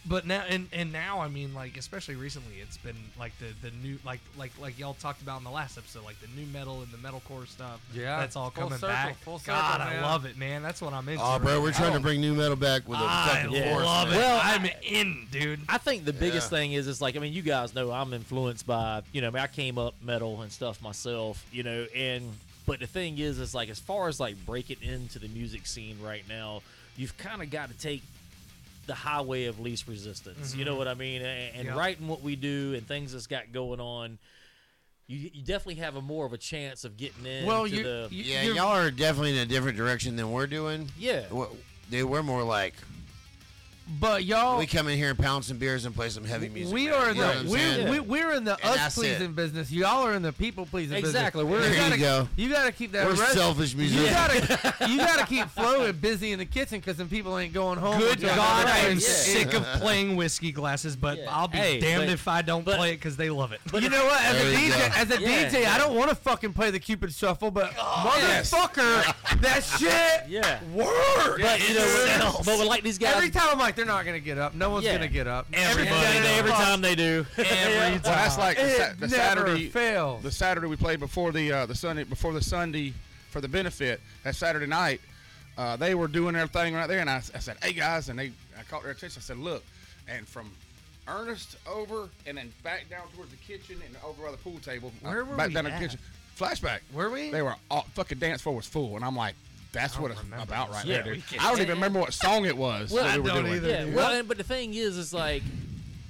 Speaker 4: but now and and now, I mean, like especially recently, it's been like the the new like like like y'all talked about in the last episode, like the new metal and the metalcore stuff.
Speaker 5: Yeah,
Speaker 4: that's all
Speaker 5: full
Speaker 4: coming
Speaker 5: circle,
Speaker 4: back.
Speaker 5: full circle,
Speaker 4: God,
Speaker 5: man.
Speaker 4: I love it, man. That's what I'm into.
Speaker 6: Oh, bro,
Speaker 4: right
Speaker 6: we're
Speaker 4: now.
Speaker 6: trying to bring new metal back with a
Speaker 4: I
Speaker 6: fucking
Speaker 2: Yeah.
Speaker 6: force.
Speaker 4: love it.
Speaker 6: man.
Speaker 2: Well,
Speaker 4: I'm in, dude.
Speaker 2: I think the biggest
Speaker 6: Yeah.
Speaker 2: thing is it's like I mean you guys know I'm influenced by you know I, mean, I came up metal and stuff myself you know and but the thing is it's like as far as like breaking into the music scene right now you've kind of got to take the highway of least resistance you
Speaker 5: Mm-hmm.
Speaker 2: know what I mean and, and
Speaker 4: Yeah.
Speaker 2: writing what we do and things that's got going on you, you definitely have a more of a chance of getting in
Speaker 5: Well,
Speaker 2: to
Speaker 5: you,
Speaker 2: the,
Speaker 5: you
Speaker 6: Yeah,
Speaker 5: you're-
Speaker 6: y'all are definitely in a different direction than we're doing.
Speaker 2: yeah
Speaker 6: Wha- They were more like
Speaker 5: but y'all,
Speaker 6: we come in here and pound some beers and play some heavy music.
Speaker 5: Oh. we
Speaker 6: man.
Speaker 5: are
Speaker 6: You know what
Speaker 5: the
Speaker 6: I'm
Speaker 5: we're,
Speaker 6: saying?
Speaker 5: we, we're in the
Speaker 6: And
Speaker 5: us
Speaker 6: that's it.
Speaker 5: pleasing business. Y'all are in the people pleasing
Speaker 2: Exactly,
Speaker 5: business.
Speaker 2: we're-
Speaker 5: You
Speaker 6: There
Speaker 5: gotta-
Speaker 6: you go.
Speaker 5: You gotta keep that.
Speaker 6: We're
Speaker 5: res-
Speaker 6: selfish
Speaker 5: You
Speaker 6: musicians.
Speaker 5: gotta
Speaker 6: [LAUGHS]
Speaker 5: you gotta keep flowing busy in the kitchen because then people ain't going home.
Speaker 4: Good
Speaker 5: until
Speaker 4: God, I
Speaker 5: nine.
Speaker 4: am
Speaker 2: Yeah.
Speaker 4: sick of playing whiskey glasses, but
Speaker 2: Yeah.
Speaker 4: I'll be
Speaker 2: Hey,
Speaker 4: damned
Speaker 2: but-
Speaker 4: if I don't
Speaker 2: but-
Speaker 4: play it because they love it.
Speaker 5: You know what? As
Speaker 6: There
Speaker 5: a
Speaker 6: you
Speaker 5: DJ,
Speaker 6: go.
Speaker 5: as a
Speaker 2: Yeah,
Speaker 5: DJ,
Speaker 2: yeah.
Speaker 5: I don't want to fucking play the Cupid Shuffle, but
Speaker 7: yes.
Speaker 5: motherfucker, that shit
Speaker 2: yeah
Speaker 5: works.
Speaker 2: but you know but with like these guys
Speaker 5: Every time I'm like, they're not gonna get up. No one's
Speaker 2: Yeah.
Speaker 5: gonna get up.
Speaker 2: every,
Speaker 5: Everybody.
Speaker 2: every time they do
Speaker 5: Every
Speaker 7: well, that's like the, sa-
Speaker 5: It
Speaker 7: the
Speaker 5: never
Speaker 7: Saturday
Speaker 5: fails.
Speaker 7: the Saturday we played before the uh, the Sunday before the Sunday for the benefit that Saturday night. Uh, they were doing their thing right there, and I, I said, "Hey guys," and they I caught their attention. I said, "Look," and from Ernest over and then back down towards the kitchen and over by the pool table.
Speaker 4: Where
Speaker 7: uh,
Speaker 4: were
Speaker 7: back
Speaker 4: we
Speaker 7: down
Speaker 4: at?
Speaker 7: the kitchen? Flashback.
Speaker 4: Were we?
Speaker 7: They were all fucking dance floor was full, and I'm like, "That's what it's
Speaker 4: remember
Speaker 7: about
Speaker 4: this.
Speaker 7: right
Speaker 2: Yeah,
Speaker 7: there,
Speaker 2: we
Speaker 7: dude."
Speaker 2: can
Speaker 7: I don't even remember what song it was.
Speaker 2: Well,
Speaker 7: that
Speaker 2: I
Speaker 7: we were
Speaker 4: don't
Speaker 7: doing.
Speaker 4: either.
Speaker 2: Yeah,
Speaker 4: dude.
Speaker 2: well, and, but the thing is, is like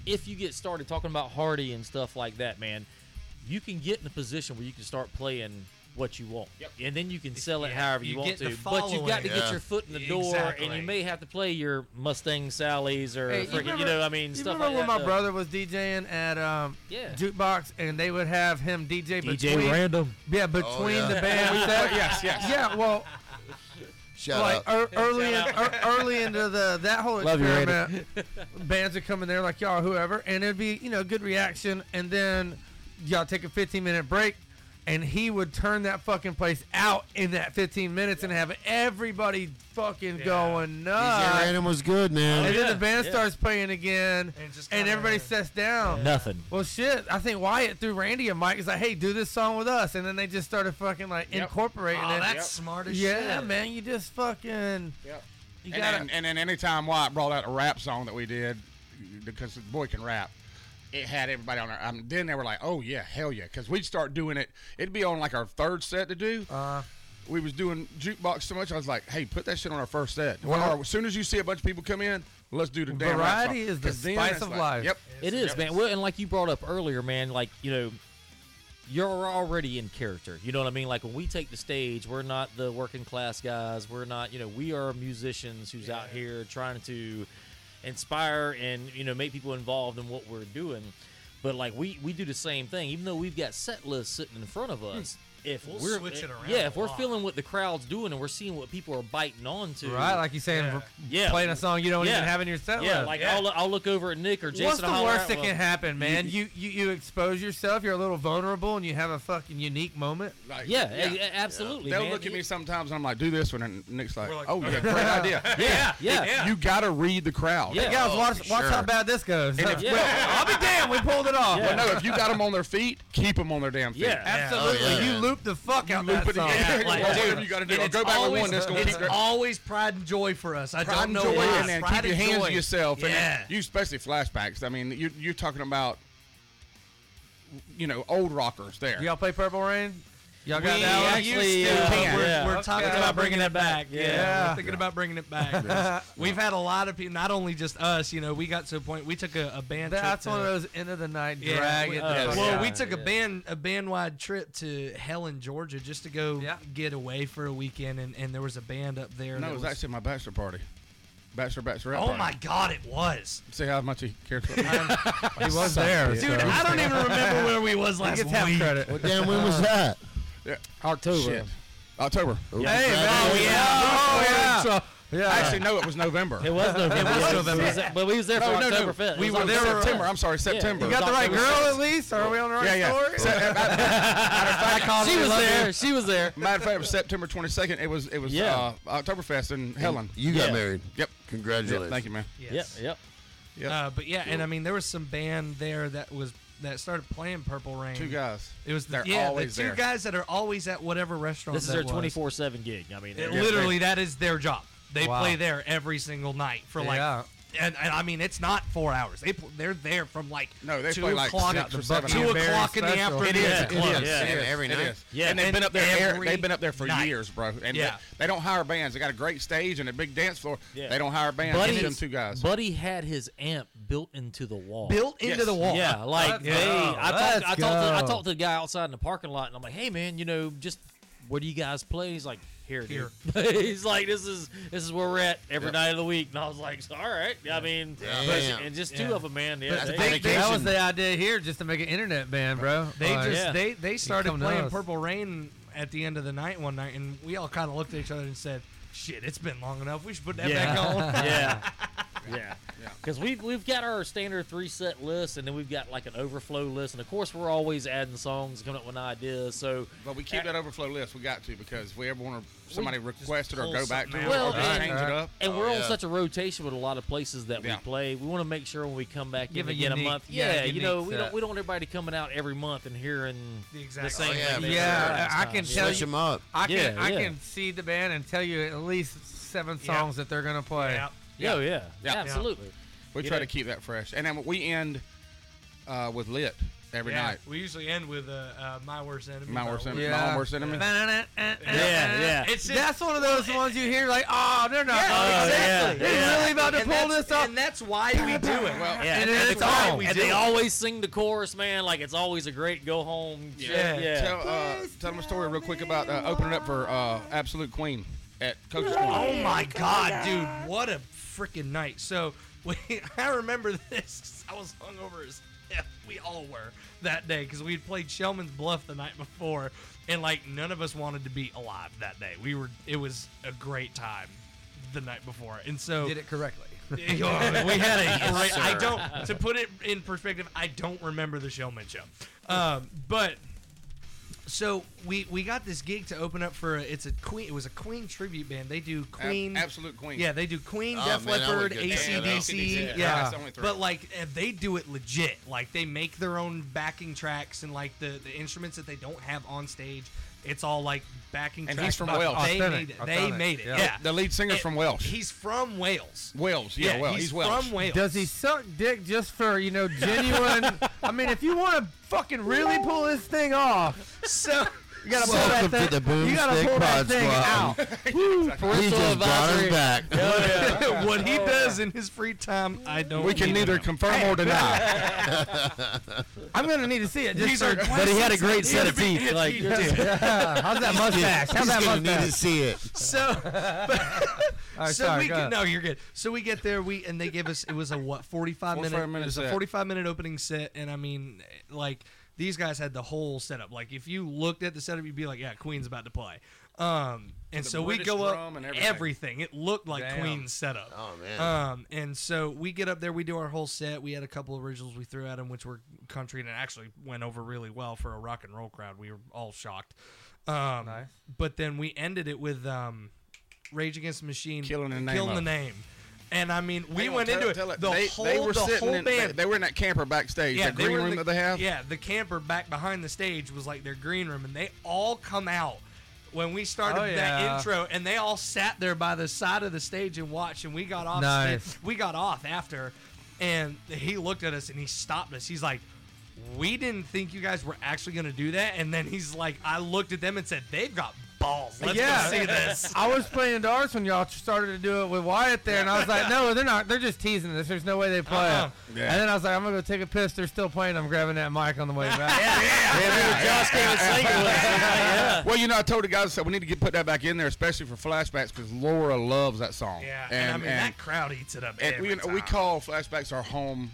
Speaker 2: if you get started talking about Hardy and stuff like that, man, you can get in a position where you can start playing what you want,
Speaker 7: Yep.
Speaker 2: and then you can sell it
Speaker 4: Yeah,
Speaker 2: however you,
Speaker 4: you
Speaker 2: want
Speaker 4: get
Speaker 2: to.
Speaker 4: the
Speaker 2: But you've got to get
Speaker 6: following.
Speaker 2: your foot in the door, and
Speaker 4: Exactly.
Speaker 2: you may have to play your Mustang Sallies or
Speaker 5: Hey,
Speaker 2: freaking, you,
Speaker 5: remember-
Speaker 2: know, I mean,
Speaker 5: you
Speaker 2: stuff like
Speaker 5: remember
Speaker 2: that.
Speaker 5: when my
Speaker 2: though.
Speaker 5: brother was DJing at um,
Speaker 2: Yeah.
Speaker 5: jukebox, and they would have him DJ, between [LAUGHS]
Speaker 2: Random.
Speaker 5: yeah between
Speaker 6: Oh, yeah.
Speaker 2: [LAUGHS]
Speaker 5: the band
Speaker 7: But
Speaker 5: sets.
Speaker 7: yes, yes.
Speaker 5: Yeah, well,
Speaker 6: Shout
Speaker 5: like
Speaker 6: out.
Speaker 5: er, early in, er, early into the that whole
Speaker 2: Love you, Randy.
Speaker 5: experiment, bands would come in there like y'all, whoever, and it'd be you know good reaction, and then y'all take a 15 minute break, and he would turn that fucking place out in that 15 minutes and have everybody fucking going
Speaker 6: Easy
Speaker 5: nuts.
Speaker 6: Random was good, man.
Speaker 5: And then the band
Speaker 2: yeah.
Speaker 5: starts playing again,
Speaker 4: And
Speaker 5: and,
Speaker 4: just kinda-
Speaker 5: everybody sets down.
Speaker 2: Nothing.
Speaker 5: Well, shit. I think Wyatt threw Randy a mic. He's like, "Hey, do this song with us," and then they just started fucking like
Speaker 7: Yep.
Speaker 5: incorporating
Speaker 4: Oh,
Speaker 5: it.
Speaker 4: that's smart as shit.
Speaker 5: yeah, man. You just fucking.
Speaker 7: Yep.
Speaker 5: You
Speaker 7: And
Speaker 5: gotta.
Speaker 7: then, and then anytime Wyatt brought out a rap song that we did, because the boy can rap, it had everybody on there. Um, then they were like, "Oh yeah, hell yeah!" Because we'd start doing it. It'd be on like our third set to do.
Speaker 5: Uh,
Speaker 7: we was doing jukebox so much. I was like, "Hey, put that shit on our first set." Or as soon as you see a bunch of people come in, let's do the damn rap song.
Speaker 5: Variety is the
Speaker 7: 'Cause then
Speaker 5: spice
Speaker 7: it's
Speaker 5: of
Speaker 7: like,
Speaker 5: life.
Speaker 7: Yep.
Speaker 2: It is, man. Well, and like you brought up earlier, man, like, you know, you're already in character. You know what I mean? Like when we take the stage, we're not the working class guys. We're not, you know, we are musicians who's out here trying to inspire and, you know, make people involved in what we're doing. But like we we do the same thing, even though we've got set lists sitting in front of us. If
Speaker 4: Hmm. We'll
Speaker 2: we are
Speaker 4: switch it around
Speaker 2: yeah,
Speaker 4: a
Speaker 2: if we're
Speaker 4: lot.
Speaker 2: feeling what the crowd's doing and we're seeing what people are biting on to,
Speaker 5: right, like you saying,
Speaker 4: Yeah.
Speaker 2: Yeah.
Speaker 5: playing a song you don't
Speaker 2: Yeah.
Speaker 5: even have in your set
Speaker 2: yeah,
Speaker 5: list.
Speaker 2: like
Speaker 4: Yeah.
Speaker 2: I'll, I'll look over at Nick or Jason.
Speaker 5: What's the
Speaker 2: and holler
Speaker 5: worst
Speaker 2: out,
Speaker 5: that
Speaker 2: "Well,
Speaker 5: can happen, man? You, you you expose yourself. You're a little vulnerable, and you have a fucking unique moment.
Speaker 7: Like,
Speaker 2: Yeah, a- a- absolutely.
Speaker 7: They'll
Speaker 2: man.
Speaker 7: look at me sometimes, and I'm like, "Do this one," and Nick's like,
Speaker 4: We're like,
Speaker 7: "Oh yeah, great idea."
Speaker 2: Yeah, [LAUGHS] yeah.
Speaker 7: You gotta read the crowd.
Speaker 2: Yeah.
Speaker 5: Guys,
Speaker 2: Oh,
Speaker 5: watch
Speaker 6: for
Speaker 5: watch how
Speaker 6: sure.
Speaker 5: bad this goes. [LAUGHS]
Speaker 7: And if-
Speaker 5: Huh.
Speaker 2: Yeah.
Speaker 5: Well, I'll be damned, we pulled it off.
Speaker 7: But no, if you got them on their feet, keep them on their damn feet.
Speaker 2: Yeah.
Speaker 5: Absolutely,
Speaker 6: Oh, yeah.
Speaker 5: you loop the fuck out
Speaker 7: Loop
Speaker 5: that
Speaker 7: it
Speaker 5: song.
Speaker 7: again.
Speaker 4: like,
Speaker 7: Well,
Speaker 4: dude,
Speaker 7: whatever you gotta do.
Speaker 4: and
Speaker 7: Or
Speaker 4: it's
Speaker 7: go back on
Speaker 4: always-
Speaker 7: one. That's gonna
Speaker 4: It's
Speaker 7: be great.
Speaker 4: always pride and joy for us. I
Speaker 7: Pride
Speaker 4: don't
Speaker 7: and
Speaker 4: know
Speaker 7: joy,
Speaker 4: why.
Speaker 7: and then
Speaker 4: pride
Speaker 7: keep your
Speaker 4: and
Speaker 7: hands
Speaker 4: joy.
Speaker 7: to yourself. And
Speaker 4: Yeah.
Speaker 7: you especially flashbacks. I mean, you're, you're talking about, you know, old rockers there.
Speaker 5: Y'all play Purple Rain? Y'all got
Speaker 4: We
Speaker 5: that one?
Speaker 4: actually,
Speaker 7: still
Speaker 4: uh,
Speaker 7: can.
Speaker 4: we're,
Speaker 2: Yeah.
Speaker 4: we're talking
Speaker 5: Okay.
Speaker 4: about bringing it back. Yeah,
Speaker 5: Yeah.
Speaker 4: we're thinking about bringing it back. [LAUGHS] We've had a lot of people, not only just us. You know, we got to a point. We took a, a band.
Speaker 5: That's
Speaker 4: trip
Speaker 5: one
Speaker 4: to,
Speaker 5: of those end of the night
Speaker 4: Yeah,
Speaker 5: drag
Speaker 4: we-
Speaker 5: it. the
Speaker 4: Oh,
Speaker 2: uh,
Speaker 5: fuck
Speaker 4: Well,
Speaker 5: out.
Speaker 4: we took a
Speaker 2: Yeah.
Speaker 4: band a band wide trip to Helen, Georgia, just to go
Speaker 5: Yeah.
Speaker 4: get away for a weekend, and, and there was a band up there.
Speaker 7: No,
Speaker 4: that
Speaker 7: it was actually my bachelor party. Bachelor, bachelorette.
Speaker 4: Oh
Speaker 7: party.
Speaker 4: my God, it was.
Speaker 7: See how much he cares for me. [LAUGHS]
Speaker 5: he was there,
Speaker 4: Dude, I don't even remember where we was last
Speaker 5: gets half
Speaker 4: week.
Speaker 5: credit.
Speaker 6: Well, damn, when was that?
Speaker 7: Yeah. October. October.
Speaker 5: Hey, man.
Speaker 6: Oh,
Speaker 5: yeah. Oh, yeah. Yeah.
Speaker 7: Actually, no, it was November.
Speaker 2: It was November. It was- But we was there for
Speaker 7: No, no, no.
Speaker 2: Oktoberfest.
Speaker 7: We
Speaker 2: It
Speaker 7: were
Speaker 2: was
Speaker 7: there
Speaker 2: October-
Speaker 7: September. I'm sorry, September.
Speaker 5: you got the right
Speaker 2: October
Speaker 5: girl at least? Or are we on the right
Speaker 7: yeah, yeah.
Speaker 5: story?
Speaker 7: Se- matter of fact,
Speaker 2: She was there. She was there.
Speaker 7: Matter of fact, it was September 22nd. It was it was
Speaker 2: Yeah.
Speaker 7: uh, Oktoberfest in Helen.
Speaker 6: You got
Speaker 2: Yeah.
Speaker 6: married.
Speaker 7: Yep.
Speaker 6: Congratulations.
Speaker 7: Yep, Thank you, man.
Speaker 2: Yep,
Speaker 4: Yes.
Speaker 2: yep.
Speaker 4: Uh, but yeah, and I mean, there was some band there that was that started playing Purple Rain.
Speaker 7: Two guys.
Speaker 4: It was the,
Speaker 7: They're
Speaker 4: yeah, the two
Speaker 7: always there.
Speaker 4: guys that are always at whatever restaurant.
Speaker 2: This is
Speaker 4: Oh, that
Speaker 2: her
Speaker 4: was.
Speaker 2: 24 7 gig. I mean,
Speaker 4: It,
Speaker 2: yeah.
Speaker 4: literally, that is their job. They
Speaker 5: Wow.
Speaker 4: play there every single night for like,
Speaker 5: Yeah.
Speaker 4: and, and I mean, it's not four hours. They pl- they're there from like
Speaker 7: No, they
Speaker 4: two
Speaker 7: play like
Speaker 4: o'clock,
Speaker 7: six or
Speaker 4: two
Speaker 7: seven
Speaker 5: hours.
Speaker 4: o'clock in the
Speaker 5: Very special. It
Speaker 4: afternoon.
Speaker 2: is,
Speaker 4: At
Speaker 2: it
Speaker 4: clubs.
Speaker 2: is. Yeah.
Speaker 7: It is,
Speaker 6: Every
Speaker 7: it
Speaker 6: night.
Speaker 7: is.
Speaker 2: Yeah.
Speaker 7: and they've
Speaker 4: And
Speaker 7: been up there.
Speaker 4: every
Speaker 7: they've been up there for
Speaker 4: night.
Speaker 7: years, bro. And
Speaker 4: Yeah.
Speaker 7: they, they don't hire bands. They got a great stage and a big dance floor.
Speaker 2: Yeah.
Speaker 7: They don't hire bands. It's them two guys.
Speaker 2: Buddy had his amp built into the wall.
Speaker 4: Built into
Speaker 7: Yes.
Speaker 4: the wall.
Speaker 2: Yeah, like
Speaker 5: Let's
Speaker 2: they.
Speaker 5: go.
Speaker 2: I talked. I
Speaker 5: Let's
Speaker 2: talked. To, I
Speaker 5: go.
Speaker 2: talked to the guy outside in the parking lot, and I'm like, "Hey, man, you know, just what do you guys play?" He's like, "Here, dude." [LAUGHS] He's like, "This is this is where we're at every night of the week." And I was like, "All right." I mean, but-
Speaker 6: Damn.
Speaker 2: and just
Speaker 4: Yeah.
Speaker 2: two of them, man. Yeah,
Speaker 6: That's
Speaker 2: they-
Speaker 6: dedication.
Speaker 5: that was the idea here, just to make an internet band, bro.
Speaker 4: They
Speaker 5: Like,
Speaker 4: just
Speaker 2: Yeah.
Speaker 4: they they started
Speaker 5: come to
Speaker 4: playing
Speaker 5: us.
Speaker 4: Purple Rain at the end of the night one night, and we all kind of looked at each other and said, "Shit, it's been long enough. We should put that
Speaker 2: Yeah.
Speaker 4: back on."
Speaker 2: [LAUGHS] yeah. Yeah. Because we've, we've got our standard three set list, and then we've got like an overflow list. And of course, we're always adding songs, coming up with ideas. So,
Speaker 7: [LAUGHS] But we keep that overflow list. We got to because if we ever want to, somebody request it or
Speaker 4: pull
Speaker 7: go back to
Speaker 4: something out.
Speaker 7: it
Speaker 4: uh,
Speaker 7: or
Speaker 2: Well,
Speaker 7: just
Speaker 2: and-
Speaker 7: change it up.
Speaker 2: and
Speaker 6: Oh,
Speaker 2: we're on
Speaker 6: yeah.
Speaker 2: such a rotation with a lot of places that
Speaker 7: Yeah.
Speaker 2: we play. We want to make sure when we come back
Speaker 5: Give
Speaker 2: in
Speaker 5: a
Speaker 2: again
Speaker 5: unique-
Speaker 2: a month.
Speaker 5: yeah,
Speaker 2: Yeah, you know,
Speaker 5: unique
Speaker 2: we don't,
Speaker 5: set.
Speaker 2: we don't want everybody coming out every month and hearing
Speaker 4: The
Speaker 2: the,
Speaker 4: exact-
Speaker 2: same
Speaker 4: Oh,
Speaker 2: thing.
Speaker 6: yeah,
Speaker 2: they
Speaker 6: man.
Speaker 2: heard
Speaker 5: Yeah,
Speaker 2: last
Speaker 5: I
Speaker 2: time.
Speaker 5: can
Speaker 2: Yeah.
Speaker 5: tell
Speaker 6: Switch
Speaker 5: you-
Speaker 6: them up.
Speaker 5: I can
Speaker 2: Yeah,
Speaker 5: I
Speaker 2: yeah.
Speaker 5: can see the band and tell you at least seven
Speaker 4: Yeah.
Speaker 5: songs that they're gonna play.
Speaker 4: Yeah.
Speaker 2: Yeah, oh, yeah.
Speaker 7: Yeah. Yeah.
Speaker 2: Absolutely.
Speaker 7: We
Speaker 2: You
Speaker 7: try
Speaker 2: know-
Speaker 7: to keep that fresh. And then we end uh, with lit every
Speaker 4: Yeah,
Speaker 7: night.
Speaker 4: We usually end with uh, uh, my worst enemy.
Speaker 7: My
Speaker 4: by
Speaker 7: worst
Speaker 4: Will
Speaker 7: enemy.
Speaker 5: Yeah.
Speaker 7: My worst enemy.
Speaker 5: Yeah,
Speaker 8: Uh,
Speaker 2: yeah.
Speaker 4: It's just-
Speaker 5: That's one of those ones you hear like, oh, they're not.
Speaker 2: Oh,
Speaker 5: fucking-
Speaker 2: exactly.
Speaker 5: They're
Speaker 2: yeah.
Speaker 5: really about to
Speaker 4: and
Speaker 5: pull
Speaker 4: that's-
Speaker 5: this off.
Speaker 4: And that's why we do it.
Speaker 7: Well,
Speaker 2: Yeah,
Speaker 5: And
Speaker 2: and,
Speaker 5: then
Speaker 2: they-
Speaker 5: it's on.
Speaker 2: and they always sing the chorus, man. Like it's always a great go home. shit.
Speaker 4: Yeah.
Speaker 2: yeah.
Speaker 7: Tell, uh, tell them a story real quick about uh, opening up for uh, Absolute Queen at Coach's Corner.
Speaker 4: oh my God, dude. What a freaking night. So [LAUGHS] we, I remember this. 'cause I was hungover as F. We all were that day because we had played Shellman's Bluff the night before. And like none of us wanted to be alive that day. We were. It was a great time the night before. And so
Speaker 5: it correctly.
Speaker 4: we [LAUGHS] had a great. I don't. To put it in perspective, I don't remember the Showman show, um, but so we we got this gig to open up for a, it's a Queen. It was a Queen tribute band. They do Queen.
Speaker 7: absolute Queen.
Speaker 4: Yeah, they do Queen,
Speaker 6: Oh,
Speaker 4: Def
Speaker 6: man, I would
Speaker 4: Leppard,
Speaker 6: go check that out.
Speaker 4: ACDC.
Speaker 7: Yeah,
Speaker 4: Yeah,
Speaker 7: that's the only three.
Speaker 4: but like eh, they do it legit. Like they make their own backing tracks and like the the instruments that they don't have on stage. It's all like backing
Speaker 7: And
Speaker 4: tracks.
Speaker 7: he's from
Speaker 4: but
Speaker 7: Wales.
Speaker 4: They
Speaker 5: Authentic,
Speaker 4: made it. They
Speaker 5: authentic,
Speaker 4: made it.
Speaker 5: yeah.
Speaker 4: Yeah.
Speaker 7: The lead singer's
Speaker 4: Eh,
Speaker 7: from Welsh.
Speaker 4: He's from Wales.
Speaker 7: Wales, yeah, Welsh.
Speaker 4: he's,
Speaker 7: He's, Welsh.
Speaker 4: from Wales.
Speaker 5: Does
Speaker 4: [LAUGHS]
Speaker 5: he suck dick just for you know genuine? I mean, if you want to fucking really pull this thing off,
Speaker 4: So
Speaker 5: you gotta pull
Speaker 6: Welcome
Speaker 5: that
Speaker 6: to
Speaker 5: thing.
Speaker 6: the
Speaker 5: you gotta
Speaker 6: Boomstick
Speaker 5: pull that
Speaker 6: Pod
Speaker 5: thing out.
Speaker 6: Squad.
Speaker 5: Woo,
Speaker 6: He
Speaker 5: parental
Speaker 6: just brought
Speaker 5: advisory.
Speaker 6: us back. [LAUGHS]
Speaker 4: [LAUGHS] what
Speaker 5: Oh,
Speaker 4: he does in his free time, I don't.
Speaker 7: Oh, we can
Speaker 4: even
Speaker 7: neither [LAUGHS] confirm or deny.
Speaker 5: I'm gonna need to see it. Just
Speaker 4: These are
Speaker 5: for-
Speaker 4: But he had a great set of teeth.
Speaker 5: Like, yeah. how's that mustache? How's
Speaker 6: He's
Speaker 5: that
Speaker 6: gonna
Speaker 5: mustache?
Speaker 6: need to see it.
Speaker 4: [LAUGHS] So,
Speaker 5: All right,
Speaker 4: so
Speaker 5: sorry,
Speaker 4: we
Speaker 5: go
Speaker 4: get,
Speaker 5: ahead.
Speaker 4: no, you're good. So we get there, we and they give us it was a what 45 minute
Speaker 7: 45 minute
Speaker 4: it was a
Speaker 7: set.
Speaker 4: 45 minute opening set, and I mean like these guys had the whole setup. Like if you looked at the setup, you'd be like, yeah, Queen's about to play. Um, and
Speaker 7: The
Speaker 4: so we
Speaker 7: British
Speaker 4: go up
Speaker 7: drum and everything.
Speaker 4: It looked like
Speaker 5: Damn.
Speaker 4: Queen's setup.
Speaker 6: Oh man.
Speaker 4: Um, and so we get up there, we do our whole set. We had a couple originals we threw at them, which were country, and it actually went over really well for a rock and roll crowd. We were all shocked. Um,
Speaker 5: Nice.
Speaker 4: But then we ended it with um, Rage Against the Machine,
Speaker 7: Killing the Name
Speaker 4: Killing
Speaker 7: of
Speaker 4: the
Speaker 7: It.
Speaker 4: name. And I mean, we
Speaker 7: Hang on,
Speaker 4: went
Speaker 7: tell-
Speaker 4: into
Speaker 7: tell
Speaker 4: it. The
Speaker 7: they,
Speaker 4: whole,
Speaker 7: they were
Speaker 4: the
Speaker 7: sitting
Speaker 4: whole
Speaker 7: in,
Speaker 4: band.
Speaker 7: They, they were in that camper backstage, that
Speaker 4: they
Speaker 7: green
Speaker 4: were in
Speaker 7: room
Speaker 4: the-
Speaker 7: that they have.
Speaker 4: Yeah, the camper back behind the stage was like their green room, and they all come out when we started
Speaker 5: Oh, yeah.
Speaker 4: that intro, and they all sat there by the side of the stage and watched, and we got off. sta-
Speaker 5: Nice.
Speaker 4: we got off after, and he looked at us and he stopped us. He's like. We didn't think you guys were actually gonna do that, and then he's like, "I looked at them and said, they've got balls. Let's
Speaker 5: Yeah.
Speaker 4: go see
Speaker 7: [LAUGHS]
Speaker 4: this."
Speaker 5: I was playing darts when y'all started to do it with Wyatt there, and I was like, no, they're not. They're just teasing us. There's no way they play
Speaker 4: Uh-uh.
Speaker 5: it.
Speaker 7: Yeah.
Speaker 5: And then I was like, I'm gonna go take a piss. They're still playing. I'm grabbing that mic on the way back.
Speaker 2: Josh came and sang
Speaker 4: [LAUGHS]
Speaker 2: it with us. Yeah.
Speaker 7: Well, you know, I told the guys I said we need to get put that back in there, especially for flashbacks, because Laura loves that song.
Speaker 4: yeah, and, I mean that crowd eats it up.
Speaker 7: and
Speaker 4: every
Speaker 7: we,
Speaker 4: time.
Speaker 7: we call flashbacks our home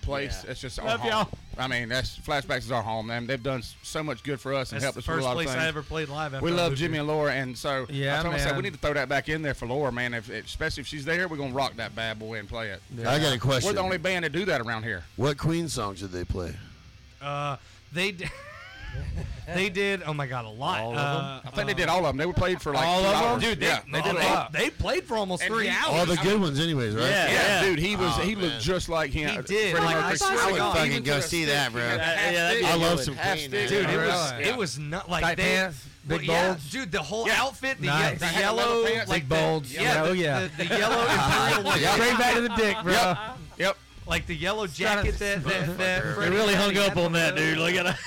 Speaker 7: place. That's just our
Speaker 5: Love
Speaker 7: home.
Speaker 5: y'all.
Speaker 7: I mean, that's flashbacks is our home. Man, they've done s- so much good for us and
Speaker 4: That's
Speaker 7: helped
Speaker 4: the
Speaker 7: us with a
Speaker 4: first
Speaker 7: lot
Speaker 4: place
Speaker 7: of things.
Speaker 4: I ever played live. After
Speaker 7: we
Speaker 4: I
Speaker 7: love
Speaker 4: moved
Speaker 7: Jimmy
Speaker 4: here.
Speaker 7: and Laura, and so
Speaker 5: Yeah,
Speaker 7: I told myself
Speaker 5: man.
Speaker 7: we need to throw that back in there for Laura, man. If, if- especially if she's there, we're gonna rock that bad boy and play it.
Speaker 6: I got a question.
Speaker 7: We're the only band to do that around here.
Speaker 6: What Queen songs did they play?
Speaker 4: Uh, they did. [LAUGHS] they did. Oh my god, a lot.
Speaker 2: All of
Speaker 4: uh,
Speaker 7: I think they did all of them. They were played for like
Speaker 5: All
Speaker 7: two
Speaker 5: of 'em?
Speaker 7: hours.
Speaker 5: Dude,
Speaker 7: yeah,
Speaker 4: They,
Speaker 7: did
Speaker 4: they-
Speaker 7: a lot.
Speaker 4: they played for almost
Speaker 7: And
Speaker 4: three
Speaker 7: he-
Speaker 4: hours.
Speaker 6: All the good ones, anyways, right?
Speaker 2: Yeah.
Speaker 7: Yeah, dude, he was
Speaker 6: Oh,
Speaker 7: he
Speaker 6: man.
Speaker 7: looked just like him.
Speaker 4: He did.
Speaker 7: Freddie
Speaker 4: Like, I
Speaker 7: Mercury.
Speaker 4: swear to
Speaker 7: oh, Even
Speaker 4: God.
Speaker 7: to
Speaker 6: Fucking go
Speaker 7: the
Speaker 6: see
Speaker 7: stick.
Speaker 6: that, bro.
Speaker 7: Yeah, the
Speaker 2: Yeah,
Speaker 7: half
Speaker 2: that'd be
Speaker 7: stick.
Speaker 2: a
Speaker 6: I love
Speaker 2: good
Speaker 6: some
Speaker 2: one.
Speaker 6: Queen.
Speaker 7: Half-stick.
Speaker 6: man.
Speaker 4: Dude, it was
Speaker 5: Really?
Speaker 4: it was not like
Speaker 5: Tight
Speaker 4: they,
Speaker 5: pants,
Speaker 4: well,
Speaker 5: big
Speaker 4: yeah,
Speaker 5: bulge.
Speaker 4: dude, the whole outfit, the, ye-
Speaker 5: Nice.
Speaker 4: the
Speaker 7: They had leather
Speaker 4: yellow,
Speaker 7: pants,
Speaker 4: like
Speaker 5: Big
Speaker 4: the-
Speaker 5: bulge.
Speaker 4: yeah,
Speaker 5: Yeah,
Speaker 4: the,
Speaker 5: oh, yeah.
Speaker 4: the,
Speaker 5: [LAUGHS]
Speaker 4: the yellow imperial, like,
Speaker 5: Straight back to the dick, bro.
Speaker 4: uh,
Speaker 7: Yep.
Speaker 4: like the yellow
Speaker 5: Son
Speaker 4: jacket
Speaker 5: of-
Speaker 4: that that, that
Speaker 2: They
Speaker 4: Freddie
Speaker 2: really
Speaker 4: had,
Speaker 2: hung
Speaker 4: he
Speaker 2: up
Speaker 4: had
Speaker 2: on
Speaker 4: one
Speaker 2: that,
Speaker 4: of those.
Speaker 2: dude. Look at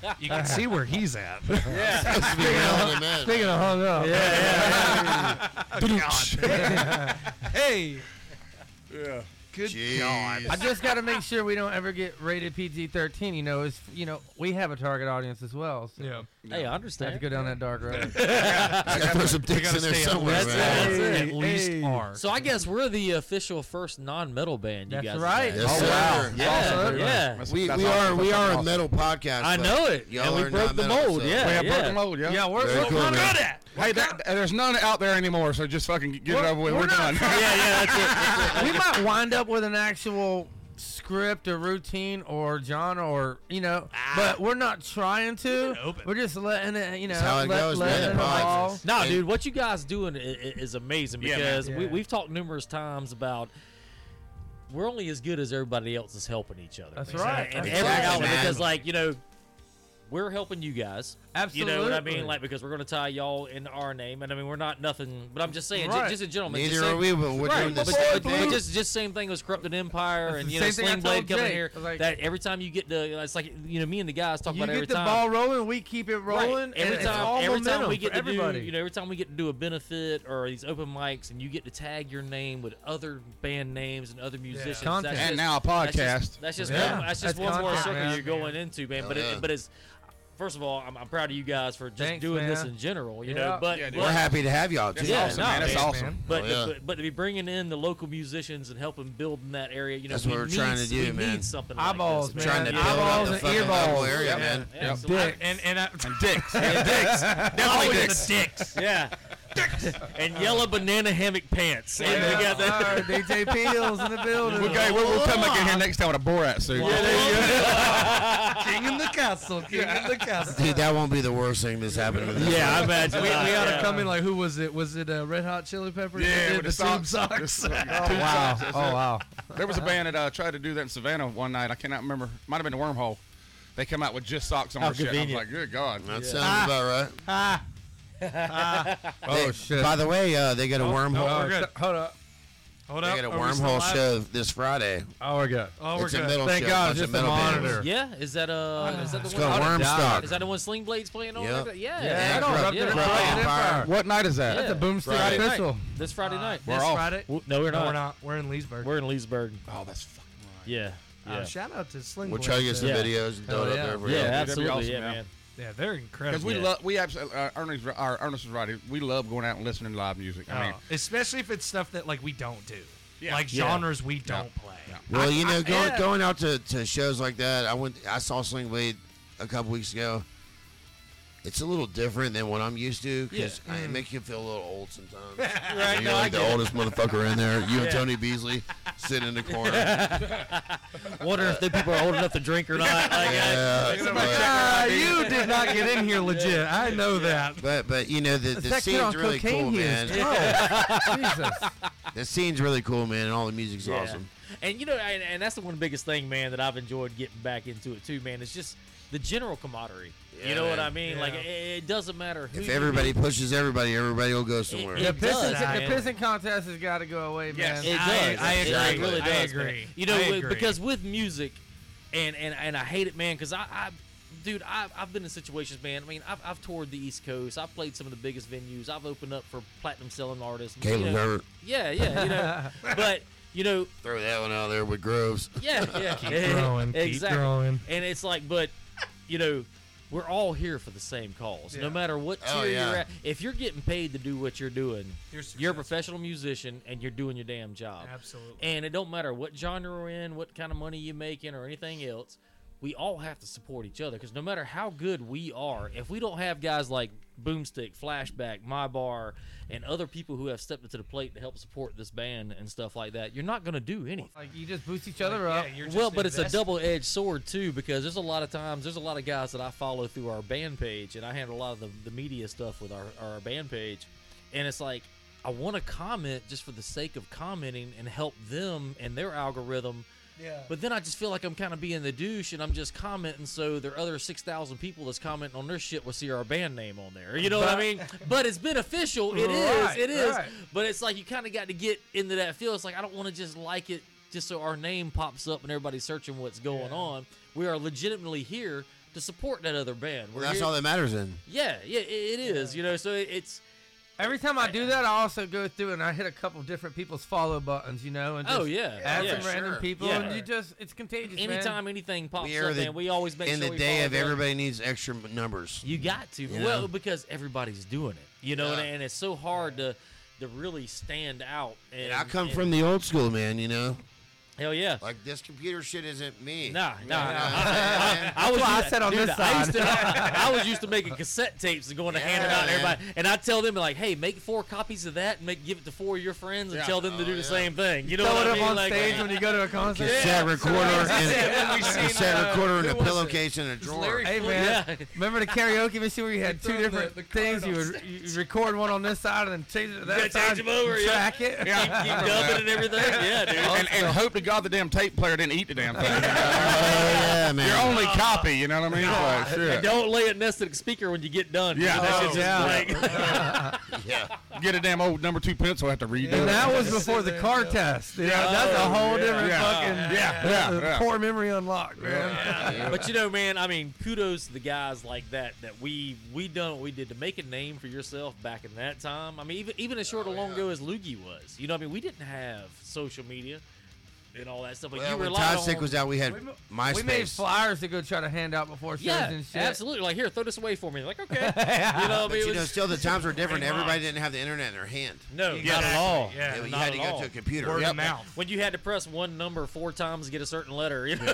Speaker 2: that.
Speaker 4: You can see where he's
Speaker 5: [LAUGHS]
Speaker 4: at.
Speaker 6: [LAUGHS] Must be relevant, man.
Speaker 5: Speaking of hung up. Yeah.
Speaker 4: hey,
Speaker 7: Yeah.
Speaker 4: good
Speaker 6: Jeez.
Speaker 4: god.
Speaker 5: I just got to make sure we don't ever get rated PG-13. You know, it's you know we have a target audience as well. So
Speaker 4: Yeah.
Speaker 2: [LAUGHS] Hey, I
Speaker 5: I have to
Speaker 2: understand.
Speaker 5: go down that dark road.
Speaker 6: I gotta throw some dicks in there
Speaker 4: stay up.
Speaker 6: somewhere,
Speaker 2: That's
Speaker 6: man.
Speaker 2: it.
Speaker 4: At least are.
Speaker 2: So I guess we're the official first non-metal band you
Speaker 5: That's
Speaker 2: guys. have
Speaker 5: right.
Speaker 2: had.
Speaker 6: Yes,
Speaker 5: Oh,
Speaker 6: sir.
Speaker 5: wow.
Speaker 2: Yeah,
Speaker 5: Awesome.
Speaker 2: yeah.
Speaker 7: That's-
Speaker 6: We,
Speaker 7: that's
Speaker 6: we
Speaker 7: awesome.
Speaker 6: are we
Speaker 7: That's
Speaker 6: are a
Speaker 7: awesome.
Speaker 6: metal podcast.
Speaker 2: I
Speaker 6: but
Speaker 2: know it.
Speaker 6: Y'all
Speaker 2: and
Speaker 6: are
Speaker 2: we broke
Speaker 6: not
Speaker 2: the
Speaker 6: metal,
Speaker 2: mold.
Speaker 6: so-
Speaker 2: Yeah,
Speaker 7: We have
Speaker 2: yeah.
Speaker 7: broken load, yeah.
Speaker 5: Yeah, we're,
Speaker 6: Very
Speaker 5: we're,
Speaker 6: cool,
Speaker 5: we're
Speaker 6: man.
Speaker 5: good at.
Speaker 7: Hey, that, there's none out there anymore, so just fucking get
Speaker 5: We're-
Speaker 7: it over with.
Speaker 5: we're
Speaker 7: We're,
Speaker 5: not
Speaker 7: done. [LAUGHS]
Speaker 2: Yeah, yeah, that's it.
Speaker 5: [LAUGHS] we might wind up with an actual script or routine or genre or you know, but we're not trying to.
Speaker 4: open.
Speaker 5: We're just letting it. You know,
Speaker 6: how it
Speaker 5: let,
Speaker 6: goes,
Speaker 5: letting
Speaker 6: man.
Speaker 5: it all-
Speaker 6: Podcast.
Speaker 2: No,
Speaker 6: And-
Speaker 2: dude, what you guys doing i- i- is amazing
Speaker 7: Yeah, man.
Speaker 2: because we,
Speaker 5: Yeah.
Speaker 2: we've talked numerous times about we're only as good as everybody else is helping each other.
Speaker 5: That's
Speaker 2: man.
Speaker 5: right.
Speaker 2: And
Speaker 5: That's
Speaker 2: every
Speaker 6: right,
Speaker 2: outlet,
Speaker 6: man.
Speaker 2: because like you know, we're helping you guys. You know what I
Speaker 5: Absolutely.
Speaker 2: mean? Like because we're gonna tie y'all into our name, and I mean we're not nothing. But I'm just saying, ju-
Speaker 5: Right.
Speaker 2: just a gentleman. just
Speaker 6: Neither
Speaker 2: same-
Speaker 6: are we, but we're
Speaker 2: Right,
Speaker 6: doing
Speaker 2: but,
Speaker 6: the
Speaker 2: but,
Speaker 6: same
Speaker 2: but
Speaker 6: thing.
Speaker 2: just just same thing as corrupted empire
Speaker 5: That's
Speaker 2: and
Speaker 5: the
Speaker 2: you know
Speaker 5: same thing I
Speaker 2: Sling Blade
Speaker 5: told
Speaker 2: coming
Speaker 5: Jake.
Speaker 2: here.
Speaker 5: I was like-
Speaker 2: that every time you get the, it's like you know me and the guys talk
Speaker 5: You
Speaker 2: about every
Speaker 5: get the
Speaker 2: time.
Speaker 5: ball rolling, we keep it
Speaker 2: Right.
Speaker 5: rolling. and
Speaker 2: every
Speaker 5: it's
Speaker 2: time,
Speaker 5: all
Speaker 2: every
Speaker 5: momentum
Speaker 2: time we get
Speaker 5: for
Speaker 2: to
Speaker 5: everybody.
Speaker 2: do, you know, every time we get to do a benefit or these open mics, and you get to tag your name with other band names and other musicians. that's
Speaker 5: Content.
Speaker 2: just-
Speaker 7: And now a
Speaker 2: that's just-
Speaker 7: podcast.
Speaker 2: That's just,
Speaker 5: Yeah.
Speaker 2: one, that's just
Speaker 5: That's
Speaker 2: one more
Speaker 5: content,
Speaker 2: circle
Speaker 5: man.
Speaker 2: you're going into, man. But
Speaker 6: Hell yeah.
Speaker 2: it, but it's first of all, I'm, I'm proud of you guys for just
Speaker 5: Thanks,
Speaker 2: doing this
Speaker 5: man.
Speaker 2: in general, you
Speaker 5: Yeah.
Speaker 2: know. But
Speaker 7: Yeah, dude.
Speaker 2: but-
Speaker 6: We're happy to have y'all too.
Speaker 7: That's
Speaker 2: Yeah,
Speaker 7: awesome,
Speaker 2: no,
Speaker 7: man. That's
Speaker 2: man.
Speaker 7: awesome.
Speaker 2: But,
Speaker 6: Oh, yeah.
Speaker 2: but but to be bringing in the local musicians and helping build in that area, you know,
Speaker 6: That's
Speaker 2: we
Speaker 6: what we're
Speaker 2: need,
Speaker 6: trying to
Speaker 2: s-
Speaker 6: do,
Speaker 2: we
Speaker 6: man.
Speaker 2: Need something
Speaker 5: Eyeballs,
Speaker 2: like this,
Speaker 5: man.
Speaker 6: Trying
Speaker 2: man.
Speaker 6: to
Speaker 2: Yeah.
Speaker 6: build up
Speaker 5: Eyeballs
Speaker 6: the
Speaker 5: and
Speaker 6: fucking
Speaker 5: earballs.
Speaker 6: whole area,
Speaker 7: Yeah.
Speaker 6: man.
Speaker 2: Yeah,
Speaker 7: Yep.
Speaker 2: absolutely.
Speaker 4: And and I,
Speaker 7: Dicks.
Speaker 4: always
Speaker 7: Definitely
Speaker 4: the
Speaker 7: dicks.
Speaker 4: dicks.
Speaker 2: Yeah. and yellow banana hammock pants. And we got that.
Speaker 5: [LAUGHS] All right, DJ Peels in the building.
Speaker 7: Okay, we'll, we'll come back in here next time with a Borat suit.
Speaker 2: Yeah, there you go.
Speaker 4: King in the castle, king of the castle.
Speaker 6: Dude, that won't be the worst thing that's happened to this.
Speaker 2: yeah, I imagine.
Speaker 4: We, we
Speaker 2: not,
Speaker 4: ought to
Speaker 2: yeah.
Speaker 4: come in like who was it? Was it uh, Red Hot Chili Peppers? that
Speaker 7: Yeah,
Speaker 4: did
Speaker 7: with
Speaker 4: the
Speaker 7: the
Speaker 4: tube
Speaker 7: socks.
Speaker 4: socks.
Speaker 5: Oh wow! Oh wow!
Speaker 7: There was a band that uh, tried to do that in Savannah one night. I cannot remember. Might have been the Wormhole. They come out with just socks on.
Speaker 2: How
Speaker 7: and shit. I was
Speaker 2: convenient.
Speaker 7: like, good God.
Speaker 6: That sounds about right.
Speaker 5: Oh
Speaker 6: They-
Speaker 5: shit!
Speaker 6: By the way, uh, they got a wormhole.
Speaker 5: oh,
Speaker 4: we're good.
Speaker 5: sh- Hold up!
Speaker 4: Hold
Speaker 6: They
Speaker 4: up.
Speaker 6: got a
Speaker 4: are we still
Speaker 6: wormhole
Speaker 4: live?
Speaker 6: show this Friday.
Speaker 5: Oh, we're good.
Speaker 4: Oh, we're
Speaker 6: it's a
Speaker 4: good.
Speaker 6: metal
Speaker 5: Thank
Speaker 6: show.
Speaker 5: God,
Speaker 6: bunch
Speaker 5: just
Speaker 6: of
Speaker 5: the
Speaker 6: metal bands.
Speaker 5: monitor.
Speaker 2: Yeah, is that uh, is that the
Speaker 6: It's
Speaker 2: one?
Speaker 6: called
Speaker 5: I'd have died.
Speaker 6: Wormstock.
Speaker 2: Is that the one Sling Blades playing on?
Speaker 6: Yep.
Speaker 2: like that? Yeah,
Speaker 5: Yeah,
Speaker 2: right
Speaker 5: no,
Speaker 2: on,
Speaker 5: Corrupted
Speaker 2: yeah.
Speaker 5: Empire.
Speaker 2: Right on.
Speaker 5: Empire.
Speaker 7: What night is that?
Speaker 2: Yeah.
Speaker 5: The boomstick
Speaker 6: Friday night.
Speaker 5: official.
Speaker 2: This Friday night.
Speaker 4: This
Speaker 7: off.
Speaker 4: Friday?
Speaker 2: W- no, we're
Speaker 4: No,
Speaker 2: not.
Speaker 4: we're not. We're in Leesburg.
Speaker 2: We're in Leesburg.
Speaker 7: Oh, that's fucking right.
Speaker 2: Yeah, yeah,
Speaker 4: Uh, shout out to Sling.
Speaker 6: We'll
Speaker 4: Blade,
Speaker 6: try to get
Speaker 4: so-
Speaker 6: some
Speaker 2: Yeah.
Speaker 6: videos and throw
Speaker 5: Hell
Speaker 6: it up
Speaker 5: yeah.
Speaker 6: there for
Speaker 2: yeah,
Speaker 6: you.
Speaker 7: that'd be
Speaker 2: absolutely,
Speaker 7: awesome,
Speaker 2: yeah,
Speaker 7: man.
Speaker 2: man.
Speaker 4: Yeah, they're
Speaker 7: Because
Speaker 4: incredible.
Speaker 7: we
Speaker 2: Yeah.
Speaker 7: love, we absolutely, uh, Ernest, our Ernest is right. We love going out and listening to live music.
Speaker 4: [LAUGHS]
Speaker 7: I mean,
Speaker 4: Oh, especially if it's stuff that like we don't do,
Speaker 7: Yeah.
Speaker 4: like
Speaker 2: Yeah.
Speaker 4: genres we don't play.
Speaker 7: Yeah.
Speaker 6: Well, you know, going,
Speaker 4: yeah.
Speaker 6: going out to, to shows like that, I went. I saw Sling Blade a couple weeks ago. It's a little different than what I'm used to because it makes you feel a little old sometimes. right, you're like the oldest motherfucker in there. You and Tony Beasley sitting in the corner. yeah,
Speaker 2: Wonder if the people are old enough to drink or not. Like,
Speaker 6: but,
Speaker 4: Ah, you did not get in here legit. I know that.
Speaker 6: but but you know the, the
Speaker 5: that kid on
Speaker 6: scene's really
Speaker 5: cocaine
Speaker 6: cool,
Speaker 5: he
Speaker 6: man.
Speaker 5: is.
Speaker 2: [LAUGHS]
Speaker 5: Oh, Jesus.
Speaker 6: The scene's really cool, man, and all the music's
Speaker 2: Yeah.
Speaker 6: awesome.
Speaker 2: And you know, and, and that's the one biggest thing, man, that I've enjoyed getting back into it too, man. It's just the general camaraderie. you
Speaker 6: Yeah,
Speaker 2: know what
Speaker 6: man.
Speaker 2: I mean? Like
Speaker 4: Yeah.
Speaker 2: it, it doesn't matter who.
Speaker 6: If
Speaker 2: you
Speaker 6: everybody pushes everybody, everybody will go somewhere.
Speaker 2: It
Speaker 5: The pissing,
Speaker 2: does,
Speaker 5: the
Speaker 2: man.
Speaker 5: pissing contest has got to go away,
Speaker 7: Yes.
Speaker 5: man.
Speaker 2: It
Speaker 4: I-
Speaker 2: does.
Speaker 4: I
Speaker 2: It
Speaker 6: agree.
Speaker 2: really
Speaker 4: I
Speaker 2: does, man.
Speaker 4: agree.
Speaker 2: You know,
Speaker 4: I
Speaker 2: with-
Speaker 4: agree.
Speaker 2: because with music, and and and I hate it, man, because I. I Dude, I've, I've been in situations, man. I mean, I've, I've toured the East Coast. I've played some of the biggest venues. I've opened up for platinum selling artists. you know.
Speaker 6: Caleb Herbert,
Speaker 2: Yeah, yeah, you know. but, you know,
Speaker 6: throw that one out there with Groves.
Speaker 4: [LAUGHS]
Speaker 2: yeah, yeah.
Speaker 4: growing, keep
Speaker 2: exactly.
Speaker 4: growing.
Speaker 2: And it's like, but, you know, we're all here for the same cause. No
Speaker 4: Yeah.
Speaker 2: matter what tier
Speaker 6: Oh,
Speaker 2: you're
Speaker 6: yeah.
Speaker 2: at, if you're getting paid to do what you're doing,
Speaker 4: You're
Speaker 2: you're a
Speaker 4: successful.
Speaker 2: professional musician and you're doing your damn job.
Speaker 4: Absolutely.
Speaker 2: And it don't matter what genre we're in, what kind of money you're making, or anything else. We all have to support each other because no matter how good we are, if we don't have guys like Boomstick, Flashback, My Bar, and other people who have stepped up to the plate to help support this band and stuff like that, you're not going to do anything.
Speaker 5: Like you just boost each other
Speaker 4: Yeah,
Speaker 5: up.
Speaker 4: you're
Speaker 2: uh, Well,
Speaker 4: just
Speaker 2: but it's a
Speaker 4: investing.
Speaker 2: double-edged sword too, because there's a lot of times there's a lot of guys that I follow through our band page, and I handle a lot of the, the media stuff with our our band page, and it's like I want to comment just for the sake of commenting and help them and their algorithm,
Speaker 4: Yeah.
Speaker 2: but then I just feel like I'm kind of being the douche and I'm just commenting so their other six thousand people that's commenting on their shit will see our band name on there. You know what I mean? But it's beneficial. It is.
Speaker 5: Right,
Speaker 2: It is.
Speaker 5: right.
Speaker 2: But it's like you kind of got to get into that feel. It's like I don't want to just like it just so our name pops up and everybody's searching what's going on. We are legitimately here to support that other band. We're
Speaker 6: Well, that's
Speaker 2: here-
Speaker 6: all that matters then.
Speaker 2: Yeah, yeah, it, it is. You know, so it, it's
Speaker 5: Every time I do that, I also go through and I hit a couple different people's follow buttons, you know, and just
Speaker 2: oh yeah,
Speaker 5: add
Speaker 2: yeah.
Speaker 5: some random
Speaker 6: sure.
Speaker 5: people,
Speaker 2: Yeah.
Speaker 5: and you just it's contagious. man.
Speaker 2: Anytime anything pops
Speaker 6: We are
Speaker 2: up,
Speaker 6: the-
Speaker 2: man, we always make
Speaker 6: In
Speaker 2: sure
Speaker 6: the
Speaker 2: we
Speaker 6: day
Speaker 2: follow
Speaker 6: of
Speaker 2: that.
Speaker 6: everybody needs extra m- numbers.
Speaker 2: You got to.
Speaker 6: You
Speaker 2: well,
Speaker 6: know?
Speaker 2: because everybody's doing it. You know,
Speaker 6: Yeah.
Speaker 2: and, and it's so hard to to really stand out. And,
Speaker 6: And I come
Speaker 2: and-
Speaker 6: from the old school, man. You know,
Speaker 2: hell yeah.
Speaker 6: like this computer shit isn't me.
Speaker 2: Nah,
Speaker 6: [LAUGHS]
Speaker 2: [LAUGHS] nah,
Speaker 6: You know, [LAUGHS]
Speaker 2: I, I, I was
Speaker 5: That's why I
Speaker 2: used to-
Speaker 5: said on
Speaker 2: dude,
Speaker 5: this
Speaker 2: I used, to,
Speaker 5: side. [LAUGHS]
Speaker 2: I was used to making cassette tapes and going to hand them out to
Speaker 6: Yeah, man.
Speaker 2: everybody, and I tell them like, "Hey, make four copies of that and make give it to four of your friends and
Speaker 7: Yeah.
Speaker 2: tell them to
Speaker 6: Oh,
Speaker 2: do the
Speaker 6: yeah.
Speaker 2: same thing." You know
Speaker 5: throw
Speaker 2: what I
Speaker 5: it up
Speaker 2: mean?
Speaker 5: on
Speaker 2: Like-
Speaker 5: stage when you go to a concert.
Speaker 6: Cassette recorder
Speaker 4: Yeah,
Speaker 6: and
Speaker 4: we've seen,
Speaker 6: cassette
Speaker 4: uh,
Speaker 6: recorder in
Speaker 4: who
Speaker 6: a
Speaker 4: was it?
Speaker 6: pillowcase in a
Speaker 4: was
Speaker 6: drawer.
Speaker 4: Larry
Speaker 5: Hey
Speaker 4: Well,
Speaker 5: man,
Speaker 2: yeah.
Speaker 5: remember the karaoke machine where you had two
Speaker 4: throwing the-
Speaker 5: different
Speaker 4: the card
Speaker 5: things? You
Speaker 4: on
Speaker 5: would you record one on this side and then change it to that
Speaker 2: Yeah, change
Speaker 5: side.
Speaker 2: them over,
Speaker 5: and
Speaker 2: yeah.
Speaker 5: Track it.
Speaker 2: keep, keep dubbing and everything. Yeah, dude.
Speaker 7: and,
Speaker 6: [LAUGHS]
Speaker 7: and hope to God the damn tape player didn't eat the damn thing.
Speaker 6: Oh, yeah, man.
Speaker 7: Your only copy, you know what I mean? Like,
Speaker 2: And
Speaker 7: shit.
Speaker 2: don't lay it next to the speaker when you get done. 'cause
Speaker 7: Yeah.
Speaker 2: that
Speaker 7: Oh,
Speaker 2: shit's just
Speaker 5: yeah.
Speaker 2: blank.
Speaker 6: yeah.
Speaker 7: Get a damn old number two pencil. I have to redo
Speaker 5: And
Speaker 7: it.
Speaker 5: that was
Speaker 4: Sit
Speaker 5: before the
Speaker 4: there,
Speaker 5: car
Speaker 4: yeah.
Speaker 5: test. You know, that's a whole different
Speaker 7: yeah.
Speaker 5: fucking
Speaker 7: Yeah, yeah,
Speaker 5: that's a
Speaker 7: yeah.
Speaker 5: poor memory unlocked, man.
Speaker 2: but you know, man, I mean, kudos to the guys like that that we we done what we did to make a name for yourself back in that time. I mean, even even as
Speaker 6: Oh,
Speaker 2: short or long ago as Loogie was, you know, what I mean, we didn't have social media and all that stuff. But
Speaker 6: Well,
Speaker 2: you
Speaker 6: when
Speaker 2: relied
Speaker 6: Todd
Speaker 2: on
Speaker 6: Sick was out, we had MySpace.
Speaker 5: We made flyers to go try to hand out before shows
Speaker 2: yeah,
Speaker 5: and shit.
Speaker 2: absolutely. Like here, throw this away for me. Like okay, you
Speaker 5: [LAUGHS]
Speaker 2: know, I
Speaker 6: But
Speaker 2: mean, it
Speaker 6: you know,
Speaker 2: was-
Speaker 6: still the times were different. Everybody didn't have the internet in their hand.
Speaker 2: no,
Speaker 4: Exactly,
Speaker 2: not at all.
Speaker 4: yeah.
Speaker 6: They- you
Speaker 2: not
Speaker 6: had to
Speaker 2: at
Speaker 6: go
Speaker 2: all.
Speaker 6: to a computer.
Speaker 4: Word
Speaker 6: Yep.
Speaker 4: of mouth. [LAUGHS]
Speaker 2: When you had to press one number four times to get a certain letter, you [LAUGHS] know?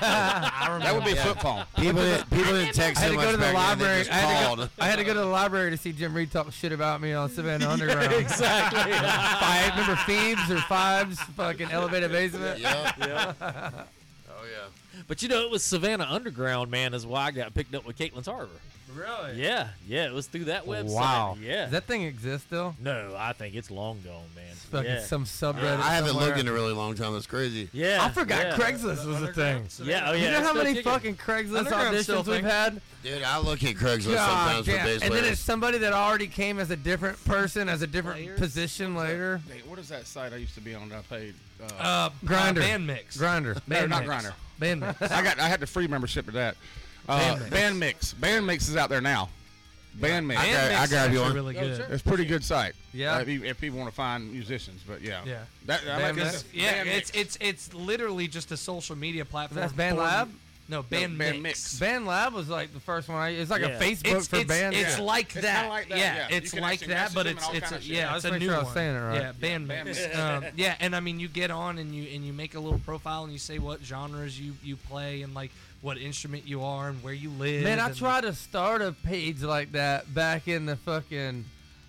Speaker 7: That would be a
Speaker 6: Yeah.
Speaker 7: flip phone.
Speaker 6: People didn't, people didn't text
Speaker 5: I had
Speaker 6: so
Speaker 5: to
Speaker 6: much
Speaker 5: go to the
Speaker 6: back then, they
Speaker 5: library.
Speaker 6: just
Speaker 5: I had to
Speaker 6: called.
Speaker 5: go, I had to go to the library to see Jim Reed talk shit about me on Savannah
Speaker 2: [LAUGHS]
Speaker 5: Underground.
Speaker 2: exactly.
Speaker 5: Five, remember Phoebes or Fives? Fucking elevated basement.
Speaker 6: Yep.
Speaker 2: Yeah.
Speaker 6: Oh, yeah.
Speaker 2: But you know, it was Savannah Underground, man, is why I got picked up with Caitlin's Harbor.
Speaker 4: Really?
Speaker 2: Yeah, yeah, it was through that website.
Speaker 5: Wow.
Speaker 2: Yeah.
Speaker 5: Does that thing exist still?
Speaker 2: no, I think it's long gone, man.
Speaker 5: It's fucking
Speaker 2: yeah.
Speaker 5: some subreddit.
Speaker 6: I haven't
Speaker 5: somewhere.
Speaker 6: looked in a really long time. That's crazy.
Speaker 2: yeah.
Speaker 5: I forgot
Speaker 2: yeah.
Speaker 5: Craigslist was a thing.
Speaker 2: Yeah, oh yeah.
Speaker 5: you
Speaker 2: it's
Speaker 5: know how
Speaker 2: still
Speaker 5: many
Speaker 2: kicking.
Speaker 5: fucking Craigslist
Speaker 4: Underground's still a
Speaker 5: auditions we've
Speaker 4: thing.
Speaker 5: had?
Speaker 6: Dude, I look at Craigslist
Speaker 5: God
Speaker 6: sometimes for
Speaker 5: damn. And
Speaker 6: bass
Speaker 5: then
Speaker 6: players.
Speaker 5: it's somebody that already came as a different person, as a different
Speaker 7: Players?
Speaker 5: position later.
Speaker 7: Hey, what is that site I used to be on that I played? Uh,
Speaker 4: Uh,
Speaker 5: Grindr.
Speaker 4: Grinder. Band mix.
Speaker 5: Grinder.
Speaker 7: no, not Grinder.
Speaker 5: Band mix.
Speaker 7: [LAUGHS] I got I had the free membership to that. Uh,
Speaker 5: Bandmix.
Speaker 7: Band mix. Band mix is out there now. Band mix.
Speaker 6: I got- I got you
Speaker 4: Actually
Speaker 6: on.
Speaker 4: Really
Speaker 7: Oh,
Speaker 4: good.
Speaker 7: sure. It's a pretty good site.
Speaker 5: Yeah.
Speaker 7: Uh, if, you- if people want to find musicians, but yeah.
Speaker 4: Yeah.
Speaker 7: That, I like
Speaker 5: Bandmix.
Speaker 7: this.
Speaker 4: Yeah,
Speaker 7: Bandmix.
Speaker 4: it's it's it's literally just a social media platform.
Speaker 5: That's Band
Speaker 4: for-
Speaker 5: Lab?
Speaker 4: No, Band,
Speaker 7: Band
Speaker 4: Mix.
Speaker 7: Mix.
Speaker 5: Band Lab was like the first one. I, it's like
Speaker 2: Yeah.
Speaker 5: a Facebook
Speaker 4: It's
Speaker 5: for
Speaker 4: it's,
Speaker 5: bands.
Speaker 4: it's
Speaker 7: Yeah.
Speaker 4: like,
Speaker 7: It's
Speaker 4: that.
Speaker 7: kinda like that,
Speaker 4: Yeah,
Speaker 7: yeah. You
Speaker 4: it's
Speaker 7: can
Speaker 4: like
Speaker 7: actually
Speaker 4: that,
Speaker 7: message
Speaker 4: but
Speaker 7: them and
Speaker 4: it's
Speaker 7: all
Speaker 4: it's
Speaker 7: kinda
Speaker 4: a,
Speaker 7: shit.
Speaker 4: yeah,
Speaker 7: I
Speaker 5: was
Speaker 4: it's a
Speaker 5: making
Speaker 4: new
Speaker 5: sure I
Speaker 4: one.
Speaker 5: was saying it right.
Speaker 4: Yeah, Band
Speaker 7: Band
Speaker 4: Mix.
Speaker 7: Mix.
Speaker 4: Um, yeah, and I mean you get on and you and you make a little profile and you say what genres you you play and like what instrument you are and where you live.
Speaker 5: Man, I
Speaker 4: and-
Speaker 5: tried to start a page like that back in the fucking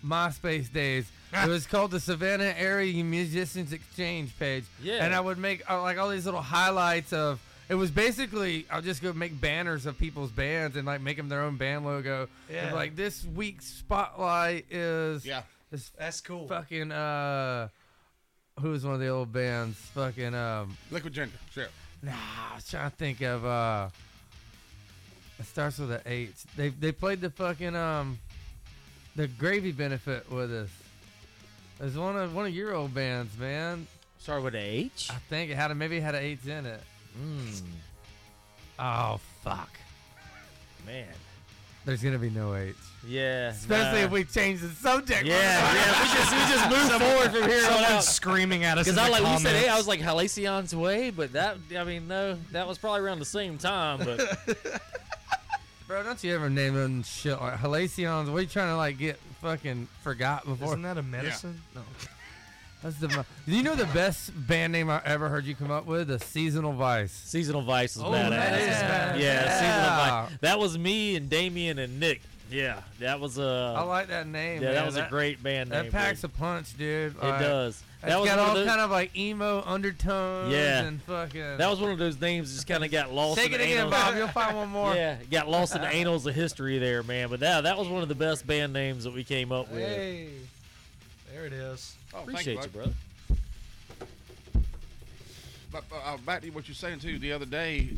Speaker 5: MySpace days. it was called the Savannah Area Musicians Exchange page.
Speaker 2: Yeah.
Speaker 5: And I would make uh, like all these little highlights of. It was basically I'll just go make banners of people's bands and like make them their own band logo.
Speaker 4: Yeah.
Speaker 5: Of, like this week's spotlight is
Speaker 7: Yeah.
Speaker 5: is
Speaker 4: That's cool.
Speaker 5: fucking uh, who was one of the old bands? Fucking um,
Speaker 7: Liquid Gender. Sure.
Speaker 5: Nah, I was trying to think of uh it starts with an H. They they played the fucking um the gravy benefit with us. It was one of one of your old bands, man.
Speaker 2: Start with a H.
Speaker 5: I think it had a, maybe it had an H in it. Hmm.
Speaker 2: Mm,
Speaker 5: Oh fuck.
Speaker 2: man.
Speaker 5: There's gonna be no H.
Speaker 2: Yeah.
Speaker 5: Especially
Speaker 2: nah.
Speaker 5: if we change the subject. [LAUGHS]
Speaker 2: Yeah, yeah. We just we just
Speaker 4: [LAUGHS]
Speaker 2: move forward from here on
Speaker 4: Someone's
Speaker 2: out.
Speaker 4: screaming at us.
Speaker 2: Because
Speaker 4: in
Speaker 2: I
Speaker 4: the
Speaker 2: like we said, hey, I was
Speaker 4: comments.
Speaker 2: like Halacion's way, but that I mean, no, that was probably around the same time.
Speaker 5: [LAUGHS]
Speaker 2: But
Speaker 5: Bro, don't you ever name them shit like Halacion's. What are you trying to like get fucking forgot before?
Speaker 4: Isn't that a medicine?
Speaker 5: That's the. mo- Do you know the best band name I ever heard you come up with? The Seasonal Vice.
Speaker 2: seasonal vice is badass.
Speaker 5: that Oh, is
Speaker 2: yeah,
Speaker 5: badass.
Speaker 2: seasonal
Speaker 5: Yeah.
Speaker 2: vice. That was me and Damien and Nick. Yeah, that was uh,
Speaker 5: I like that name.
Speaker 2: yeah,
Speaker 5: man.
Speaker 2: that was a great band
Speaker 5: That
Speaker 2: name.
Speaker 5: packs
Speaker 2: dude.
Speaker 5: a punch, dude.
Speaker 2: it does.
Speaker 5: That
Speaker 2: That was
Speaker 5: got
Speaker 2: one
Speaker 5: all
Speaker 2: of those,
Speaker 5: kind of like emo undertones.
Speaker 2: Yeah.
Speaker 5: and fucking.
Speaker 2: that was one of those names that just kind of got lost.
Speaker 5: Take
Speaker 2: in
Speaker 5: it
Speaker 2: the
Speaker 5: again,
Speaker 2: annals- [LAUGHS]
Speaker 5: Bob. You'll find one more.
Speaker 2: Yeah, got lost
Speaker 7: [LAUGHS]
Speaker 2: in the annals of history there, man. But that that was one of the best band names that we came up with.
Speaker 4: Hey, there it is.
Speaker 7: Oh, thank
Speaker 2: Appreciate you,
Speaker 7: bud.
Speaker 2: brother.
Speaker 7: But uh, back to what you're saying too. The other day,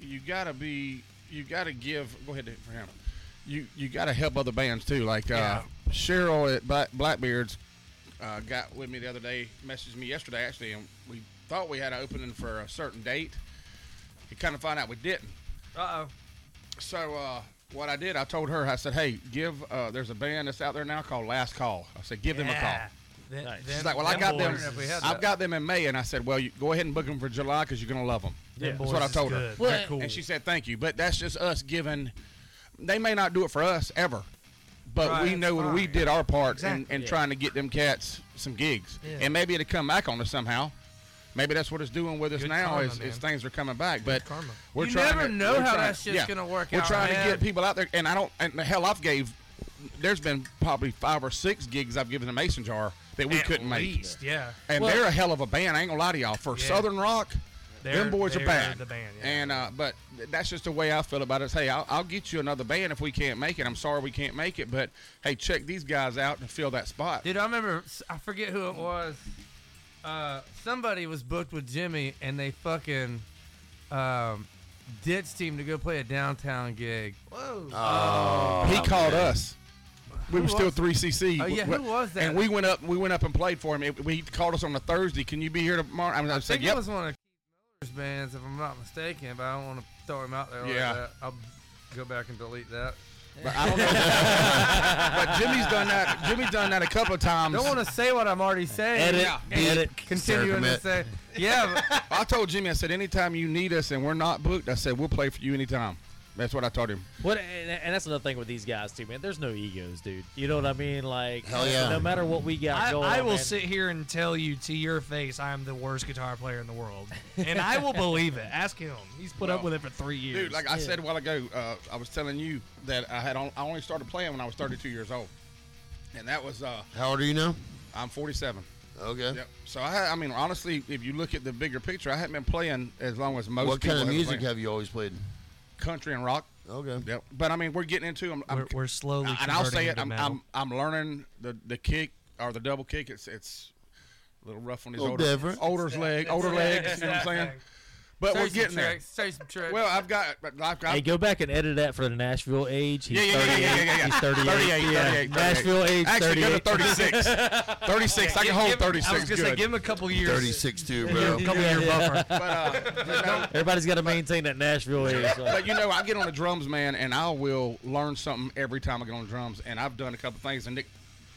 Speaker 7: you gotta be, you gotta give. Go ahead for him. You you gotta help other bands too. Like uh, Cheryl at Black, Blackbeards uh, got with me the other day. Messaged me yesterday actually, and we thought we had an opening for a certain date. You kind of find out we didn't.
Speaker 5: Uh oh.
Speaker 7: So uh, what I did, I told her. I said, "Hey, give. Uh, there's a band that's out there now called Last Call. I said, give them a call."
Speaker 4: Then,
Speaker 2: Nice.
Speaker 4: then-
Speaker 7: She's like, well, I got them.
Speaker 5: boys is- If we had
Speaker 7: I've
Speaker 5: that.
Speaker 7: got them in May, and I said, well, you go ahead and book them for July because you're gonna love them.
Speaker 4: them
Speaker 7: That's
Speaker 4: boys
Speaker 7: what I
Speaker 4: is
Speaker 7: told her.
Speaker 4: good.
Speaker 2: Well,
Speaker 4: They're cool.
Speaker 7: And she said, thank you, but that's just us giving. They may not do it for us ever, but
Speaker 5: Right,
Speaker 7: we
Speaker 5: that's
Speaker 7: know when we
Speaker 5: fine.
Speaker 7: did our part in,
Speaker 4: Exactly.
Speaker 7: in trying to get them cats some gigs,
Speaker 4: Yeah.
Speaker 7: and maybe it'll come back on us somehow. Maybe that's what it's doing with us
Speaker 4: Good
Speaker 7: now
Speaker 4: karma,
Speaker 7: is,
Speaker 4: man.
Speaker 7: is things are coming back. But
Speaker 4: karma.
Speaker 7: we're
Speaker 5: You
Speaker 7: trying
Speaker 5: never
Speaker 7: to,
Speaker 5: know
Speaker 7: we're
Speaker 5: how
Speaker 7: trying-
Speaker 5: that shit's gonna work
Speaker 7: We're
Speaker 5: out,
Speaker 7: trying
Speaker 5: man.
Speaker 7: to get people out there, and I don't. And hell, I've gave. There's been probably five or six gigs I've given the Mason Jar that we
Speaker 4: At
Speaker 7: couldn't make.
Speaker 4: least, yeah.
Speaker 7: And
Speaker 2: Well-
Speaker 7: they're a hell of a band. I ain't gonna lie to y'all. For
Speaker 4: Yeah.
Speaker 7: Southern rock,
Speaker 4: They're-
Speaker 7: them boys
Speaker 4: they're
Speaker 7: are bad.
Speaker 4: the band, yeah.
Speaker 7: And uh, but th- that's just the way I feel about it. It's, hey, I'll, I'll get you another band if we can't make it. I'm sorry we can't make it, but hey, check these guys out and fill that spot.
Speaker 5: Dude, I remember. I forget who it was. Uh, somebody was booked with Jimmy, and they fucking um, ditched him to go play a downtown gig.
Speaker 7: he called us. We were still
Speaker 5: was-
Speaker 7: three CC.
Speaker 5: Oh, yeah, who was that?
Speaker 7: And we went up. We went up and played for him. It, he called us on a Thursday. Can you be here tomorrow? I, mean, I,
Speaker 5: I
Speaker 7: said,
Speaker 5: think it
Speaker 7: yep.
Speaker 5: was one of Keith Miller's bands, if I'm not mistaken, but I don't want to throw him out there.
Speaker 7: Yeah.
Speaker 5: Like that. I'll go back and delete
Speaker 7: [LAUGHS]
Speaker 5: that.
Speaker 7: But I don't know. but Jimmy's done that. Jimmy's done that a couple of times.
Speaker 5: Don't want to say what I'm already saying.
Speaker 2: Edit, edit.
Speaker 5: Continuing to
Speaker 6: Circumvent.
Speaker 5: say,
Speaker 7: [LAUGHS]
Speaker 5: yeah, but
Speaker 7: I told Jimmy. I said, anytime you need us and we're not booked, I said we'll play for you anytime. That's what I told him.
Speaker 2: What and, and that's another thing with these guys too, man. There's no egos, dude. You know what I mean? Like,
Speaker 6: Hell yeah.
Speaker 2: no matter what we got
Speaker 4: I,
Speaker 2: going,
Speaker 4: I will
Speaker 2: man.
Speaker 4: sit here and tell you to your face I am the worst guitar player in the world. And I will believe it. Ask him. He's put up
Speaker 7: Well,
Speaker 4: with it for three years.
Speaker 7: Dude, like I said a while ago, uh, I was telling you that I had on, I only started playing when I was 32 years old, and that was uh,
Speaker 6: How old are you now?
Speaker 7: I'm 47.
Speaker 6: Okay.
Speaker 7: Yep. So I, had- I mean, honestly, if you look at the bigger picture, I haven't been playing as long as most.
Speaker 6: What
Speaker 7: people
Speaker 6: kind of
Speaker 7: have
Speaker 6: music
Speaker 7: played.
Speaker 6: have you always played?
Speaker 7: Country and rock.
Speaker 6: Okay.
Speaker 7: Yep. But I mean, we're getting into. I'm, I'm,
Speaker 4: We're, we're slowly.
Speaker 7: and I'll
Speaker 4: converting
Speaker 7: say it.
Speaker 4: to
Speaker 7: I'm,
Speaker 4: metal.
Speaker 7: I'm I'm learning the the kick or the double kick. It's it's a little rough on these
Speaker 6: Little
Speaker 7: older
Speaker 6: different.
Speaker 7: older's leg, older legs. You know what I'm saying? But we're getting there.
Speaker 5: Say some tricks.
Speaker 7: Well, I've got I've got
Speaker 2: Hey, go back and edit that for the Nashville age. He's
Speaker 7: Yeah, yeah, yeah,
Speaker 2: 38.
Speaker 7: yeah, yeah, yeah, yeah.
Speaker 2: He's 38.
Speaker 7: 38,
Speaker 2: yeah.
Speaker 7: 38, 38.
Speaker 2: Nashville age
Speaker 7: actually
Speaker 2: 38.
Speaker 7: go to
Speaker 2: [LAUGHS]
Speaker 7: 36. 36. I can
Speaker 4: Give-
Speaker 7: hold
Speaker 4: give him-
Speaker 7: 36.
Speaker 4: I was gonna
Speaker 7: good.
Speaker 4: say, give him a couple years.
Speaker 6: 36 too, bro.
Speaker 4: A couple year buffer.
Speaker 7: but, uh, you know,
Speaker 2: Everybody's got to maintain that Nashville age. So.
Speaker 7: [LAUGHS] but you know, I get on the drums, man, and I will learn something every time I get on the drums. And I've done a couple things, and Nick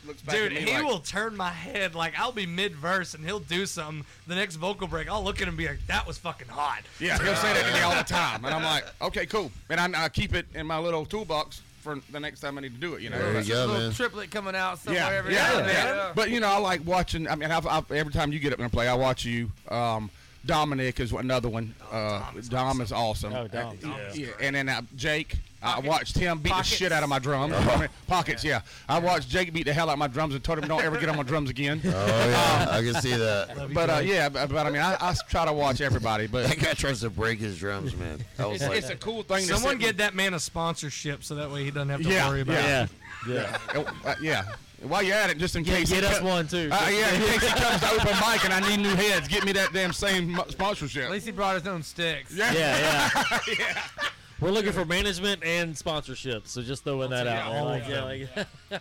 Speaker 7: looks back
Speaker 4: Dude,
Speaker 7: at me
Speaker 4: he
Speaker 7: [LAUGHS] like,
Speaker 4: will turn my head like I'll be mid verse and he'll do something. The next vocal break, I'll look at him and be like, "That was fucking hot."
Speaker 7: Yeah, he'll say that to me all the time, and I'm like, okay, cool. And I, I keep it in my little toolbox for the next time I need to do it. You know.
Speaker 6: There you go,
Speaker 5: little
Speaker 6: man.
Speaker 5: triplet coming out somewhere
Speaker 7: Yeah,
Speaker 5: every
Speaker 7: yeah,
Speaker 5: now
Speaker 7: yeah.
Speaker 5: and then. Yeah.
Speaker 7: But you know, I like watching. I mean, I've, I've, every time you get up and play, I watch you. Um, Dominic is another one. Uh, Dom, is awesome.
Speaker 2: Oh, Dom.
Speaker 7: Uh, yeah. And then uh, Jake, I watched him beat the shit out of my drums. [LAUGHS] Pockets, yeah. I watched Jake beat the hell out of my drums and told him don't ever get on my drums again.
Speaker 6: [LAUGHS] Oh yeah, I can see that. [LAUGHS]
Speaker 7: But uh, yeah, but, but I mean, I, I s- try to watch everybody. But
Speaker 6: That guy tries to break his drums, man. I was
Speaker 7: it's,
Speaker 6: [LAUGHS] like,
Speaker 7: it's a cool thing. to
Speaker 4: Someone
Speaker 7: sit
Speaker 4: get that man a sponsorship so that way he doesn't have to
Speaker 7: Yeah,
Speaker 4: worry about.
Speaker 7: yeah.
Speaker 4: it.
Speaker 2: yeah. Yeah.
Speaker 7: and- uh, yeah. While you're at it, just in
Speaker 2: Get,
Speaker 7: case he
Speaker 2: get us
Speaker 7: co-
Speaker 2: one, too.
Speaker 7: Uh, yeah, in case he comes to open mic and I need new heads, get me that damn same mo- sponsorship.
Speaker 5: At least he brought his own sticks.
Speaker 7: Yeah.
Speaker 2: yeah, yeah.
Speaker 4: [LAUGHS]
Speaker 2: We're looking for management and sponsorships, so just throwing that
Speaker 4: Yeah,
Speaker 2: out.
Speaker 4: all
Speaker 2: Like,
Speaker 4: of
Speaker 2: yeah,
Speaker 4: them.
Speaker 2: like-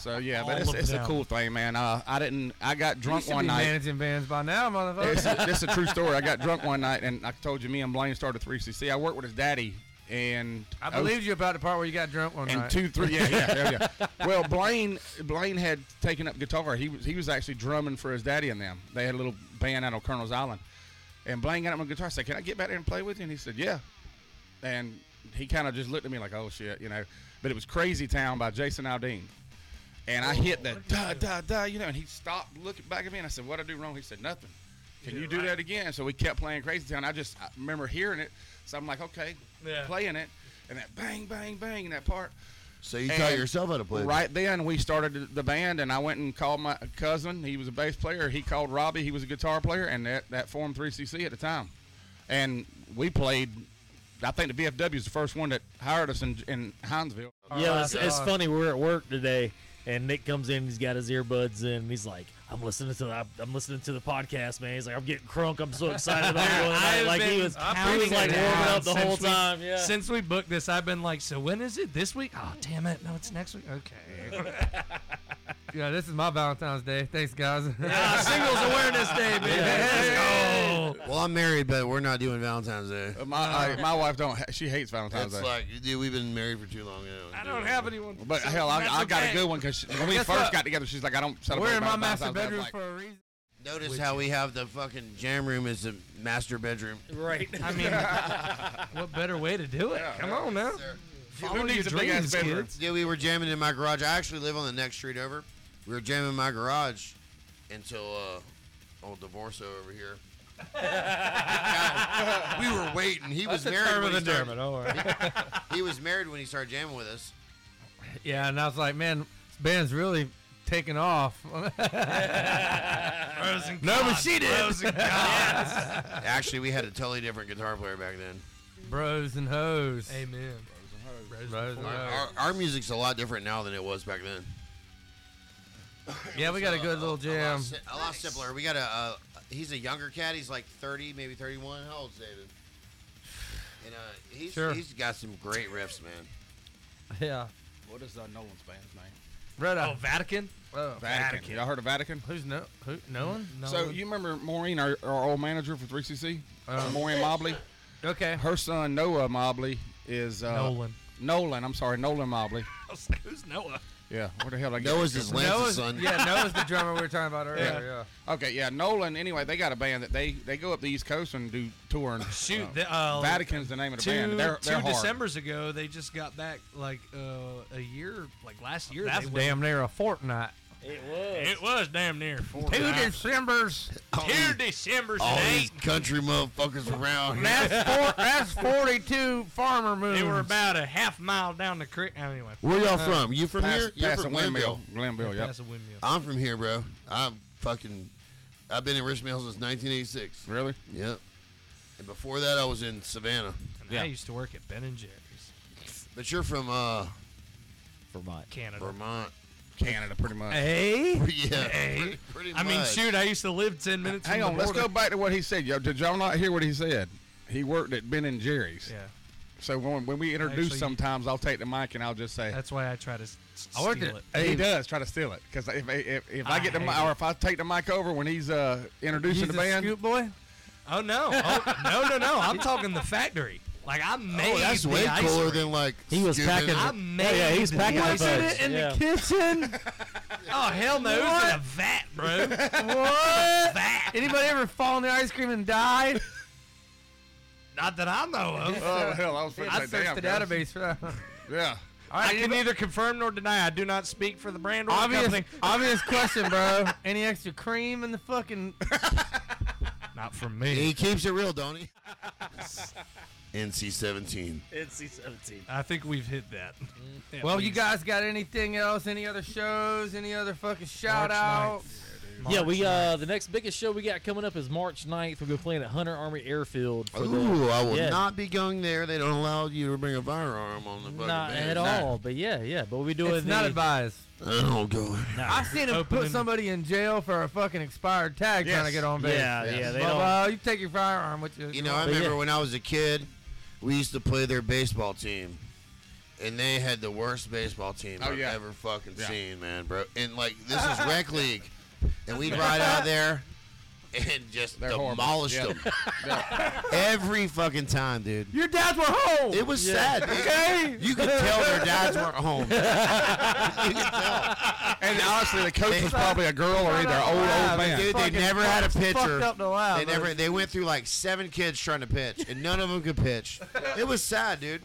Speaker 7: So yeah,
Speaker 4: All
Speaker 7: but it's,
Speaker 4: of
Speaker 7: it's a
Speaker 4: them.
Speaker 7: cool thing, man. Uh, I didn't. I got
Speaker 5: You
Speaker 7: drunk
Speaker 5: should
Speaker 7: one
Speaker 5: be
Speaker 7: night.
Speaker 5: managing bands by now,
Speaker 7: This
Speaker 5: motherfucker.
Speaker 7: is, this is a true story. I got drunk one night, and I told you, me and Blaine started 3CC. I worked with his daddy, and
Speaker 5: I believed you about the part where you got drunk one
Speaker 7: and
Speaker 5: night.
Speaker 7: two, three, yeah, yeah, yeah,
Speaker 5: [LAUGHS]
Speaker 7: yeah. Well, Blaine, Blaine had taken up guitar. He was he was actually drumming for his daddy and them. They had a little band out on Colonel's Island, and Blaine got up on guitar. I said, "Can I get back there and play with you?" And he said, "Yeah." And he kind of just looked at me like, "Oh shit," you know. But it was "Crazy Town" by Jason Aldean, and I hit the da da da, you know. And he stopped, looking back at me, and I said, "What would I do wrong?" He said, "Nothing." Can you do that again? So we kept playing Crazy Town. I just I remember hearing it, so I'm like, okay,
Speaker 4: Yeah.
Speaker 7: playing it, and that bang, bang, bang, and that part.
Speaker 6: so you taught
Speaker 7: and
Speaker 6: yourself how to play.
Speaker 7: Right then, we started the band, and I went and called my cousin. He was a bass player. He called Robbie. He was a guitar player, and that, that formed 3CC at the time. And we played. I think the BFW is the first one that hired us in, in Hinesville.
Speaker 2: [LAUGHS] Yeah, it's, it's
Speaker 5: God.
Speaker 2: funny. We We're at work today, and Nick comes in. He's got his earbuds in. And he's like, "I'm listening to the, I'm listening to the podcast, man." He's like, "I'm getting crunk. I'm
Speaker 4: [LAUGHS]
Speaker 2: so excited about it."
Speaker 4: I
Speaker 2: Like,
Speaker 4: have
Speaker 2: like he
Speaker 4: been-
Speaker 2: was,
Speaker 4: I've
Speaker 2: he was
Speaker 4: been
Speaker 2: like
Speaker 4: down
Speaker 2: warming up the
Speaker 4: since
Speaker 2: whole
Speaker 4: we-
Speaker 2: time. Yeah.
Speaker 4: Since we booked this, I've been like, so when is it? This week? Oh, damn it. No, it's next week. Okay. [LAUGHS]
Speaker 5: yeah, this is my Valentine's Day. Thanks, guys. [LAUGHS]
Speaker 4: Ah, Singles Awareness Day, baby. Let's go.
Speaker 6: Well, I'm married, but we're not doing Valentine's Day.
Speaker 7: Uh, My I, my wife don't. ha- She hates Valentine's
Speaker 6: It's
Speaker 7: Day.
Speaker 6: like, dude, we've been married for too long.
Speaker 4: I don't have anyone.
Speaker 7: but hell, I,
Speaker 4: That's
Speaker 7: I got
Speaker 4: okay.
Speaker 7: a good one because when we
Speaker 5: Guess
Speaker 7: first
Speaker 5: what?
Speaker 7: got together, she's like, I don't celebrate
Speaker 5: We're in my
Speaker 7: Valentine's
Speaker 5: master
Speaker 7: Day. I'm
Speaker 5: bedroom
Speaker 7: like,
Speaker 5: for a reason.
Speaker 6: Notice how we have the fucking jam room as the master bedroom.
Speaker 2: right. [LAUGHS]
Speaker 4: I mean, [LAUGHS] what better way to do it? Come on now. Follow
Speaker 7: Who
Speaker 4: your
Speaker 7: needs a big ass
Speaker 4: dreams,
Speaker 7: bedroom?
Speaker 4: kids.
Speaker 6: Yeah, we were jamming in my garage. I actually live on the next street over. We were jamming in my garage until uh, old divorce over here. we were waiting. He was married. When he, started, he was married when he started jamming with us.
Speaker 5: Yeah, and I was like, man, this band's really taking off. [LAUGHS]
Speaker 4: no, but she did.
Speaker 5: [LAUGHS]
Speaker 6: Actually, we had a totally different guitar player back then.
Speaker 5: Bros and hoes.
Speaker 4: Amen.
Speaker 5: Bros and
Speaker 6: Our,
Speaker 5: hoes.
Speaker 6: our, our music's a lot different now than it was back then.
Speaker 5: Yeah, we got a good little
Speaker 6: A lot
Speaker 5: jam.
Speaker 6: si- A lot simpler. We got a. Uh, he's a younger cat. He's like thirty, maybe thirty-one. How old's David? And uh, he's
Speaker 5: Sure.
Speaker 6: he's got some great riffs, man.
Speaker 5: Yeah.
Speaker 7: What is uh, Nolan's band's name?
Speaker 5: Red
Speaker 4: Oh,
Speaker 5: Eye.
Speaker 4: Vatican?
Speaker 5: Oh.
Speaker 7: Vatican. Y'all heard of Vatican?
Speaker 5: Who's no? Who? No one?
Speaker 4: No.
Speaker 7: So you remember Maureen, our, our old manager for 3CC,
Speaker 5: Um,
Speaker 7: Maureen Mobley.
Speaker 5: Okay.
Speaker 7: Her son Noah Mobley is uh,
Speaker 4: Nolan.
Speaker 7: Nolan, I'm sorry, Nolan Mobley.
Speaker 4: I was like, [LAUGHS] Who's Noah?
Speaker 7: Yeah, where the hell did I get?
Speaker 6: Noah's
Speaker 7: that
Speaker 6: his
Speaker 7: from?
Speaker 6: Lance's
Speaker 5: Noah's,
Speaker 6: son.
Speaker 5: yeah, Noah's the drummer we were talking about earlier. Yeah.
Speaker 7: Okay, yeah, Nolan. Anyway, they got a band that they they go up the East Coast and do touring.
Speaker 4: [LAUGHS] Shoot,
Speaker 7: Uh,
Speaker 4: the, uh,
Speaker 7: Vatican's the name of the
Speaker 4: 2
Speaker 7: band. They're, they're
Speaker 4: two
Speaker 7: hard.
Speaker 4: December's ago, they just got back like uh, a year, like last year.
Speaker 5: That's
Speaker 4: they went-
Speaker 5: damn near a fortnight.
Speaker 2: it was.
Speaker 4: It was damn near four.
Speaker 5: Two December's.
Speaker 6: All
Speaker 4: Two
Speaker 6: these,
Speaker 4: December's
Speaker 7: Oh,
Speaker 6: all these
Speaker 4: date.
Speaker 6: country motherfuckers around. here.
Speaker 5: That's four. That's forty-two farmer moons.
Speaker 4: They were about a half mile down the creek. Oh, Anyway,
Speaker 6: Where y'all from? You from
Speaker 7: Pass,
Speaker 6: here? You're
Speaker 7: pass
Speaker 6: from
Speaker 7: a windmill.
Speaker 6: Glenville.
Speaker 7: Glenville, Oh, yeah.
Speaker 4: that's a windmill.
Speaker 6: I'm from here, bro. I'm fucking I've been in Richmond Hill since 1986.
Speaker 7: Really?
Speaker 6: Yep. And before that, I was in Savannah.
Speaker 4: And
Speaker 3: Yeah.
Speaker 4: I used to work at Ben and Jerry's,
Speaker 6: But you're from uh,
Speaker 3: Vermont.
Speaker 4: Canada.
Speaker 6: Vermont.
Speaker 7: Canada, pretty much.
Speaker 4: Hey.
Speaker 6: yeah.
Speaker 4: Hey.
Speaker 6: Pretty
Speaker 4: I mean,
Speaker 6: much.
Speaker 4: shoot, I used to live ten minutes.
Speaker 7: Hang
Speaker 4: from
Speaker 7: on,
Speaker 4: the
Speaker 7: let's
Speaker 4: border.
Speaker 7: go back to what he said. Yo, did y'all not hear what he said? He worked at Ben and Jerry's.
Speaker 4: Yeah,
Speaker 7: So when, when we introduce,
Speaker 4: Actually-
Speaker 7: sometimes I'll take the mic and I'll just say
Speaker 4: that's why I try to s-
Speaker 5: I
Speaker 4: steal
Speaker 5: worked
Speaker 4: it.
Speaker 5: at
Speaker 7: he does try to steal it because if if, if I,
Speaker 4: I
Speaker 7: get the
Speaker 4: hate
Speaker 7: mic
Speaker 4: it.
Speaker 7: or if I take the mic over when he's uh introducing
Speaker 5: he's
Speaker 7: the
Speaker 5: a
Speaker 7: band,
Speaker 5: Scoop boy.
Speaker 4: Oh no! Oh, no! No! No! I'm talking the factory. Like I made
Speaker 6: Oh, that's
Speaker 4: the
Speaker 6: way
Speaker 4: ice
Speaker 6: cooler
Speaker 4: cream.
Speaker 6: than like.
Speaker 9: He was
Speaker 6: scooping-
Speaker 9: packing
Speaker 4: I
Speaker 9: the-
Speaker 4: made.
Speaker 9: yeah, he's
Speaker 4: the
Speaker 9: packing the
Speaker 4: ice
Speaker 9: buds.
Speaker 4: cream.
Speaker 5: Sit in
Speaker 2: Yeah.
Speaker 5: the kitchen.
Speaker 4: Oh hell no! It was in a vat, bro.
Speaker 5: what?
Speaker 4: vat.
Speaker 5: Anybody ever fall in the ice cream and died?
Speaker 4: Not that I know of.
Speaker 7: oh hell, I was finna
Speaker 5: I
Speaker 7: say,
Speaker 5: searched
Speaker 7: damn,
Speaker 5: the
Speaker 7: guys.
Speaker 5: database for
Speaker 7: [LAUGHS]
Speaker 5: that. one.
Speaker 7: Yeah,
Speaker 4: I can neither confirm nor deny. I do not speak for the brand or the
Speaker 5: obvious,
Speaker 4: company.
Speaker 5: obvious question, bro. Any extra cream in the fucking?
Speaker 4: Not from
Speaker 6: He
Speaker 4: me.
Speaker 6: keeps it real, don't [LAUGHS] he? NC 17.
Speaker 2: NC seventeen.
Speaker 4: I think we've hit that. At
Speaker 5: Well, you
Speaker 4: least.
Speaker 5: guys got anything else? Any other shows? Any other fucking shout outs?
Speaker 2: Yeah, we uh the next biggest show we got coming up is March 9th. We're gonna be playing at Hunter Army Airfield for
Speaker 6: Ooh, I will
Speaker 2: yeah.
Speaker 6: not be going there. They don't allow you to bring a firearm on the
Speaker 2: the
Speaker 6: fucking
Speaker 2: not
Speaker 6: band.
Speaker 2: at all. But yeah, yeah. But we doing
Speaker 5: It's not
Speaker 2: the-
Speaker 5: advised.
Speaker 6: I don't go.
Speaker 2: Nah.
Speaker 5: I've seen him put
Speaker 4: Opening-
Speaker 5: somebody in jail for a fucking expired tag trying to
Speaker 7: Yes.
Speaker 5: get on base.
Speaker 2: yeah, yeah. They
Speaker 5: Well,
Speaker 2: don't.
Speaker 5: well, you take your firearm with you.
Speaker 6: You know, I
Speaker 2: But yeah.
Speaker 6: remember when I was a kid, we used to play their baseball team, and they had the worst baseball team
Speaker 7: Oh,
Speaker 6: I've
Speaker 7: yeah.
Speaker 6: ever fucking
Speaker 7: Yeah.
Speaker 6: seen, man, bro. And like this is rec league, and we'd ride out there and just
Speaker 7: They're horrible.
Speaker 6: demolish
Speaker 7: Yeah.
Speaker 6: them every fucking time, dude.
Speaker 5: your dads were home.
Speaker 6: It was
Speaker 2: Yeah.
Speaker 6: sad. Okay, you could tell their dads weren't home. you could tell,
Speaker 7: and honestly, the coach was probably a girl or either an old old man.
Speaker 6: dude. They never had a pitcher.
Speaker 5: Fucked up the lab.
Speaker 6: They never. They went through like seven kids trying to pitch, and none of them could pitch. It was sad, dude.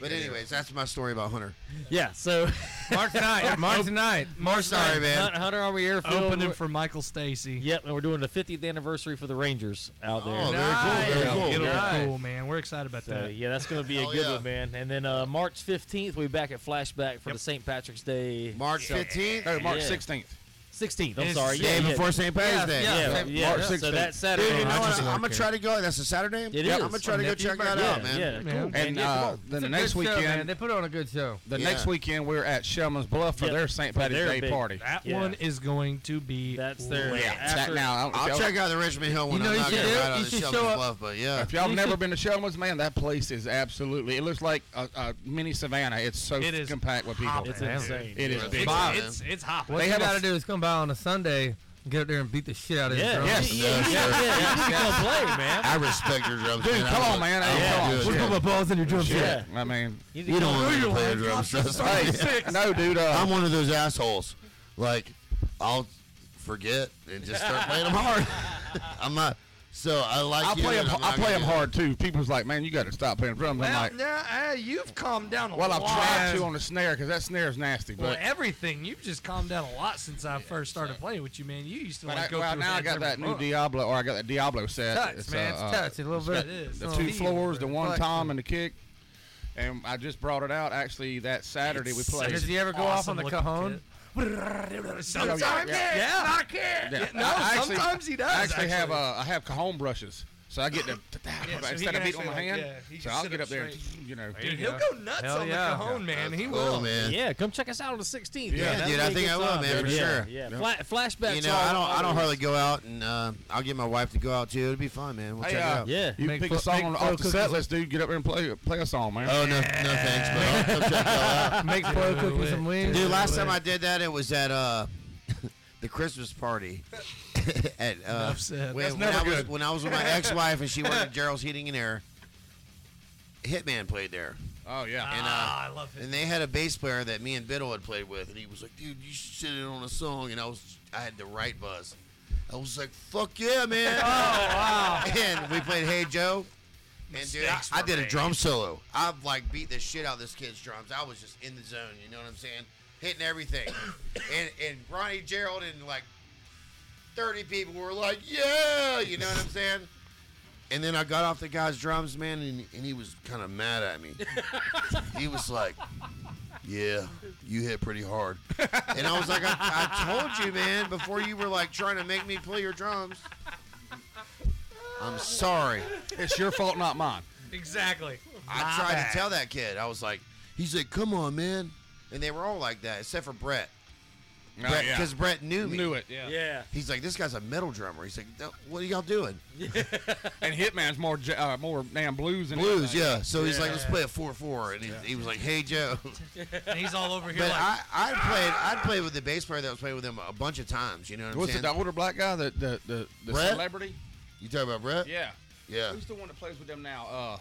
Speaker 6: But anyways, that's my story about Hunter.
Speaker 2: Yeah. [LAUGHS] So
Speaker 5: March 9th. March 9th.
Speaker 6: March sorry, man.
Speaker 2: Hun- Hunter Army Airfield.
Speaker 4: Opening
Speaker 2: we're-
Speaker 4: for Michael Stacy.
Speaker 2: Yep, and we're doing the 50th anniversary for the Rangers out there.
Speaker 6: Oh, very cool. Very
Speaker 5: Nice.
Speaker 6: cool.
Speaker 4: It'll
Speaker 5: Nice.
Speaker 4: be cool, man. We're excited about
Speaker 2: So
Speaker 4: that.
Speaker 2: yeah, that's gonna be a
Speaker 6: Hell
Speaker 2: good
Speaker 6: yeah.
Speaker 2: one, man. And then uh, March fifteenth, we'll be back at Flashback for the St. Patrick's Day.
Speaker 6: March fifteenth,
Speaker 7: No, March
Speaker 2: Yeah.
Speaker 7: sixteenth.
Speaker 2: sixteenth. I'm
Speaker 4: It's
Speaker 2: sorry.
Speaker 4: the
Speaker 2: Yeah,
Speaker 6: day
Speaker 2: yeah,
Speaker 6: before St. Patrick's Day.
Speaker 2: yeah, yeah,
Speaker 5: March
Speaker 2: yeah. So
Speaker 7: 16th.
Speaker 2: that Saturday.
Speaker 6: Dude, you know
Speaker 2: night.
Speaker 6: what? I'm gonna try to go. That's a Saturday.
Speaker 2: It is.
Speaker 6: I'm gonna try to go check that
Speaker 2: yeah,
Speaker 6: out, man.
Speaker 2: Yeah,
Speaker 4: Man.
Speaker 2: cool, man.
Speaker 7: And
Speaker 2: Yeah,
Speaker 7: uh,
Speaker 2: come
Speaker 7: then the
Speaker 5: It's a
Speaker 7: next
Speaker 5: good show,
Speaker 7: weekend,
Speaker 5: man. They put on a a good show.
Speaker 7: the
Speaker 6: Yeah.
Speaker 7: next weekend we're at Shellman's Bluff for
Speaker 2: Yeah,
Speaker 7: their St.
Speaker 2: for
Speaker 7: Patrick's
Speaker 2: their
Speaker 7: Day
Speaker 2: big-
Speaker 7: party.
Speaker 4: That
Speaker 2: Yeah.
Speaker 4: one is going to be.
Speaker 2: That's their-
Speaker 4: lit.
Speaker 2: Yeah.
Speaker 7: That- now,
Speaker 6: I'll
Speaker 7: y'all-
Speaker 6: check out the Richmond Hill one.
Speaker 5: You know
Speaker 6: I'm
Speaker 5: you
Speaker 6: not
Speaker 5: should
Speaker 6: gonna
Speaker 5: do?
Speaker 6: ride on
Speaker 5: You
Speaker 6: the
Speaker 5: should
Speaker 6: Shelby's
Speaker 5: show up-
Speaker 6: Bluff, but yeah.
Speaker 7: [LAUGHS] If y'all have
Speaker 5: You
Speaker 7: never
Speaker 5: should-
Speaker 7: been to Shellman's, man, that place is absolutely. It looks like a, a mini Savannah. It's so
Speaker 4: It is
Speaker 7: compact with people.
Speaker 2: It's
Speaker 4: Damn.
Speaker 2: insane.
Speaker 7: It is
Speaker 6: It's-
Speaker 7: big.
Speaker 4: It's,
Speaker 6: Bob,
Speaker 4: it's, it's hot.
Speaker 5: What
Speaker 7: They
Speaker 5: you
Speaker 7: have a
Speaker 5: got to
Speaker 7: f-
Speaker 5: do is come by on a Sunday, get up there and beat the shit out of
Speaker 2: Yeah.
Speaker 5: your
Speaker 2: Yes.
Speaker 5: drums.
Speaker 6: Yeah,
Speaker 2: yeah,
Speaker 6: sure.
Speaker 2: yeah, you can come
Speaker 6: [LAUGHS]
Speaker 2: play, man.
Speaker 6: I respect your drums.
Speaker 7: Dude, come
Speaker 6: I
Speaker 7: on, man.
Speaker 6: I
Speaker 7: Hey,
Speaker 6: don't
Speaker 7: come on.
Speaker 6: do
Speaker 7: We're
Speaker 6: it.
Speaker 5: Put my balls in your drum set.
Speaker 2: Yeah.
Speaker 7: I mean,
Speaker 2: You
Speaker 6: You don't want to
Speaker 5: your
Speaker 6: play
Speaker 5: life.
Speaker 6: drums. trust me.
Speaker 7: hey, no, dude. Uh,
Speaker 6: I'm one of those assholes. Like, I'll forget and just start playing them hard. [LAUGHS] I'm not. So I like.
Speaker 7: I
Speaker 6: you,
Speaker 7: play
Speaker 6: and
Speaker 7: them.
Speaker 6: I'm
Speaker 7: I
Speaker 6: not
Speaker 7: play
Speaker 6: gonna
Speaker 7: 'em
Speaker 6: do it.
Speaker 7: hard too. People's like, man, you got to stop playing drums. I'm
Speaker 4: Well,
Speaker 7: like,
Speaker 4: now, uh, you've calmed down a
Speaker 7: well,
Speaker 4: lot.
Speaker 7: I've tried to on the snare because that snare is nasty.
Speaker 4: Well,
Speaker 7: But
Speaker 4: everything you've just calmed down a lot since I first started playing with you, man. You used to
Speaker 7: but
Speaker 4: like
Speaker 7: I,
Speaker 4: go
Speaker 7: well,
Speaker 4: through
Speaker 7: now I
Speaker 4: heads
Speaker 7: got
Speaker 4: every
Speaker 7: that new
Speaker 4: month.
Speaker 7: Diablo, or I got that Diablo set.
Speaker 5: Touch,
Speaker 7: It's,
Speaker 5: man. It's
Speaker 7: uh,
Speaker 5: touch. A little bit.
Speaker 4: it is.
Speaker 7: The
Speaker 5: It's
Speaker 7: two
Speaker 5: on
Speaker 7: floors, the one
Speaker 5: Flex.
Speaker 7: tom and the kick. And I just brought it out actually that Saturday we played.
Speaker 5: Does he ever go off on the
Speaker 4: Awesome looking
Speaker 5: cajon?
Speaker 4: kid. Sometimes,
Speaker 7: Yeah, yeah,
Speaker 4: yeah. Not
Speaker 7: Yeah.
Speaker 4: No,
Speaker 7: I actually-
Speaker 4: sometimes he does.
Speaker 7: I actually, have uh, I have cajon brushes, so I get to
Speaker 4: [GASPS] Yeah, so he
Speaker 7: instead
Speaker 4: can
Speaker 7: of
Speaker 4: actually,
Speaker 7: beating on my
Speaker 4: like,
Speaker 7: hand,
Speaker 4: yeah, he
Speaker 7: so
Speaker 4: can
Speaker 7: I'll
Speaker 4: sit
Speaker 7: get
Speaker 4: up
Speaker 7: up there, and,
Speaker 4: straight.
Speaker 7: you know.
Speaker 4: Dude, he'll go nuts
Speaker 5: Hell
Speaker 4: on
Speaker 5: yeah.
Speaker 4: the cajon, man. He
Speaker 6: Cool,
Speaker 4: will.
Speaker 6: man.
Speaker 2: Yeah, come check us out on the 16th.
Speaker 7: Yeah,
Speaker 2: man. That'll
Speaker 6: dude, I
Speaker 2: be a
Speaker 6: think
Speaker 2: good
Speaker 6: I will,
Speaker 2: time,
Speaker 6: man, for
Speaker 2: Yeah,
Speaker 6: sure.
Speaker 2: Yeah, Fla- flashback.
Speaker 6: You know, I don't. I don't hardly go out, and uh, I'll get my wife to go out too. It'll be fun, man. We'll
Speaker 7: Hey,
Speaker 6: check it
Speaker 7: uh,
Speaker 6: out.
Speaker 2: Yeah,
Speaker 7: You
Speaker 5: Make
Speaker 7: pick a
Speaker 5: fo-
Speaker 7: song
Speaker 5: make
Speaker 7: on off the
Speaker 5: focus.
Speaker 7: set list, dude. Get up there and play play a song, man.
Speaker 6: Oh no, no thanks, but I'll come check y'all
Speaker 5: [LAUGHS]
Speaker 6: out.
Speaker 5: Make flow cook with some wings.
Speaker 6: Dude, last time I did that, it was at uh, [LAUGHS] the Christmas party. [LAUGHS] at uh,
Speaker 4: Enough said.
Speaker 6: when,
Speaker 4: That's
Speaker 6: when I
Speaker 4: never
Speaker 6: was
Speaker 4: good.
Speaker 6: when I was with my ex-wife and she worked
Speaker 4: [LAUGHS]
Speaker 6: at Gerald's Heating and Air. Hitman played there.
Speaker 7: Oh yeah.
Speaker 6: And, uh,
Speaker 4: Ah, I love him.
Speaker 6: And they had a bass player that me and Biddle had played with, and he was like, "Dude, you should sit in on a song." And I was, I had the right buzz. I was like, "Fuck yeah, man!" [LAUGHS] oh wow! [LAUGHS] And we played "Hey Joe," and dude, I,
Speaker 4: Mistakes
Speaker 6: I
Speaker 4: were
Speaker 6: did a
Speaker 4: made.
Speaker 6: drum solo. I've like beat the shit out of this kid's drums. I was just in the zone. You know what I'm saying? Hitting [COUGHS] everything, and and Ronnie Gerald and like thirty people were like, "Yeah," you know what I'm saying? And then I got off [LAUGHS] the guy's drums, man, and, and he was kind of mad at me. he was like, yeah, you hit pretty hard. And I was like, I, I told you, man, before you were like trying to make me play your drums. I'm sorry.
Speaker 7: It's your fault, not mine.
Speaker 4: Exactly.
Speaker 6: I tried to tell that kid. I was like, he's like, come on, man. And they were all like that, except for Brett.
Speaker 7: Oh,
Speaker 6: Brett,
Speaker 7: yeah.
Speaker 6: because Brett knew me.
Speaker 7: Knew it, yeah.
Speaker 2: Yeah.
Speaker 6: He's like, this guy's a metal drummer. He's like, "No, what are y'all doing?
Speaker 7: And Hitman's more j- uh, more damn blues and
Speaker 6: Blues, yeah. So he's like, let's play a four four, and he, he was like, hey Joe.
Speaker 4: And he's all over here
Speaker 6: [LAUGHS] But
Speaker 4: like,
Speaker 6: I I played I played with the bass player that was playing with him a bunch of times. You know what I'm
Speaker 7: What's it,
Speaker 6: saying?
Speaker 7: the older black guy, the the the, the
Speaker 6: Brett?
Speaker 7: celebrity?
Speaker 6: you talking about Brett?
Speaker 7: Yeah.
Speaker 6: Yeah.
Speaker 7: Who's the one that plays with them now? Uh,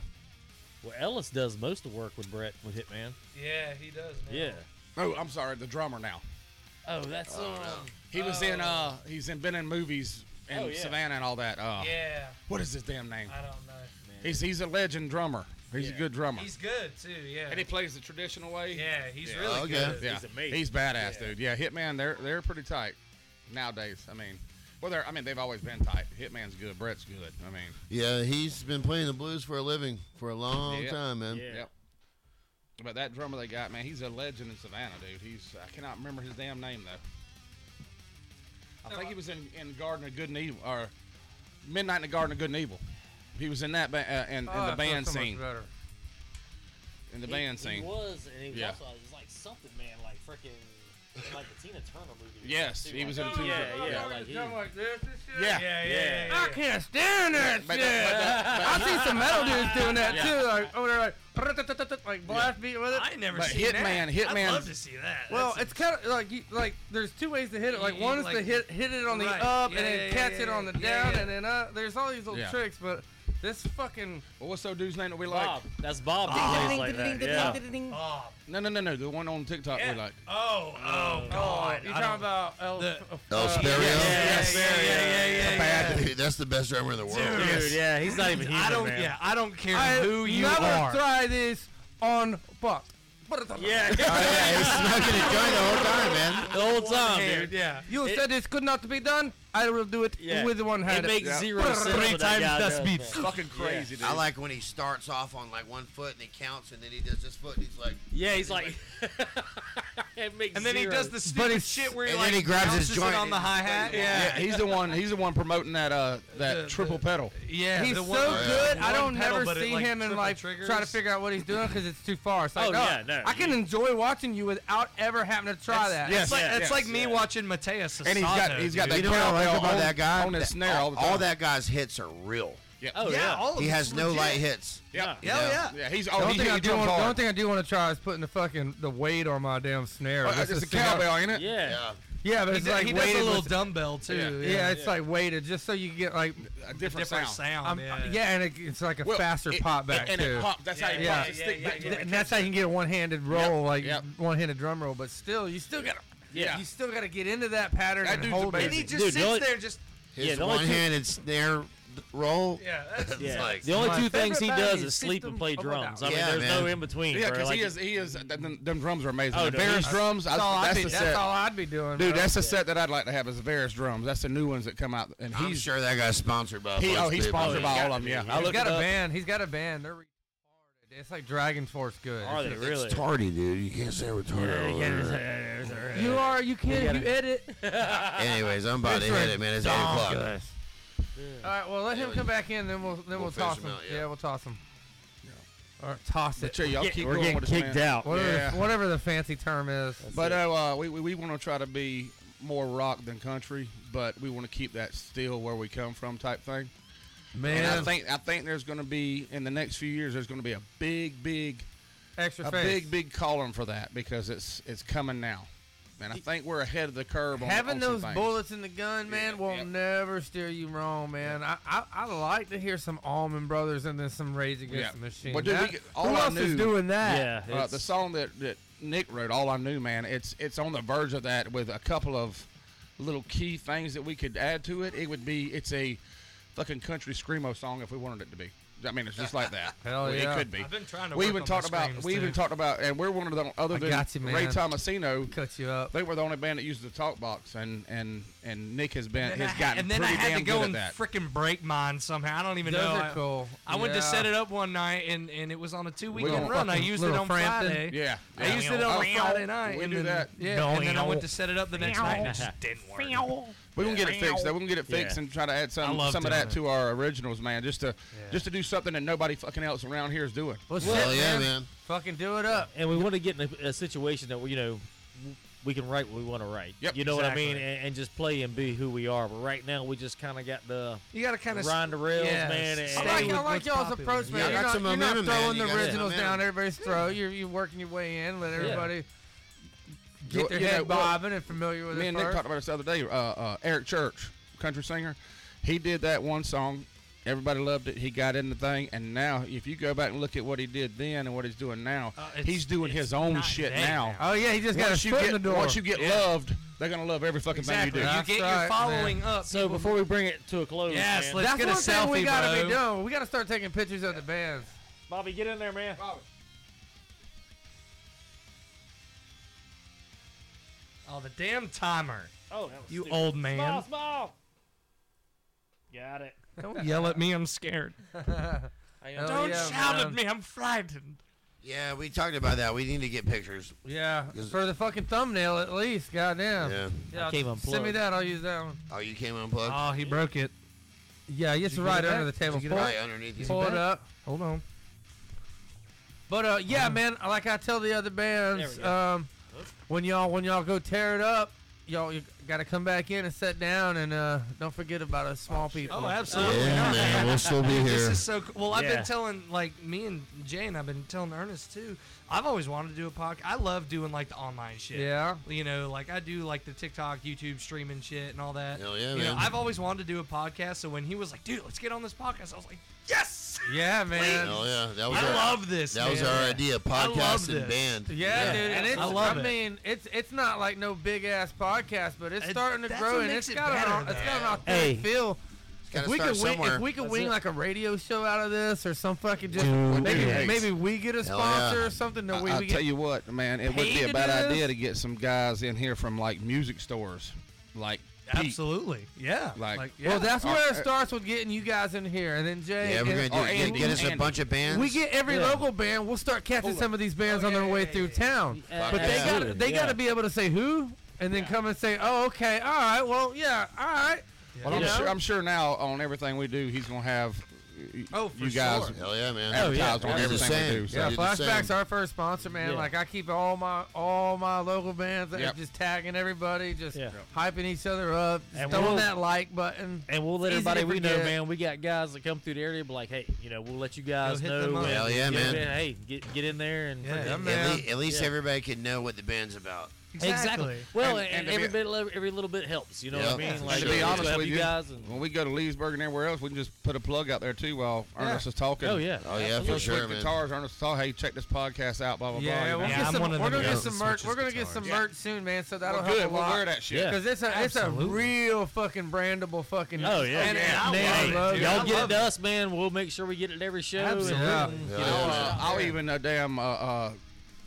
Speaker 2: Well, Ellis does most of the work with Brett with Hitman.
Speaker 4: yeah, he does. Man.
Speaker 2: Yeah.
Speaker 7: oh, I'm sorry, the drummer now.
Speaker 2: Oh, that's
Speaker 7: He was in uh, he's in been in movies and
Speaker 2: Oh, yeah.
Speaker 7: Savannah and all that. Uh,
Speaker 4: Yeah, Uh,
Speaker 7: what is his damn name?
Speaker 4: I don't know.
Speaker 7: He's he's a legend drummer. He's a good drummer,
Speaker 4: He's good too. Yeah.
Speaker 7: and he plays the traditional way.
Speaker 4: yeah, he's
Speaker 7: Yeah.
Speaker 4: really
Speaker 6: Okay.
Speaker 4: good.
Speaker 7: yeah.
Speaker 2: He's amazing.
Speaker 7: He's badass, dude. Yeah, Hitman, they're they're pretty tight nowadays. I mean, well, they're I mean they've always been tight. Hitman's good. Brett's good. I mean,
Speaker 6: Yeah, he's been playing the blues for a living for a long
Speaker 7: Yeah.
Speaker 6: time, man.
Speaker 2: Yeah.
Speaker 7: Yep. But that drummer they got, man, he's a legend in Savannah, dude. He's I cannot remember his damn name though. I think he was in, in Garden of Good and Evil or Midnight in the Garden of Good and Evil. He was in that ba- uh,
Speaker 5: Oh,
Speaker 7: in, in the band scene. In the band
Speaker 2: He
Speaker 7: scene.
Speaker 2: was, and he was
Speaker 7: Yeah.
Speaker 2: also it was like something, man, like freaking, like the Tina Turner movie. or
Speaker 7: Yes,
Speaker 2: something,
Speaker 7: he
Speaker 2: too,
Speaker 7: was
Speaker 2: like-
Speaker 7: in Tina
Speaker 2: Yeah,
Speaker 7: Turner.
Speaker 2: yeah,
Speaker 7: Yeah.
Speaker 2: like he-
Speaker 7: Yeah.
Speaker 4: Yeah, yeah,
Speaker 2: Yeah.
Speaker 4: yeah, yeah,
Speaker 5: I can't stand that
Speaker 7: But- but-
Speaker 5: shit.
Speaker 7: but-
Speaker 5: [LAUGHS] I see some metal dudes doing that
Speaker 7: Yeah.
Speaker 5: too, like over there, like "Prrrt-tut-tut-tut," like [LAUGHS] blast beat with it.
Speaker 4: I never
Speaker 7: But
Speaker 4: seen that.
Speaker 7: Hitman- Hitman's-
Speaker 4: I'd love to see that.
Speaker 5: Well,
Speaker 4: That's-
Speaker 5: it's kind of like you, like there's two ways to hit it. Like
Speaker 4: You-
Speaker 5: one is to
Speaker 4: like-
Speaker 5: hit hit it on the
Speaker 4: right.
Speaker 5: up
Speaker 4: Yeah,
Speaker 5: and then
Speaker 4: yeah, yeah,
Speaker 5: catch
Speaker 4: yeah,
Speaker 5: it on the
Speaker 4: yeah,
Speaker 5: down
Speaker 4: yeah.
Speaker 5: and then up. There's all these little
Speaker 7: Yeah.
Speaker 5: tricks, but this fucking
Speaker 7: Well, what's that dude's name that we like?
Speaker 2: Bob. That's Bob. that plays like that, yeah.
Speaker 8: [LAUGHS]
Speaker 4: oh,
Speaker 7: No, no, no, no. The one on TikTok we like.
Speaker 4: oh, oh, God.
Speaker 5: you talking
Speaker 4: I don't-
Speaker 5: about El,
Speaker 4: The-
Speaker 5: uh,
Speaker 6: El
Speaker 5: uh,
Speaker 6: Oh, Sperry.
Speaker 4: Yes, yeah, yeah, yeah, yeah, yeah.
Speaker 6: Dude, that's the best drummer in the world.
Speaker 4: Dude.
Speaker 2: Dude, yeah, he's not even human,
Speaker 4: I don't.
Speaker 2: man.
Speaker 4: Yeah, I don't care
Speaker 5: I
Speaker 4: who you
Speaker 5: never
Speaker 4: are.
Speaker 5: try this on fuck.
Speaker 2: Yeah, [LAUGHS]
Speaker 6: Oh, yeah, he's smoking and joint the whole time, man.
Speaker 2: the whole time,
Speaker 4: Dude,
Speaker 2: dude.
Speaker 4: yeah.
Speaker 5: You said this could not be done. I will do it
Speaker 2: Yeah.
Speaker 5: with one
Speaker 2: It
Speaker 5: hand.
Speaker 2: makes zero sense. what that guy does, man.
Speaker 7: Fucking crazy, dude.
Speaker 6: I like when he starts off on like one foot and he counts and then he does this foot and he's like,
Speaker 2: Yeah, he's like. [LAUGHS] it makes
Speaker 4: And then he
Speaker 2: zero
Speaker 4: does the stupid shit where he
Speaker 6: and
Speaker 4: like
Speaker 6: then he grabs his
Speaker 4: bounces
Speaker 6: joint
Speaker 4: it on
Speaker 6: and-
Speaker 4: the hi hat.
Speaker 7: yeah,
Speaker 4: Yeah,
Speaker 7: he's the one. He's the one promoting that uh that
Speaker 4: The- the-
Speaker 7: triple pedal.
Speaker 4: yeah.
Speaker 5: He's so
Speaker 4: the one-
Speaker 5: good.
Speaker 4: the
Speaker 5: I
Speaker 4: one
Speaker 5: don't
Speaker 4: pedal,
Speaker 5: ever
Speaker 4: but it,
Speaker 5: see
Speaker 4: like,
Speaker 5: him and
Speaker 4: triple
Speaker 5: like try to
Speaker 4: triggers.
Speaker 5: figure out what he's doing because it's too far. It's like,
Speaker 2: Oh,
Speaker 5: no,
Speaker 2: yeah, no,
Speaker 5: I can
Speaker 2: you-
Speaker 5: enjoy watching you without ever having to try that.
Speaker 4: It's like,
Speaker 7: Yes,
Speaker 4: it's like
Speaker 7: yes,
Speaker 4: me
Speaker 2: yeah.
Speaker 4: watching Mateus.
Speaker 7: And he's got he's got
Speaker 6: you
Speaker 7: that
Speaker 6: know what I like
Speaker 7: cowbell
Speaker 6: about
Speaker 7: on
Speaker 6: that guy?
Speaker 7: on his
Speaker 6: That-
Speaker 7: snare all, the time.
Speaker 6: all that guy's hits are real.
Speaker 7: Yeah.
Speaker 2: Oh,
Speaker 4: yeah. All of
Speaker 6: He
Speaker 4: it's
Speaker 6: has no
Speaker 4: legit.
Speaker 6: light hits.
Speaker 7: yeah.
Speaker 6: you
Speaker 4: Hell
Speaker 6: know?
Speaker 4: yeah.
Speaker 7: Yeah, he's
Speaker 5: The
Speaker 7: oh,
Speaker 5: only,
Speaker 7: he,
Speaker 5: thing I
Speaker 7: he
Speaker 5: do
Speaker 7: drums
Speaker 5: want, the only
Speaker 7: hard.
Speaker 5: thing I do want to try is putting the fucking the weight on my damn snare.
Speaker 7: Oh,
Speaker 5: Just
Speaker 7: it's a
Speaker 5: to see how-
Speaker 7: cowbell, ain't it?
Speaker 2: Yeah.
Speaker 6: Yeah.
Speaker 5: Yeah, but
Speaker 4: He,
Speaker 5: it's
Speaker 4: does,
Speaker 5: like
Speaker 4: he does
Speaker 5: weighted
Speaker 4: a little
Speaker 5: with-
Speaker 4: dumbbell too.
Speaker 7: Yeah.
Speaker 5: yeah, it's like weighted just so you get like
Speaker 7: A different,
Speaker 4: different
Speaker 7: sound.
Speaker 4: sound.
Speaker 5: I'm,
Speaker 4: yeah.
Speaker 5: yeah, and it, it's like a
Speaker 7: Well,
Speaker 5: faster
Speaker 7: it-
Speaker 5: pop back
Speaker 7: and,
Speaker 5: too.
Speaker 7: it popped. That's how he
Speaker 4: Yeah,
Speaker 7: popped.
Speaker 4: yeah,
Speaker 7: his stick
Speaker 4: yeah,
Speaker 7: back
Speaker 4: yeah,
Speaker 7: to
Speaker 4: yeah.
Speaker 7: it.
Speaker 5: and that's how you can get a one-handed roll, like
Speaker 7: yep.
Speaker 5: one-handed drum roll. But still, you still gotta,
Speaker 2: Yeah.
Speaker 5: you still gotta get into that pattern
Speaker 7: That
Speaker 5: and
Speaker 7: dude's
Speaker 5: hold
Speaker 7: amazing.
Speaker 5: it.
Speaker 4: And he just
Speaker 2: Dude, the
Speaker 4: sits
Speaker 2: only-
Speaker 4: there and just
Speaker 6: His
Speaker 2: Yeah, the only two-
Speaker 6: one-handed snare roll.
Speaker 4: yeah. That's,
Speaker 2: Yeah.
Speaker 6: like-
Speaker 2: the only
Speaker 5: My
Speaker 2: two things he
Speaker 5: favorite
Speaker 2: does
Speaker 5: band
Speaker 2: is
Speaker 5: is
Speaker 2: sleep and
Speaker 5: System
Speaker 2: play
Speaker 5: of a
Speaker 2: drums. I
Speaker 6: Down.
Speaker 2: mean,
Speaker 6: Yeah,
Speaker 2: there's
Speaker 6: man.
Speaker 2: no in between.
Speaker 7: Yeah,
Speaker 2: bro.
Speaker 7: because
Speaker 2: Like,
Speaker 7: he is he is th- them, them drums are amazing.
Speaker 2: Oh,
Speaker 7: the
Speaker 2: no,
Speaker 7: Varus
Speaker 2: he's-
Speaker 7: drums.
Speaker 5: That's, all,
Speaker 7: I,
Speaker 5: I'd
Speaker 7: that's
Speaker 5: be,
Speaker 7: the
Speaker 5: that's
Speaker 7: set.
Speaker 5: all I'd be doing,
Speaker 7: Dude,
Speaker 5: bro.
Speaker 7: that's the set that I'd like to have is the Varus drums. That's the new ones that come out, and
Speaker 6: I'm
Speaker 7: he's
Speaker 6: sure that guy's sponsored by. a
Speaker 7: he
Speaker 6: bunch
Speaker 7: oh
Speaker 6: of
Speaker 7: he's
Speaker 6: people.
Speaker 7: sponsored by all
Speaker 2: got
Speaker 7: of them.
Speaker 2: to
Speaker 7: Yeah,
Speaker 2: be.
Speaker 7: I
Speaker 2: He's
Speaker 5: he's
Speaker 7: looked
Speaker 5: got
Speaker 7: it
Speaker 5: a
Speaker 7: up.
Speaker 5: band. He's got a band. They're retarded. It's like Dragon Force good.
Speaker 2: Are they really?
Speaker 6: It's tardy, dude. You can't say retarded.
Speaker 5: You are. You can't.
Speaker 2: gotta-
Speaker 5: if you edit.
Speaker 6: Anyways, I'm about to hit it, man. It's eight o'clock.
Speaker 5: [LAUGHS] All right. Well, let him come back in, then we'll then we'll,
Speaker 6: We'll fish
Speaker 5: toss
Speaker 6: him
Speaker 5: him.
Speaker 6: out, yeah.
Speaker 5: yeah. we'll toss him. Or toss
Speaker 7: But
Speaker 5: it.
Speaker 7: sure, y'all keep
Speaker 2: We're
Speaker 7: going
Speaker 2: getting
Speaker 7: with this,
Speaker 2: kicked
Speaker 7: man.
Speaker 2: out.
Speaker 5: Whatever,
Speaker 7: Yeah.
Speaker 5: whatever the fancy term is.
Speaker 7: But uh, uh, we, we, we want to try to be more rock than country, but we want to keep that still where we come from type thing.
Speaker 5: Man,
Speaker 7: And I think I think there's going to be in the next few years there's going to be a big big
Speaker 5: extra
Speaker 7: a
Speaker 5: face.
Speaker 7: big big calling for that because it's it's coming now, and I think we're ahead of the curve. On,
Speaker 5: Having
Speaker 7: on some
Speaker 5: those
Speaker 7: things.
Speaker 5: bullets in the gun, man,
Speaker 7: Yeah,
Speaker 5: will
Speaker 7: yeah.
Speaker 5: never steer you wrong, man. I, I I like to hear some Almond Brothers and then some Rage Against
Speaker 7: Yeah.
Speaker 5: the Machine.
Speaker 7: Well, dude, we
Speaker 5: That-
Speaker 7: get- all
Speaker 5: who
Speaker 7: I
Speaker 5: else is
Speaker 7: knew-
Speaker 5: doing that?
Speaker 2: Yeah.
Speaker 7: Uh, the
Speaker 2: it's-
Speaker 7: song that, that Nick wrote, "All I Knew," man, it's it's on the verge of that with a couple of little key things that we could add to it. It would be it's a fucking country screamo song if we wanted it to be. I mean, it's just
Speaker 4: [LAUGHS]
Speaker 7: like that.
Speaker 5: Hell
Speaker 7: It
Speaker 5: yeah.
Speaker 7: could be.
Speaker 4: I've been trying to
Speaker 7: We
Speaker 4: work
Speaker 7: even
Speaker 4: on
Speaker 7: talked
Speaker 4: my
Speaker 7: about.
Speaker 4: screams,
Speaker 7: We even
Speaker 4: too.
Speaker 7: talked about, and we're one of the other
Speaker 5: I
Speaker 7: than
Speaker 5: got you,
Speaker 7: Ray
Speaker 5: man.
Speaker 7: Tomasino.
Speaker 5: Cut you up.
Speaker 7: They were the only band that used the talk box, and and and Nick has been
Speaker 4: And then,
Speaker 7: has
Speaker 4: I, had-
Speaker 7: gotten
Speaker 4: and then I
Speaker 7: pretty
Speaker 4: had
Speaker 7: damn
Speaker 4: to go
Speaker 7: good
Speaker 4: and
Speaker 7: at that.
Speaker 4: freaking break mine somehow. I don't even
Speaker 5: Those
Speaker 4: know.
Speaker 5: are
Speaker 4: I,
Speaker 5: cool.
Speaker 4: I went to
Speaker 5: Yeah.
Speaker 4: set it up one night, and, and it was on a two
Speaker 7: don't
Speaker 4: weekend run. I
Speaker 5: fucking
Speaker 4: used it
Speaker 5: little
Speaker 4: on
Speaker 5: Frampton.
Speaker 4: Friday.
Speaker 7: yeah, Oh,
Speaker 4: I used it on a Friday night.
Speaker 7: We
Speaker 4: and
Speaker 7: do
Speaker 4: then,
Speaker 7: that.
Speaker 4: Yeah,
Speaker 2: No,
Speaker 4: and then I
Speaker 2: no.
Speaker 4: went to set it up the next night, and it just didn't work.
Speaker 7: We're gonna get it fixed. Though. We're gonna get it fixed
Speaker 2: Yeah.
Speaker 7: and try to add some
Speaker 4: I love
Speaker 7: some of
Speaker 4: doing
Speaker 7: that
Speaker 4: it.
Speaker 7: to our originals, man. Just to just to do something that nobody fucking else around here is doing.
Speaker 5: Well,
Speaker 6: Hell
Speaker 5: shit,
Speaker 6: yeah,
Speaker 5: man.
Speaker 6: man.
Speaker 5: Fucking do it up.
Speaker 2: and we want to get in a, a situation that we, you know we can write what we want to write.
Speaker 7: Yep.
Speaker 2: you know what I mean,
Speaker 4: Exactly.
Speaker 2: and, and just play and be who we are. But right now, we just kind of got the
Speaker 4: You got to kind of
Speaker 2: grind the rails,
Speaker 4: yeah,
Speaker 2: man. And,
Speaker 4: stay
Speaker 5: I like,
Speaker 4: with
Speaker 5: I like
Speaker 4: what's
Speaker 5: y'all's
Speaker 4: popular.
Speaker 5: approach, man.
Speaker 6: Yeah,
Speaker 5: you're,
Speaker 6: that's
Speaker 5: not,
Speaker 6: some
Speaker 5: you're not
Speaker 6: momentum, man.
Speaker 5: throwing
Speaker 6: You
Speaker 5: the
Speaker 6: got some
Speaker 5: originals down
Speaker 6: momentum.
Speaker 5: everybody's throat. You're, you're working your way in, let everybody
Speaker 7: You-
Speaker 5: get their
Speaker 7: you know,
Speaker 5: head
Speaker 7: well,
Speaker 5: bobbing and familiar with
Speaker 7: Me
Speaker 5: it
Speaker 7: and Nick
Speaker 5: first.
Speaker 7: talked about this the other day. Uh, uh, Eric Church, country singer, he did that one song. Everybody loved it. He got in the thing, and now if you go back and look at what he did then and what he's doing now,
Speaker 4: Uh, it's-
Speaker 7: he's doing
Speaker 4: it's
Speaker 7: his own
Speaker 4: night
Speaker 7: shit
Speaker 4: and day
Speaker 7: now.
Speaker 4: now.
Speaker 5: Oh yeah, he just got
Speaker 7: Once
Speaker 5: his
Speaker 7: you
Speaker 5: foot in the
Speaker 7: get
Speaker 5: door.
Speaker 7: once you get loved, they're gonna love every fucking
Speaker 4: Exactly.
Speaker 7: thing
Speaker 4: You
Speaker 7: you do.
Speaker 5: That's
Speaker 4: get your
Speaker 5: right,
Speaker 4: following up.
Speaker 2: so before we bring it to a close,
Speaker 4: Yes,
Speaker 2: man,
Speaker 4: let's-
Speaker 5: That's
Speaker 4: get a
Speaker 5: one thing we
Speaker 4: selfie,
Speaker 5: gotta
Speaker 4: bro.
Speaker 5: be doing. We gotta start taking pictures of the bands.
Speaker 2: Bobby, get in there, man.
Speaker 4: Oh, the damn timer.
Speaker 2: Oh, that was
Speaker 4: You
Speaker 2: stupid.
Speaker 4: old man.
Speaker 2: Smile, smile. Got it.
Speaker 4: Don't yell at me. I'm scared.
Speaker 2: I
Speaker 5: Oh,
Speaker 4: Don't
Speaker 5: yeah,
Speaker 4: shout at
Speaker 5: man.
Speaker 4: me. I'm frightened.
Speaker 6: Yeah, we talked about that. We need to get pictures.
Speaker 5: Yeah,
Speaker 6: 'Cause-
Speaker 5: for the fucking thumbnail at least. Goddamn.
Speaker 6: Yeah.
Speaker 5: Yeah,
Speaker 2: I came
Speaker 5: Send me
Speaker 2: unplugged.
Speaker 5: that. I'll use that one.
Speaker 6: Oh, you came unplugged.
Speaker 4: Oh, he broke it.
Speaker 5: Yeah, it's
Speaker 4: you
Speaker 5: right
Speaker 4: get it
Speaker 5: under the
Speaker 4: back?
Speaker 5: table. Pull,
Speaker 6: right underneath you.
Speaker 5: pull it
Speaker 4: back?
Speaker 5: up.
Speaker 4: Hold on.
Speaker 5: But uh, yeah, man, like I tell the other bands,
Speaker 2: There we go.
Speaker 5: um, when y'all when y'all go tear it up, y'all you gotta come back in and sit down and uh, don't forget about us small people.
Speaker 4: Oh, absolutely.
Speaker 6: Yeah, man. We'll still be
Speaker 4: This
Speaker 6: here.
Speaker 4: is so cool. Well, I've
Speaker 2: Yeah.
Speaker 4: been telling, like, me and Jane, I've been telling Ernest, too. I've always wanted to do a podcast. I love doing, like, the online shit.
Speaker 5: Yeah.
Speaker 4: You know, like, I do, like, the TikTok, YouTube streaming shit and all that.
Speaker 6: Hell yeah,
Speaker 4: you
Speaker 6: man.
Speaker 4: Know, I've always wanted to do a podcast. So when he was like, dude, let's get on this podcast, I was like, yes!
Speaker 5: Yeah, man.
Speaker 6: Hell yeah. That was
Speaker 4: [LAUGHS] I
Speaker 6: our,
Speaker 4: love this.
Speaker 6: that was
Speaker 4: man.
Speaker 6: our idea.
Speaker 4: love
Speaker 6: Podcast and
Speaker 4: this.
Speaker 6: band.
Speaker 5: Yeah, dude, and it's,
Speaker 4: I love
Speaker 5: I
Speaker 4: it.
Speaker 5: mean, it's it's not like no big ass podcast, but it's
Speaker 4: It-
Speaker 5: starting to
Speaker 4: that's
Speaker 5: grow,
Speaker 4: what
Speaker 5: and
Speaker 4: makes
Speaker 5: it's
Speaker 4: it
Speaker 5: got
Speaker 4: better,
Speaker 5: an, it's got an
Speaker 4: though.
Speaker 2: Hey.
Speaker 5: authentic feel.
Speaker 6: Gotta
Speaker 5: If we
Speaker 6: start
Speaker 5: could wing,
Speaker 6: somewhere.
Speaker 5: if we could
Speaker 2: That's
Speaker 5: wing
Speaker 2: it.
Speaker 5: like a radio show out of this, or some fucking just
Speaker 2: Dude,
Speaker 5: maybe
Speaker 2: yeah.
Speaker 5: maybe we get a
Speaker 6: Hell yeah.
Speaker 5: sponsor or something that we,
Speaker 7: I, will
Speaker 5: we
Speaker 7: tell
Speaker 5: get.
Speaker 7: you what, man, it would
Speaker 5: paid
Speaker 7: be a
Speaker 5: to
Speaker 7: bad
Speaker 5: do this?
Speaker 7: idea to get some guys in here from like music stores, like Pete.
Speaker 4: Absolutely. Yeah.
Speaker 7: Like-
Speaker 4: yeah.
Speaker 5: Well, that's
Speaker 7: Or-
Speaker 5: where it starts with getting you guys in here, and then Jay.
Speaker 6: Yeah, we're
Speaker 5: and-
Speaker 6: gonna
Speaker 7: or
Speaker 6: do. Get,
Speaker 7: Andy,
Speaker 6: get us a
Speaker 7: Andy.
Speaker 6: bunch of bands.
Speaker 5: We get every
Speaker 2: Yeah.
Speaker 5: local band. We'll start catching some of these bands on their way through town.
Speaker 2: Uh,
Speaker 5: But they
Speaker 2: absolutely,
Speaker 5: got they
Speaker 2: yeah.
Speaker 5: got to be able to say who, and then come and say, "Oh, okay, all right, well, yeah, all right."
Speaker 7: Well, I'm,
Speaker 5: You know?
Speaker 7: sure, I'm sure now on everything we do, he's gonna have uh,
Speaker 4: Oh, for
Speaker 7: you guys
Speaker 4: sure.
Speaker 6: Hell yeah, man.
Speaker 7: advertised
Speaker 2: yeah.
Speaker 7: on
Speaker 6: We're the
Speaker 7: everything we
Speaker 6: same.
Speaker 7: do. So.
Speaker 5: Yeah,
Speaker 6: do the
Speaker 5: Flashback's
Speaker 6: same.
Speaker 5: our first sponsor, man.
Speaker 2: Yeah.
Speaker 5: Like I keep all my all my local bands, uh,
Speaker 7: Yep.
Speaker 5: just tagging everybody, just
Speaker 2: Yeah.
Speaker 5: hyping each other up, just
Speaker 2: And
Speaker 5: throwing
Speaker 2: we'll-
Speaker 5: that like button.
Speaker 2: And we'll let
Speaker 5: It's easy to
Speaker 2: everybody we know,
Speaker 5: forget.
Speaker 2: man. We got guys that come through the area, be like, hey, you know, we'll let you guys
Speaker 4: hit
Speaker 2: know.
Speaker 4: them up.
Speaker 2: when-
Speaker 6: Hell yeah,
Speaker 2: you know,
Speaker 6: man.
Speaker 2: Hey, get get in there and
Speaker 4: Yeah,
Speaker 2: freaking-
Speaker 5: man.
Speaker 6: At, le- at least
Speaker 2: Yeah.
Speaker 6: everybody can know what the band's about.
Speaker 4: Exactly.
Speaker 2: Well,
Speaker 7: And-
Speaker 2: and,
Speaker 7: and to
Speaker 2: every
Speaker 7: be-
Speaker 2: bit, every little bit helps. You know what I
Speaker 6: Yeah.
Speaker 2: mean?
Speaker 6: Yeah,
Speaker 2: Like,
Speaker 7: And to
Speaker 6: Sure.
Speaker 7: be
Speaker 2: we'll
Speaker 7: honest
Speaker 2: help
Speaker 7: with
Speaker 2: you
Speaker 7: you,
Speaker 2: guys. And,
Speaker 7: when we go to Leesburg and everywhere else, we can just put a plug out there too while Ernest is talking.
Speaker 2: oh yeah.
Speaker 6: Oh yeah, for
Speaker 7: Just
Speaker 6: sure,
Speaker 7: with
Speaker 6: man.
Speaker 7: guitars, Ernest talking, hey, check this podcast out, blah blah blah.
Speaker 5: Yeah,
Speaker 7: you
Speaker 5: we'll
Speaker 7: know?
Speaker 4: Yeah,
Speaker 5: get
Speaker 4: I'm
Speaker 5: some,
Speaker 4: one
Speaker 5: we're
Speaker 4: of them
Speaker 5: gonna get
Speaker 4: guys
Speaker 5: some
Speaker 4: that
Speaker 5: merch. We're
Speaker 4: switches
Speaker 5: gonna get some
Speaker 4: guitars.
Speaker 5: merch soon, man. So that'll
Speaker 7: Well,
Speaker 5: help
Speaker 7: good.
Speaker 5: a
Speaker 7: We'll
Speaker 5: lot.
Speaker 7: wear that shit.
Speaker 2: Yeah.
Speaker 5: Because it's a it's a
Speaker 4: Absolutely.
Speaker 5: real fucking brandable fucking.
Speaker 2: Oh, yeah.
Speaker 5: and- and
Speaker 4: Yeah, I
Speaker 5: name.
Speaker 4: love it,
Speaker 5: Love
Speaker 4: dude.
Speaker 5: it.
Speaker 4: I
Speaker 2: Y'all get
Speaker 4: love
Speaker 2: it to us, man. We'll make sure we get it at every show. and-
Speaker 5: Absolutely.
Speaker 6: Hell
Speaker 7: You know,
Speaker 6: yeah,
Speaker 7: uh,
Speaker 6: man.
Speaker 7: I'll even uh, damn uh, uh,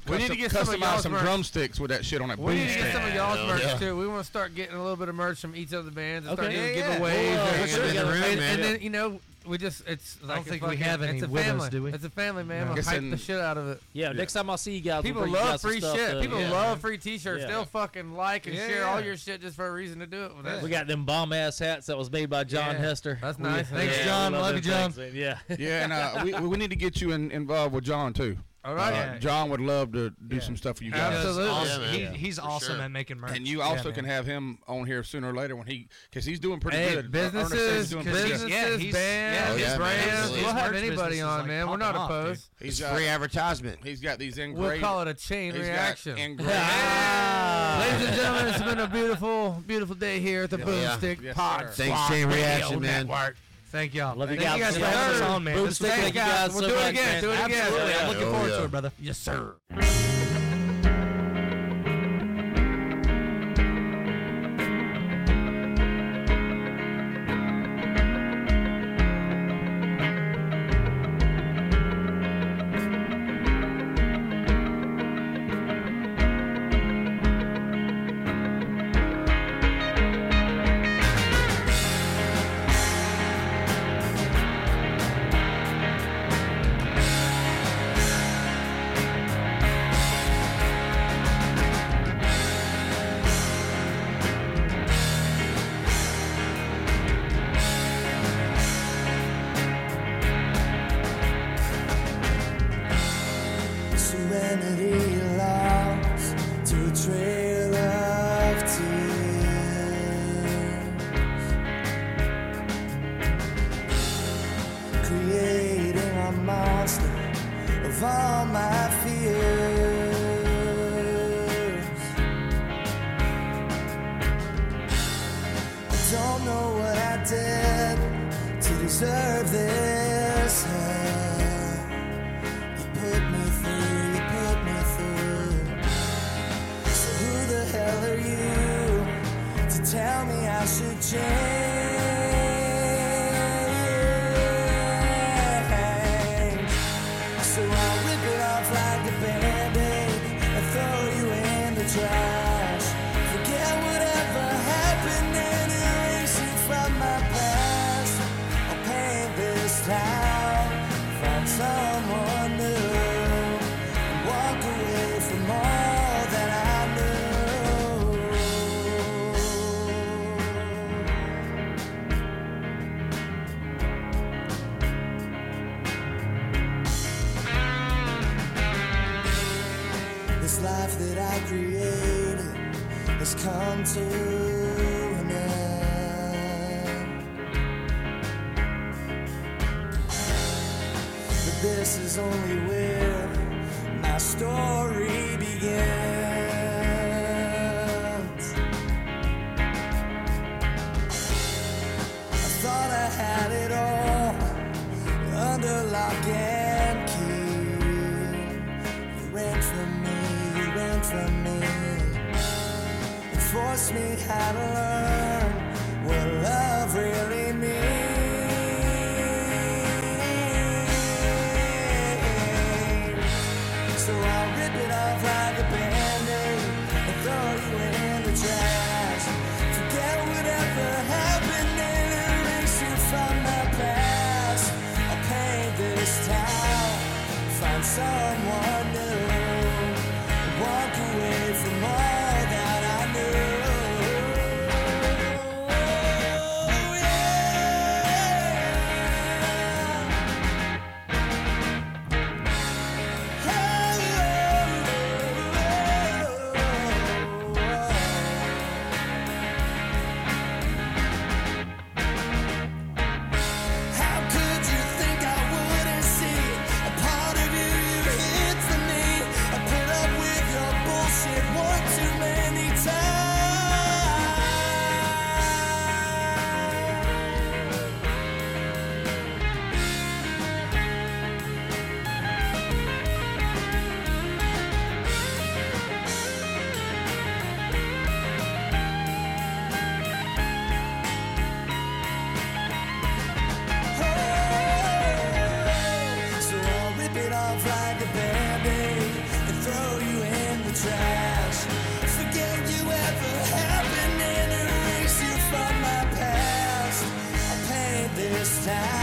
Speaker 5: We need to
Speaker 7: custom-
Speaker 5: get some of
Speaker 7: customize
Speaker 5: y'all's
Speaker 7: some
Speaker 5: merch.
Speaker 7: drumsticks with that shit on it.
Speaker 5: We need to [LAUGHS]
Speaker 7: Boom.
Speaker 5: get some of y'all's
Speaker 6: Yeah.
Speaker 5: merch
Speaker 6: Yeah.
Speaker 5: too. We want to start getting a little bit of merch from each of the bands and start
Speaker 2: Okay.
Speaker 5: doing
Speaker 2: Yeah, yeah.
Speaker 5: giveaways.
Speaker 2: Well,
Speaker 5: and,
Speaker 2: uh, sure,
Speaker 5: and-
Speaker 2: yeah,
Speaker 5: and-
Speaker 6: yeah,
Speaker 5: and
Speaker 6: man.
Speaker 5: then you know we just it's like
Speaker 4: don't
Speaker 5: a
Speaker 4: think we
Speaker 5: fucking-
Speaker 4: have any
Speaker 5: it's a
Speaker 4: with us,
Speaker 5: family.
Speaker 4: do we?
Speaker 5: It's a family man.
Speaker 4: No.
Speaker 5: We'll
Speaker 7: Guess
Speaker 5: hype
Speaker 7: in-
Speaker 5: the shit out of it.
Speaker 2: Yeah, next time I see you guys,
Speaker 5: People
Speaker 2: we'll bring you
Speaker 5: love
Speaker 2: guys some
Speaker 5: free
Speaker 2: stuff
Speaker 5: shit.
Speaker 2: to-
Speaker 5: People
Speaker 2: yeah.
Speaker 5: love free T-shirts.
Speaker 2: Yeah.
Speaker 5: They'll fucking like and
Speaker 4: Yeah,
Speaker 5: share all
Speaker 4: yeah.
Speaker 5: your shit just for a reason to do it. Well, that's-
Speaker 2: We got them bomb ass hats that was made by John
Speaker 5: Yeah.
Speaker 2: Hester.
Speaker 5: That's
Speaker 2: We-
Speaker 5: nice. Thanks,
Speaker 2: we
Speaker 4: John.
Speaker 2: love
Speaker 4: Love you,
Speaker 2: them
Speaker 4: John.
Speaker 2: things, man. Yeah.
Speaker 5: [LAUGHS]
Speaker 7: Yeah, and uh, we we need to get you in, involved with John too.
Speaker 5: All right.
Speaker 7: Uh,
Speaker 4: Yeah.
Speaker 7: John would love to do some stuff for you guys.
Speaker 5: Absolutely.
Speaker 4: Awesome.
Speaker 6: Yeah, man.
Speaker 4: He-
Speaker 6: Yeah.
Speaker 4: he's
Speaker 6: For
Speaker 4: awesome
Speaker 6: sure.
Speaker 4: at making merch.
Speaker 7: And you also can have him on here sooner or later when he, because he's doing pretty
Speaker 5: Hey,
Speaker 7: good. Uh, Ernest says he's
Speaker 5: businesses,
Speaker 7: doing pretty
Speaker 5: businesses,
Speaker 7: good.
Speaker 4: Yeah, he's-
Speaker 5: bands,
Speaker 6: yeah, his
Speaker 5: brands.
Speaker 6: business-
Speaker 5: We'll
Speaker 6: his
Speaker 5: have
Speaker 4: merch
Speaker 5: anybody
Speaker 4: business
Speaker 5: on,
Speaker 4: is,
Speaker 5: man.
Speaker 4: like,
Speaker 5: We're not
Speaker 4: popping off,
Speaker 5: opposed.
Speaker 6: It's
Speaker 7: He's uh,
Speaker 6: free advertisement.
Speaker 7: he's got these engraved.
Speaker 5: We'll call it a chain
Speaker 7: he's got
Speaker 5: reaction.
Speaker 7: engraved-
Speaker 5: [LAUGHS] Ladies and gentlemen, it's been a beautiful, beautiful day here at the
Speaker 6: yeah.
Speaker 5: Boomstick
Speaker 7: Yes,
Speaker 5: Pod.
Speaker 7: sir.
Speaker 6: Thanks, Jay Reaction, man.
Speaker 4: Thank y'all.
Speaker 2: Love you
Speaker 4: Thank
Speaker 2: guys.
Speaker 4: you guys for
Speaker 2: Yeah.
Speaker 4: having us on, man.
Speaker 2: Boom
Speaker 4: This
Speaker 2: stick,
Speaker 4: was
Speaker 2: thank
Speaker 4: great.
Speaker 2: you guys
Speaker 5: We'll
Speaker 2: so
Speaker 5: do it
Speaker 2: much,
Speaker 5: again.
Speaker 2: man.
Speaker 5: Do it again.
Speaker 2: Absolutely.
Speaker 4: I'm looking
Speaker 6: Oh,
Speaker 4: forward to
Speaker 6: yeah.
Speaker 4: it, brother.
Speaker 5: Yes, sir.
Speaker 1: deserve this hell. You put me through, you put me through. So who the hell are you to tell me I should change? So I'll rip it off like a band-aid and throw you in the trash. Forget whatever happened and erase it from my past. I'll paint this town, find someone new, and walk away from all that I knew. This life that I created has come to an end. But this is only where my story begins. I thought I had it all under lock and key. You ran from me, you ran from me. It forced me how to learn what love really means. So I'll rip it off like a band-aid and throw you in the trash. Forget whatever happened and erase you from my past. I'll paint this town, find someone new, and walk away from all that I knew. Oh, yeah. How could you think I wouldn't see a part of you you hid from me? I put up with your bullshit one too many times. So I'll rip it off like a band-aid and throw you in the trash. Forget you ever happened and erase you from my past. I'll paint this town.